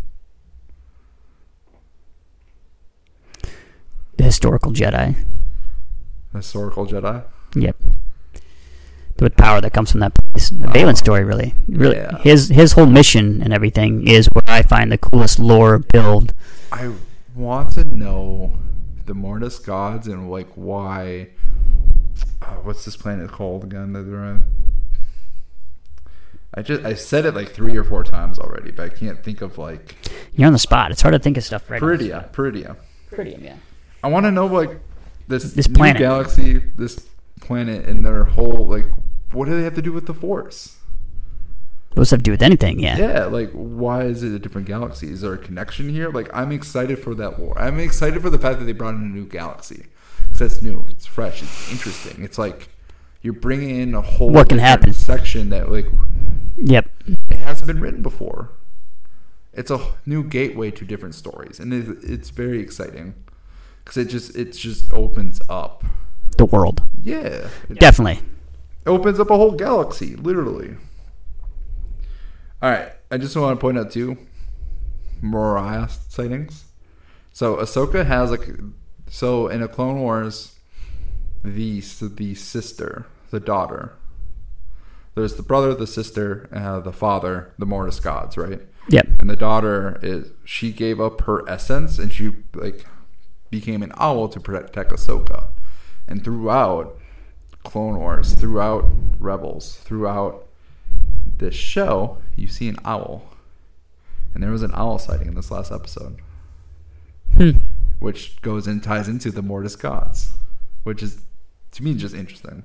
Speaker 2: historical Jedi.
Speaker 1: Historical Jedi.
Speaker 2: Yep. The power that comes from that place. The Balin story, really, really,
Speaker 1: Yeah.
Speaker 2: his his whole mission and everything is where I find the coolest lore build.
Speaker 1: I want to know the Mortis gods and like why. Uh, what's this planet called again that they're on? I just I said it like three or four times already, but I can't think of like
Speaker 2: You're on the spot. It's hard to think of stuff right.
Speaker 1: Peridia. Peridia.
Speaker 2: Pretty, yeah.
Speaker 1: I want to know like this
Speaker 2: This
Speaker 1: this
Speaker 2: planet.
Speaker 1: galaxy, this planet, and their whole like what do they have to do with the Force?
Speaker 2: Those have to do with anything, yeah.
Speaker 1: Yeah, like why is it a different galaxy? Is there a connection here? Like I'm excited for that lore. I'm excited for the fact that they brought in a new galaxy because that's new. It's fresh. It's interesting. It's like you're bringing in a whole
Speaker 2: What can
Speaker 1: different
Speaker 2: happen.
Speaker 1: section that like
Speaker 2: Yep.
Speaker 1: it hasn't been written before. It's a new gateway to different stories, and it, it's very exciting because it just it just opens up.
Speaker 2: The world.
Speaker 1: Yeah, it
Speaker 2: Definitely.
Speaker 1: opens up a whole galaxy, literally. All right, I just want to point out two Mariah sightings. So Ahsoka has like so in a Clone Wars, the the sister, the daughter. There's the brother, the sister, uh, the father, the Mortis gods, right?
Speaker 2: Yep.
Speaker 1: and the daughter is she gave up her essence and she like became an owl to protect Ahsoka. And throughout Clone Wars, throughout Rebels, throughout this show, you see an owl. And there was an owl sighting in this last episode.
Speaker 2: Hmm.
Speaker 1: Which goes and ties into the Mortis gods, which is to me just interesting.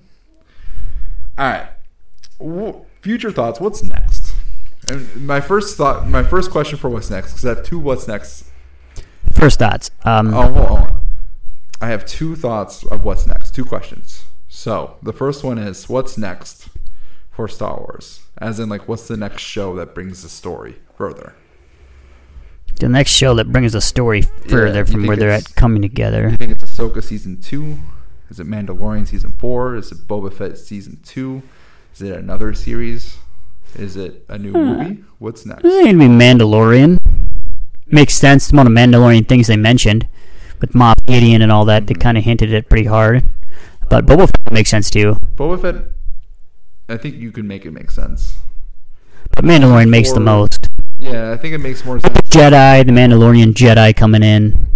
Speaker 1: All right. Wh- Future thoughts. What's next? And my first thought, my first question for what's next, because I have two what's next.
Speaker 2: First thoughts. Um,
Speaker 1: Oh, hold on. I have two thoughts of what's next, two questions. So the first one is what's next for Star Wars? As in, like, what's the next show that brings the story further?
Speaker 2: The next show that brings the story further
Speaker 1: you
Speaker 2: from
Speaker 1: think
Speaker 2: where they're
Speaker 1: it's-
Speaker 2: at coming together.
Speaker 1: I think it's Ahsoka season two. Is it Mandalorian season four? Is it Boba Fett season two? Is it another series? Is it a new movie? What's next?
Speaker 2: It's going to be Mandalorian. Makes sense. Some of the Mandalorian things they mentioned with Moff Gideon and all that, they kind of hinted at pretty hard. But Boba Fett makes sense too.
Speaker 1: Boba Fett, I think you can make it make sense.
Speaker 2: But Mandalorian makes the
Speaker 1: Or-
Speaker 2: most.
Speaker 1: Yeah, I think it makes more sense.
Speaker 2: Jedi, the Mandalorian Jedi coming in.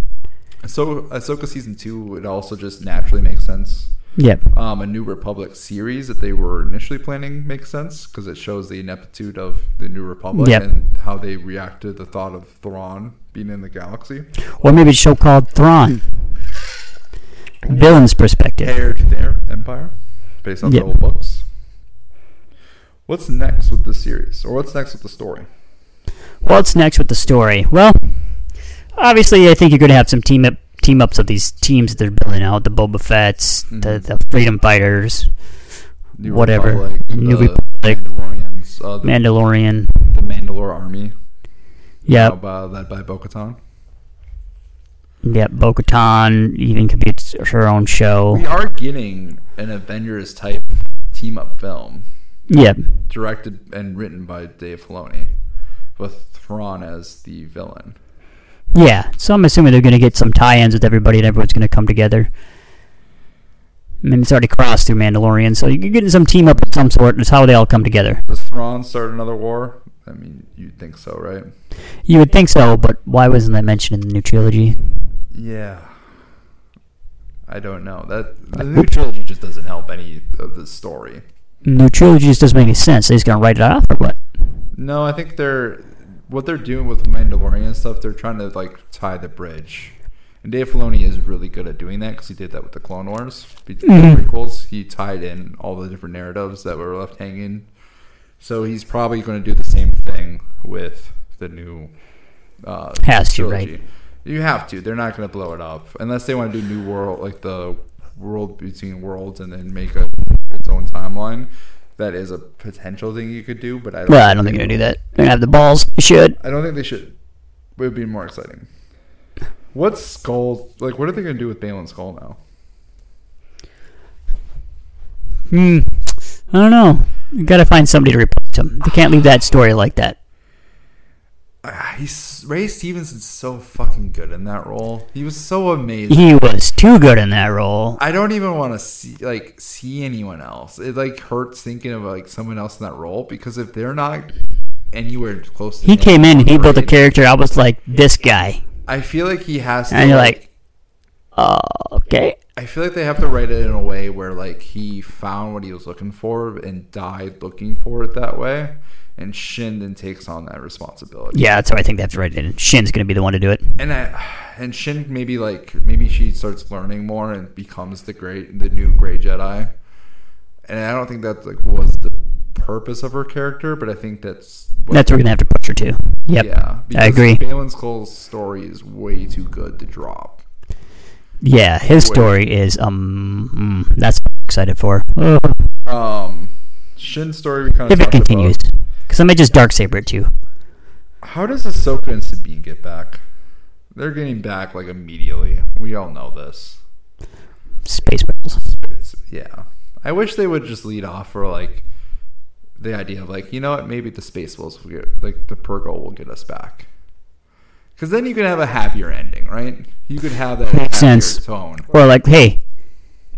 Speaker 1: So Ahsoka season two, it also just naturally makes sense.
Speaker 2: Yep.
Speaker 1: Um, a New Republic series that they were initially planning makes sense because it shows the ineptitude of the New Republic
Speaker 2: Yep.
Speaker 1: and how they react to the thought of Thrawn being in the galaxy.
Speaker 2: Or maybe it's a show called Thrawn. Villain's perspective.
Speaker 1: Heir to their empire, based on
Speaker 2: Yep.
Speaker 1: the old books. What's next with the series, or what's next with the story?
Speaker 2: What's next with the story? Well, obviously, I think you're going to have some team up team ups of these teams that they're building out the Boba Fett's, the, the Freedom Fighters,
Speaker 1: New
Speaker 2: Whatever.
Speaker 1: Republic,
Speaker 2: New
Speaker 1: the
Speaker 2: Republic.
Speaker 1: Mandalorians, uh, the,
Speaker 2: Mandalorian.
Speaker 1: the Mandalore army,
Speaker 2: Yep.
Speaker 1: uh, by- led by Bo-Katan.
Speaker 2: Yep. Bo Katan even could be its- her own show.
Speaker 1: We are getting an Avengers type team up film,
Speaker 2: Yep.
Speaker 1: directed and written by Dave Filoni, with Thrawn as the villain.
Speaker 2: Yeah. So I'm assuming they're going to get some tie ins with everybody and everyone's going to come together. I mean, it's already crossed through Mandalorian, so you're getting some team up of some sort. and It's how they all come together.
Speaker 1: Does Thrawn start another war? I mean, you'd think so, right?
Speaker 2: You would think so, but why wasn't that mentioned in the new trilogy?
Speaker 1: Yeah. I don't know. That the new trilogy just doesn't help any of the story.
Speaker 2: New trilogy just doesn't make any sense. They're just going to write it off or what?
Speaker 1: No, I think they're what they're doing with Mandalorian and stuff. They're trying to like tie the bridge, and Dave Filoni is really good at doing that because he did that with the Clone Wars be-
Speaker 2: Mm-hmm.
Speaker 1: prequels. He tied in all the different narratives that were left hanging. So he's probably going to do the same thing with the new. Uh,
Speaker 2: Has to, right?
Speaker 1: You have to. They're not going to blow it up unless they want to do new world, like the world between worlds, and then make a its own timeline. That is a potential thing you could do, but I don't
Speaker 2: Well, I don't think they're going to do that. They're going to have the balls. You should.
Speaker 1: I don't think they should. It would be more exciting. What's Skull like? What are they going to do with Balin's Skull now?
Speaker 2: Hmm. I don't know. you got to find somebody to replace them. They can't leave that story like that.
Speaker 1: Ah, He's Ray Stevenson's so fucking good in that role. He was so amazing.
Speaker 2: He was too good in that role.
Speaker 1: I don't even want to see like see anyone else. It like hurts thinking of like someone else in that role because if they're not anywhere close, to
Speaker 2: He
Speaker 1: him,
Speaker 2: came in and he built a
Speaker 1: right,
Speaker 2: character. I was like, this guy.
Speaker 1: I feel like he has to.
Speaker 2: And you're
Speaker 1: like,
Speaker 2: like, oh, okay.
Speaker 1: I feel like they have to write it in a way where like he found what he was looking for and died looking for it that way, and Shinden takes on that responsibility.
Speaker 2: Yeah, that's why I think that's right. And Shin's going to be the one to do it.
Speaker 1: and I, and Shin maybe like maybe she starts learning more and becomes the great the new gray Jedi. And I don't think that like was the purpose of her character, but I think that's what,
Speaker 2: That's what we're going to have to push her to. Yep.
Speaker 1: yeah.
Speaker 2: I agree.
Speaker 1: Balin Skull's story is way too good to drop.
Speaker 2: Yeah, his story is, um, mm, that's what I'm excited for. Oh,
Speaker 1: Um, Shin's story we kind of
Speaker 2: if it
Speaker 1: talked
Speaker 2: continues.
Speaker 1: About.
Speaker 2: Because I may just dark saber it too.
Speaker 1: How does Ahsoka and Sabine get back? They're getting back like immediately. We all know this.
Speaker 2: Space Rebels.
Speaker 1: It's- yeah. I wish they would just lead off for like the idea of like, you know what, maybe the space wolves will get like the Purgle will get us back. Cause then you can have a happier ending, right? You could have that happier
Speaker 2: Makes sense.
Speaker 1: tone.
Speaker 2: Or like, hey,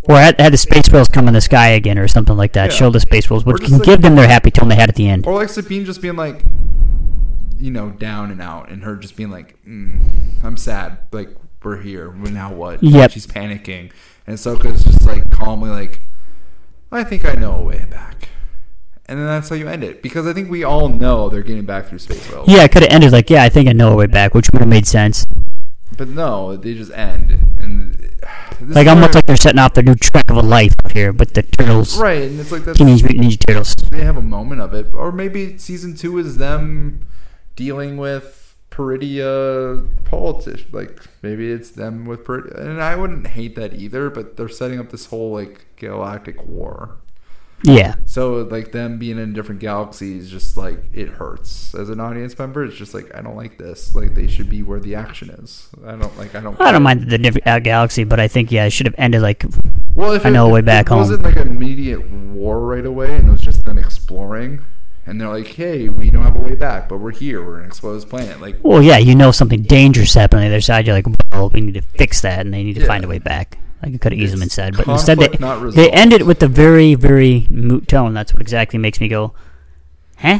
Speaker 2: or had, had the Space Rebels come in the sky again or something like that.
Speaker 1: Yeah.
Speaker 2: Show the Space Rebels, which
Speaker 1: just
Speaker 2: can
Speaker 1: like-
Speaker 2: give them their happy tone they had at the end.
Speaker 1: Or like Sabine just being like you know, down and out and her just being like, mm, I'm sad, like we're here. Well, Now what?
Speaker 2: Yep.
Speaker 1: She's panicking. And Ahsoka's just like calmly like, I think I know a way back. And then that's how you end it. Because I think we all know they're getting back through space world.
Speaker 2: Yeah, it could have ended like, yeah, I think I know a way back, which would have made sense.
Speaker 1: But no, they just end, and this
Speaker 2: Like
Speaker 1: is
Speaker 2: almost
Speaker 1: where-
Speaker 2: like they're setting off their new trek of a life out here with the turtles,
Speaker 1: right, and it's like that's,
Speaker 2: Teenage Mutant Ninja Turtles.
Speaker 1: they have a moment of it, or maybe season two is them dealing with Peridia politics. Like maybe it's them with Peridia, and I wouldn't hate that either. But they're setting up this whole like galactic war.
Speaker 2: Yeah,
Speaker 1: So like them being in different galaxies, just like it hurts as an audience member. It's just like I don't like this. Like they should be where the action is. I don't like. I don't.
Speaker 2: I don't mind the diff- uh, galaxy, but I think yeah, it should have ended like
Speaker 1: Well, if
Speaker 2: I know
Speaker 1: it,
Speaker 2: a way
Speaker 1: if
Speaker 2: back
Speaker 1: it wasn't like an immediate war right away, and it was just them exploring, and they're like, "Hey, we don't have a way back, but we're here. We're an exposed planet." Like,
Speaker 2: well, yeah, you know something dangerous happened on the other side. You're like, well, we need to fix that, and they need to
Speaker 1: Yeah.
Speaker 2: find a way back. Like it could have easily been
Speaker 1: It's
Speaker 2: said, but instead they
Speaker 1: conflict not
Speaker 2: they
Speaker 1: resolved.
Speaker 2: ended with a very very moot tone. That's what exactly makes me go, huh?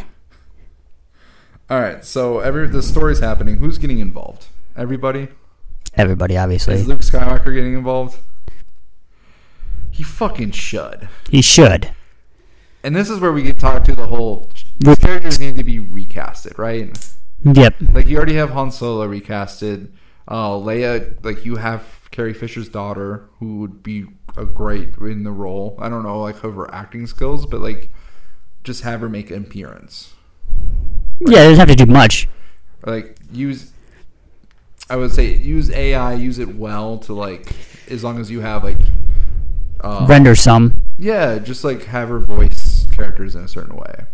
Speaker 1: all right, so every the story's happening. Who's getting involved? Everybody.
Speaker 2: Everybody obviously
Speaker 1: Is Luke Skywalker getting involved? He fucking should.
Speaker 2: he should.
Speaker 1: And this is where we get talked to the whole. These characters need to be recasted, right?
Speaker 2: Yep,
Speaker 1: Like you already have Han Solo recasted. Uh, Leia, like you have Carrie Fisher's daughter, who would be a great in the role. I don't know, like of her acting skills, but like just have her make an appearance.
Speaker 2: yeah, they didn't have to do much.
Speaker 1: Or, like use, I would say use AI, use it well to like as long as you have like, uh,
Speaker 2: Render some.
Speaker 1: yeah, just like have her voice characters in a certain way.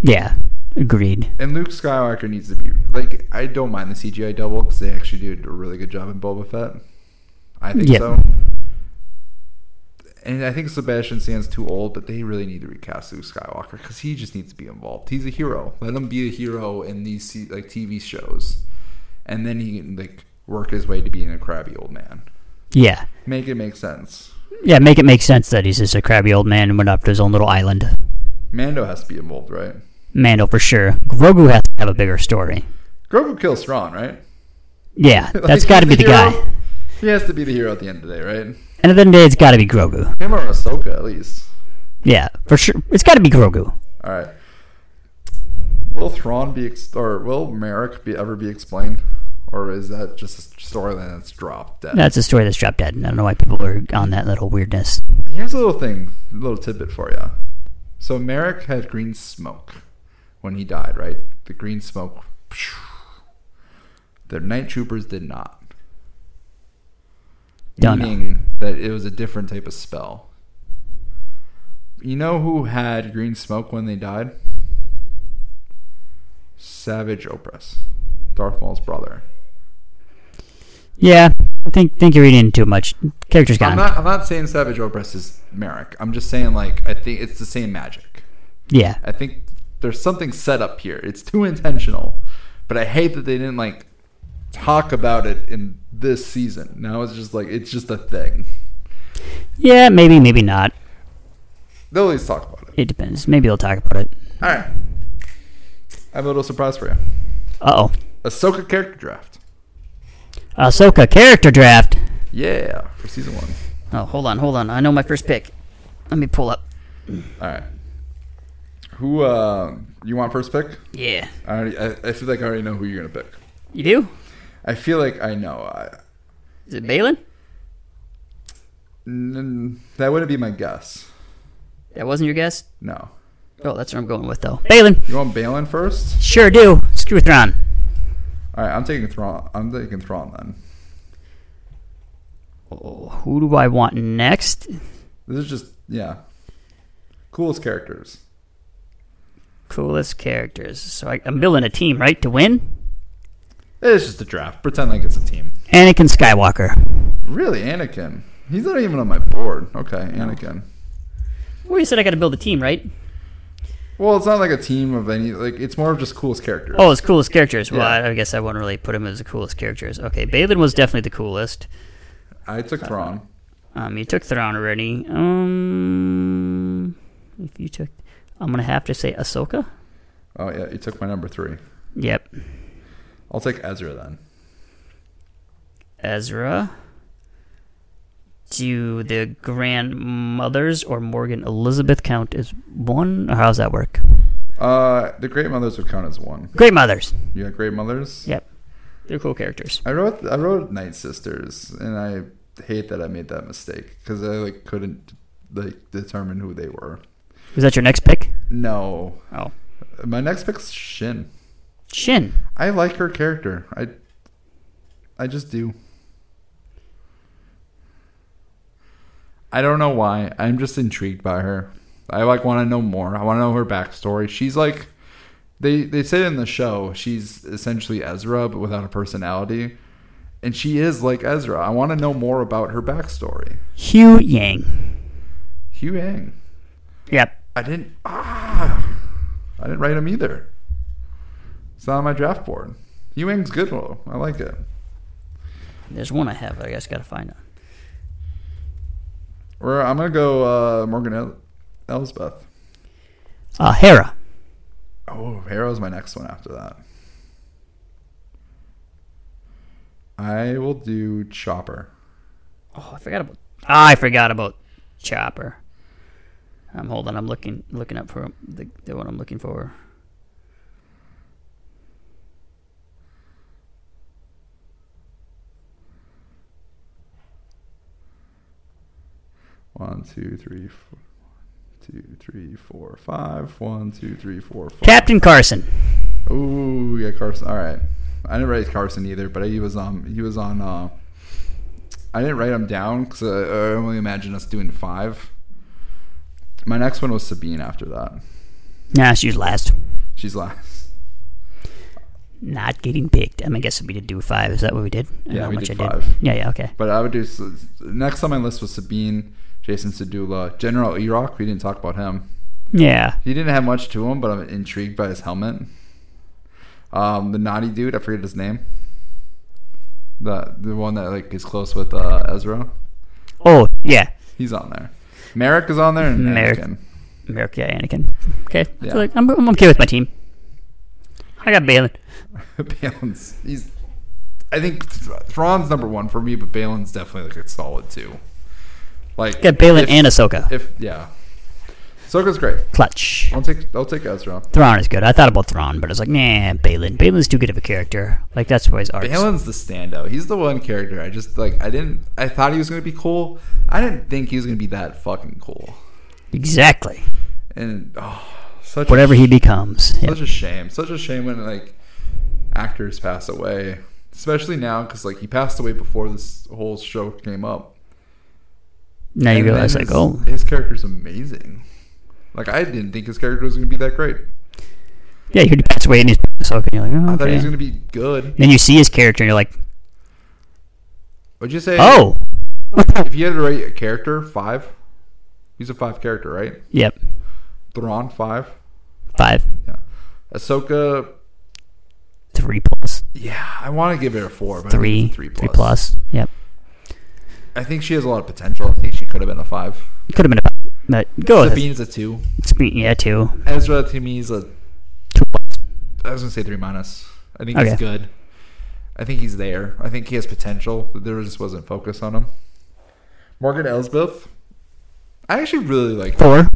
Speaker 2: Yeah, agreed.
Speaker 1: And Luke Skywalker needs to be like I don't mind the CGI double because they actually did a really good job in Boba Fett. I think
Speaker 2: Yeah.
Speaker 1: so. And I think Sebastian Stan's too old, but they really need to recast Luke Skywalker because he just needs to be involved. He's a hero. Let him be a hero in these se- like TV shows, and then he can like work his way to being a crabby old man.
Speaker 2: Yeah.
Speaker 1: Make it make sense.
Speaker 2: Yeah, make it make sense that he's just a crabby old man and went off to his own little island.
Speaker 1: Mando has to be involved, right?
Speaker 2: Mando for sure. Grogu has to have a bigger story.
Speaker 1: Grogu kills Thrawn, right?
Speaker 2: Yeah, that's
Speaker 1: Like,
Speaker 2: got to be
Speaker 1: he's
Speaker 2: the
Speaker 1: hero.
Speaker 2: guy.
Speaker 1: He has to be the hero at the end of the day, right?
Speaker 2: End of the day, it's got to be Grogu.
Speaker 1: Him or Ahsoka, at least.
Speaker 2: Yeah, for sure. It's got to be Grogu.
Speaker 1: All right. Will Thrawn be ex- or will Merrick be ever be explained, or is that just a storyline that's dropped dead?
Speaker 2: That's a story that's dropped dead. and I don't know why people are on that little weirdness.
Speaker 1: Here's a little thing, a little tidbit for you. So Merrick had green smoke when he died, right? The green smoke. The night troopers did not.
Speaker 2: Don't know.
Speaker 1: Meaning that it was a different type of spell. You know who had green smoke when they died? Savage Opress, Darth Maul's brother.
Speaker 2: Yeah, I think think you're reading into too much. Character's gone.
Speaker 1: I'm not. I'm not saying Savage Opress is Merrick. I'm just saying like I think it's the same magic.
Speaker 2: yeah,
Speaker 1: I think there's something set up here. It's too intentional. But I hate that they didn't like talk about it in this season. Now it's just like it's just a thing.
Speaker 2: Yeah, maybe, maybe not.
Speaker 1: They'll at least talk about it.
Speaker 2: It depends. Maybe we'll talk about it.
Speaker 1: All right. I have a little surprise for you.
Speaker 2: Uh oh.
Speaker 1: Ahsoka character draft.
Speaker 2: Ahsoka character draft.
Speaker 1: Yeah, for season one.
Speaker 2: Oh, hold on, hold on. I know my first pick. Let me pull up.
Speaker 1: All right. Who uh you want first pick?
Speaker 2: Yeah.
Speaker 1: I already, I, I feel like I already know who you're gonna pick.
Speaker 2: You do?
Speaker 1: I feel like I know. I,
Speaker 2: Is it Balin?
Speaker 1: n- that wouldn't be my guess.
Speaker 2: That wasn't your guess?
Speaker 1: No.
Speaker 2: Oh, that's what I'm going with, though. Balin.
Speaker 1: You want Balin first?
Speaker 2: Sure do. Screw Thrawn.
Speaker 1: All right, I'm taking Thrawn. I'm taking Thrawn then.
Speaker 2: Oh, who do I want next?
Speaker 1: This is just yeah, coolest characters.
Speaker 2: Coolest characters. So I, I'm building a team, right, to win?
Speaker 1: It's just a draft. Pretend like it's a team.
Speaker 2: Anakin Skywalker.
Speaker 1: Really, Anakin. He's not even on my board. Okay, Anakin.
Speaker 2: Well, you said I got to build a team, right?
Speaker 1: Well, it's not like a team of any. Like it's more of just coolest characters.
Speaker 2: Oh, it's coolest characters. Well,
Speaker 1: Yeah.
Speaker 2: I, I guess I wouldn't really put him as the coolest characters. Okay, Balin was definitely the coolest.
Speaker 1: I took Thrawn.
Speaker 2: Um, you took Thrawn already. Um, if you took, I'm gonna have to say Ahsoka.
Speaker 1: Oh yeah, you took my number three.
Speaker 2: Yep,
Speaker 1: I'll take Ezra then.
Speaker 2: Ezra. Do the grandmothers or Morgan Elizabeth count as one, or how's that work?
Speaker 1: Uh, the Great Mothers would count as one.
Speaker 2: Great mothers.
Speaker 1: You got Great Mothers.
Speaker 2: Yep, they're cool characters.
Speaker 1: I wrote I wrote Night Sisters, and I hate that I made that mistake because I like couldn't like determine who they were.
Speaker 2: Was that your next pick?
Speaker 1: No,
Speaker 2: Oh,
Speaker 1: my next pick's Shin.
Speaker 2: Shin.
Speaker 1: I like her character. I I just do. I don't know why. I'm just intrigued by her. I like want to know more. I want to know her backstory. She's like they they say in the show she's essentially Ezra but without a personality. And she is like Ezra. I want to know more about her backstory.
Speaker 2: Hugh Yang.
Speaker 1: Hugh Yang.
Speaker 2: Yep.
Speaker 1: I didn't ah, I didn't write him either. It's not on my draft board. Hugh Yang's good though. I like it.
Speaker 2: There's one I have. I guess gotta find it.
Speaker 1: Or I'm gonna go uh, Morgan El- Elsbeth.
Speaker 2: Uh, Hera.
Speaker 1: Oh, Harrow's my next one after that. I will do Chopper.
Speaker 2: Oh, I forgot about. I forgot about Chopper. I'm holding. I'm looking looking up for the, the one I'm looking for.
Speaker 1: One, two, three, four. Two, three, four, five. One, two, three, four, five.
Speaker 2: Captain Carson.
Speaker 1: Ooh, yeah, Carson. All right, I didn't write Carson either, but he was on. He was on. Uh, I didn't write him down because uh, I only imagine us doing five. My next one was Sabine. After that,
Speaker 2: Nah, she's last.
Speaker 1: she's last.
Speaker 2: Not getting picked. I mean, I guess we did do five. Is that what we did? I don't
Speaker 1: Yeah,
Speaker 2: know
Speaker 1: we
Speaker 2: how much
Speaker 1: did
Speaker 2: I
Speaker 1: five.
Speaker 2: Yeah, yeah, okay.
Speaker 1: But I would do next on my list was Sabine, Jason Sedula, General Iraq. We didn't talk about him.
Speaker 2: Yeah.
Speaker 1: He didn't have much to him, but I'm intrigued by his helmet. Um, the naughty dude, I forget his name. The the one that like is close with uh, Ezra,
Speaker 2: Oh, yeah.
Speaker 1: he's on there. Merrick is on there, and
Speaker 2: Merrick.
Speaker 1: Anakin.
Speaker 2: America, yeah, Anakin. Okay. I
Speaker 1: Yeah.
Speaker 2: feel like I'm, I'm okay with my team. I got Balin.
Speaker 1: Balin's he's. I think Thrawn's number one for me, but Balin's definitely like a solid two. Like
Speaker 2: I got Balin
Speaker 1: if,
Speaker 2: and Ahsoka.
Speaker 1: if yeah, Ahsoka's great.
Speaker 2: Clutch.
Speaker 1: I'll take I'll take Ezra.
Speaker 2: Thrawn is good. I thought about Thrawn, but I was like, nah, Balin. Balin's too good of a character. Like, that's why his arc's
Speaker 1: Balin's the standout. He's the one character I just like. I didn't. I thought he was gonna be cool. I didn't think he was gonna be that fucking cool.
Speaker 2: Exactly.
Speaker 1: And oh, such
Speaker 2: Whatever
Speaker 1: A,
Speaker 2: he becomes. Yeah.
Speaker 1: such a shame. Such a shame when like actors pass away, especially now because like he passed away before this whole show came up.
Speaker 2: Now you
Speaker 1: And then
Speaker 2: realize, like,
Speaker 1: his,
Speaker 2: oh,
Speaker 1: his character's amazing. Like I didn't think his character was gonna be that great.
Speaker 2: Yeah, he passed away and he's Ahsoka. And you're like, oh,
Speaker 1: I thought
Speaker 2: okay.
Speaker 1: he was gonna be good.
Speaker 2: Then you see his character and you're like,
Speaker 1: Would you say?
Speaker 2: oh,
Speaker 1: if you had to rate a character, five. He's a five character, right?
Speaker 2: yep,
Speaker 1: Thrawn, five.
Speaker 2: Five.
Speaker 1: Ahsoka,
Speaker 2: Three plus.
Speaker 1: yeah, I want to give it a four, but I think
Speaker 2: Three.
Speaker 1: it's a
Speaker 2: Three plus. Yep.
Speaker 1: I think she has a lot of potential. I think she could have been a five.
Speaker 2: It could have been a five. But go with it.
Speaker 1: Sabine's a two.
Speaker 2: Sabine, yeah, two.
Speaker 1: Ezra to me is a.
Speaker 2: Two plus.
Speaker 1: I was gonna say three minus. I think
Speaker 2: Okay.
Speaker 1: he's good. I think he's there. I think he has potential, but there just wasn't focus on him. Morgan Elsbeth, I actually really like. Her.
Speaker 2: Four.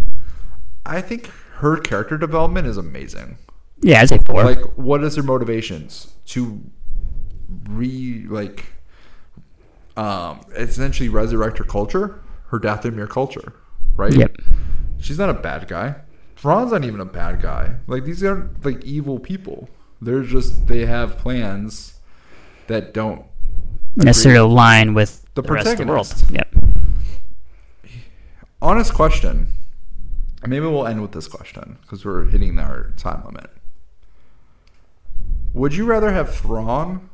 Speaker 1: I think her character development is amazing.
Speaker 2: Yeah, I'd say four.
Speaker 1: Like, what is her motivations to re like, um, essentially resurrect her culture, her Dathomir culture, right?
Speaker 2: yep.
Speaker 1: She's not a bad guy. Thrawn's not even a bad guy. Like these aren't like evil people. They're just they have plans that don't.
Speaker 2: Necessarily align with
Speaker 1: The
Speaker 2: the, rest of the world.
Speaker 1: protagonist.
Speaker 2: Yep.
Speaker 1: Honest question. Maybe we'll end with this question because we're hitting our time limit. Would you rather have Thrawn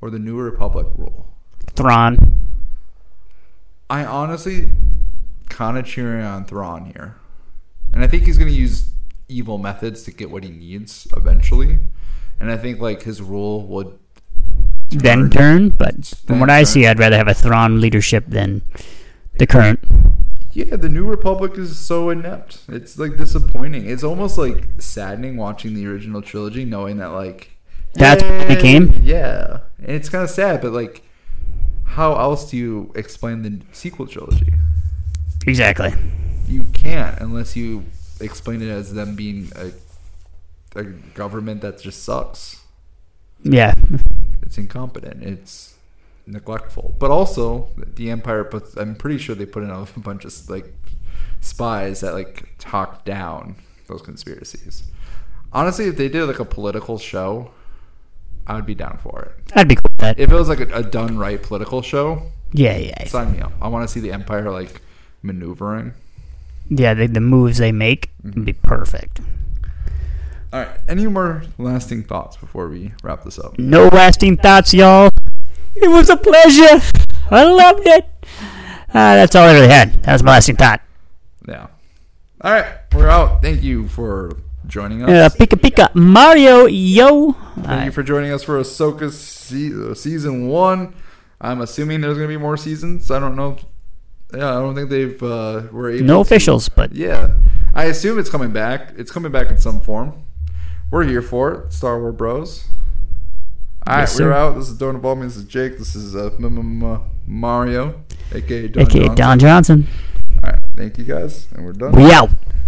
Speaker 1: or the New Republic rule?
Speaker 2: Thrawn.
Speaker 1: I honestly kind of cheering on Thrawn here, and I think he's going to use evil methods to get what he needs eventually. And I think like his rule would
Speaker 2: Then turn, but from
Speaker 1: Then
Speaker 2: what I
Speaker 1: turn.
Speaker 2: see, I'd rather have a Thrawn leadership than the current.
Speaker 1: Yeah, the New Republic is so inept. It's like disappointing. It's almost like saddening watching the original trilogy, knowing that like
Speaker 2: That's what it
Speaker 1: yay,
Speaker 2: became?
Speaker 1: Yeah, and it's kind of sad, but like, how else do you explain the sequel trilogy?
Speaker 2: Exactly.
Speaker 1: You can't unless you explain it as them being a a government that just sucks.
Speaker 2: Yeah.
Speaker 1: It's incompetent. It's neglectful. But also, the Empire puts. I'm pretty sure they put in a bunch of like spies that like talk down those conspiracies. Honestly, if they did like a political show, I would be down for it.
Speaker 2: I'd be cool with that.
Speaker 1: If it was like a, a done right political show,
Speaker 2: yeah, yeah.
Speaker 1: sign me up. I want to see the Empire like maneuvering.
Speaker 2: Yeah, the, the moves they make would
Speaker 1: Mm-hmm.
Speaker 2: be perfect.
Speaker 1: All right. Any more lasting thoughts before we wrap this up?
Speaker 2: No lasting thoughts, y'all. It was a pleasure. I loved it. Uh, that's all I really had. That was my lasting thought.
Speaker 1: Yeah. All right. We're out. Thank you for joining us.
Speaker 2: Uh, pika pika Mario, yo.
Speaker 1: Oh, Thank
Speaker 2: Uh,
Speaker 1: you for joining us for Ahsoka se- uh, season one. I'm assuming there's going to be more seasons. I don't know. Yeah, I don't think they've uh, were able.
Speaker 2: no
Speaker 1: to-
Speaker 2: officials, but
Speaker 1: Yeah, I assume it's coming back. It's coming back in some form. We're here for it, Star Wars Bros. All right,
Speaker 2: Yes,
Speaker 1: we're
Speaker 2: sir.
Speaker 1: out. This is Don Evolving. This is Jake. This is uh, M- M- M- Mario, aka Don.
Speaker 2: aka
Speaker 1: Johnson.
Speaker 2: Don Johnson.
Speaker 1: All right, thank you guys, and we're done.
Speaker 2: We out.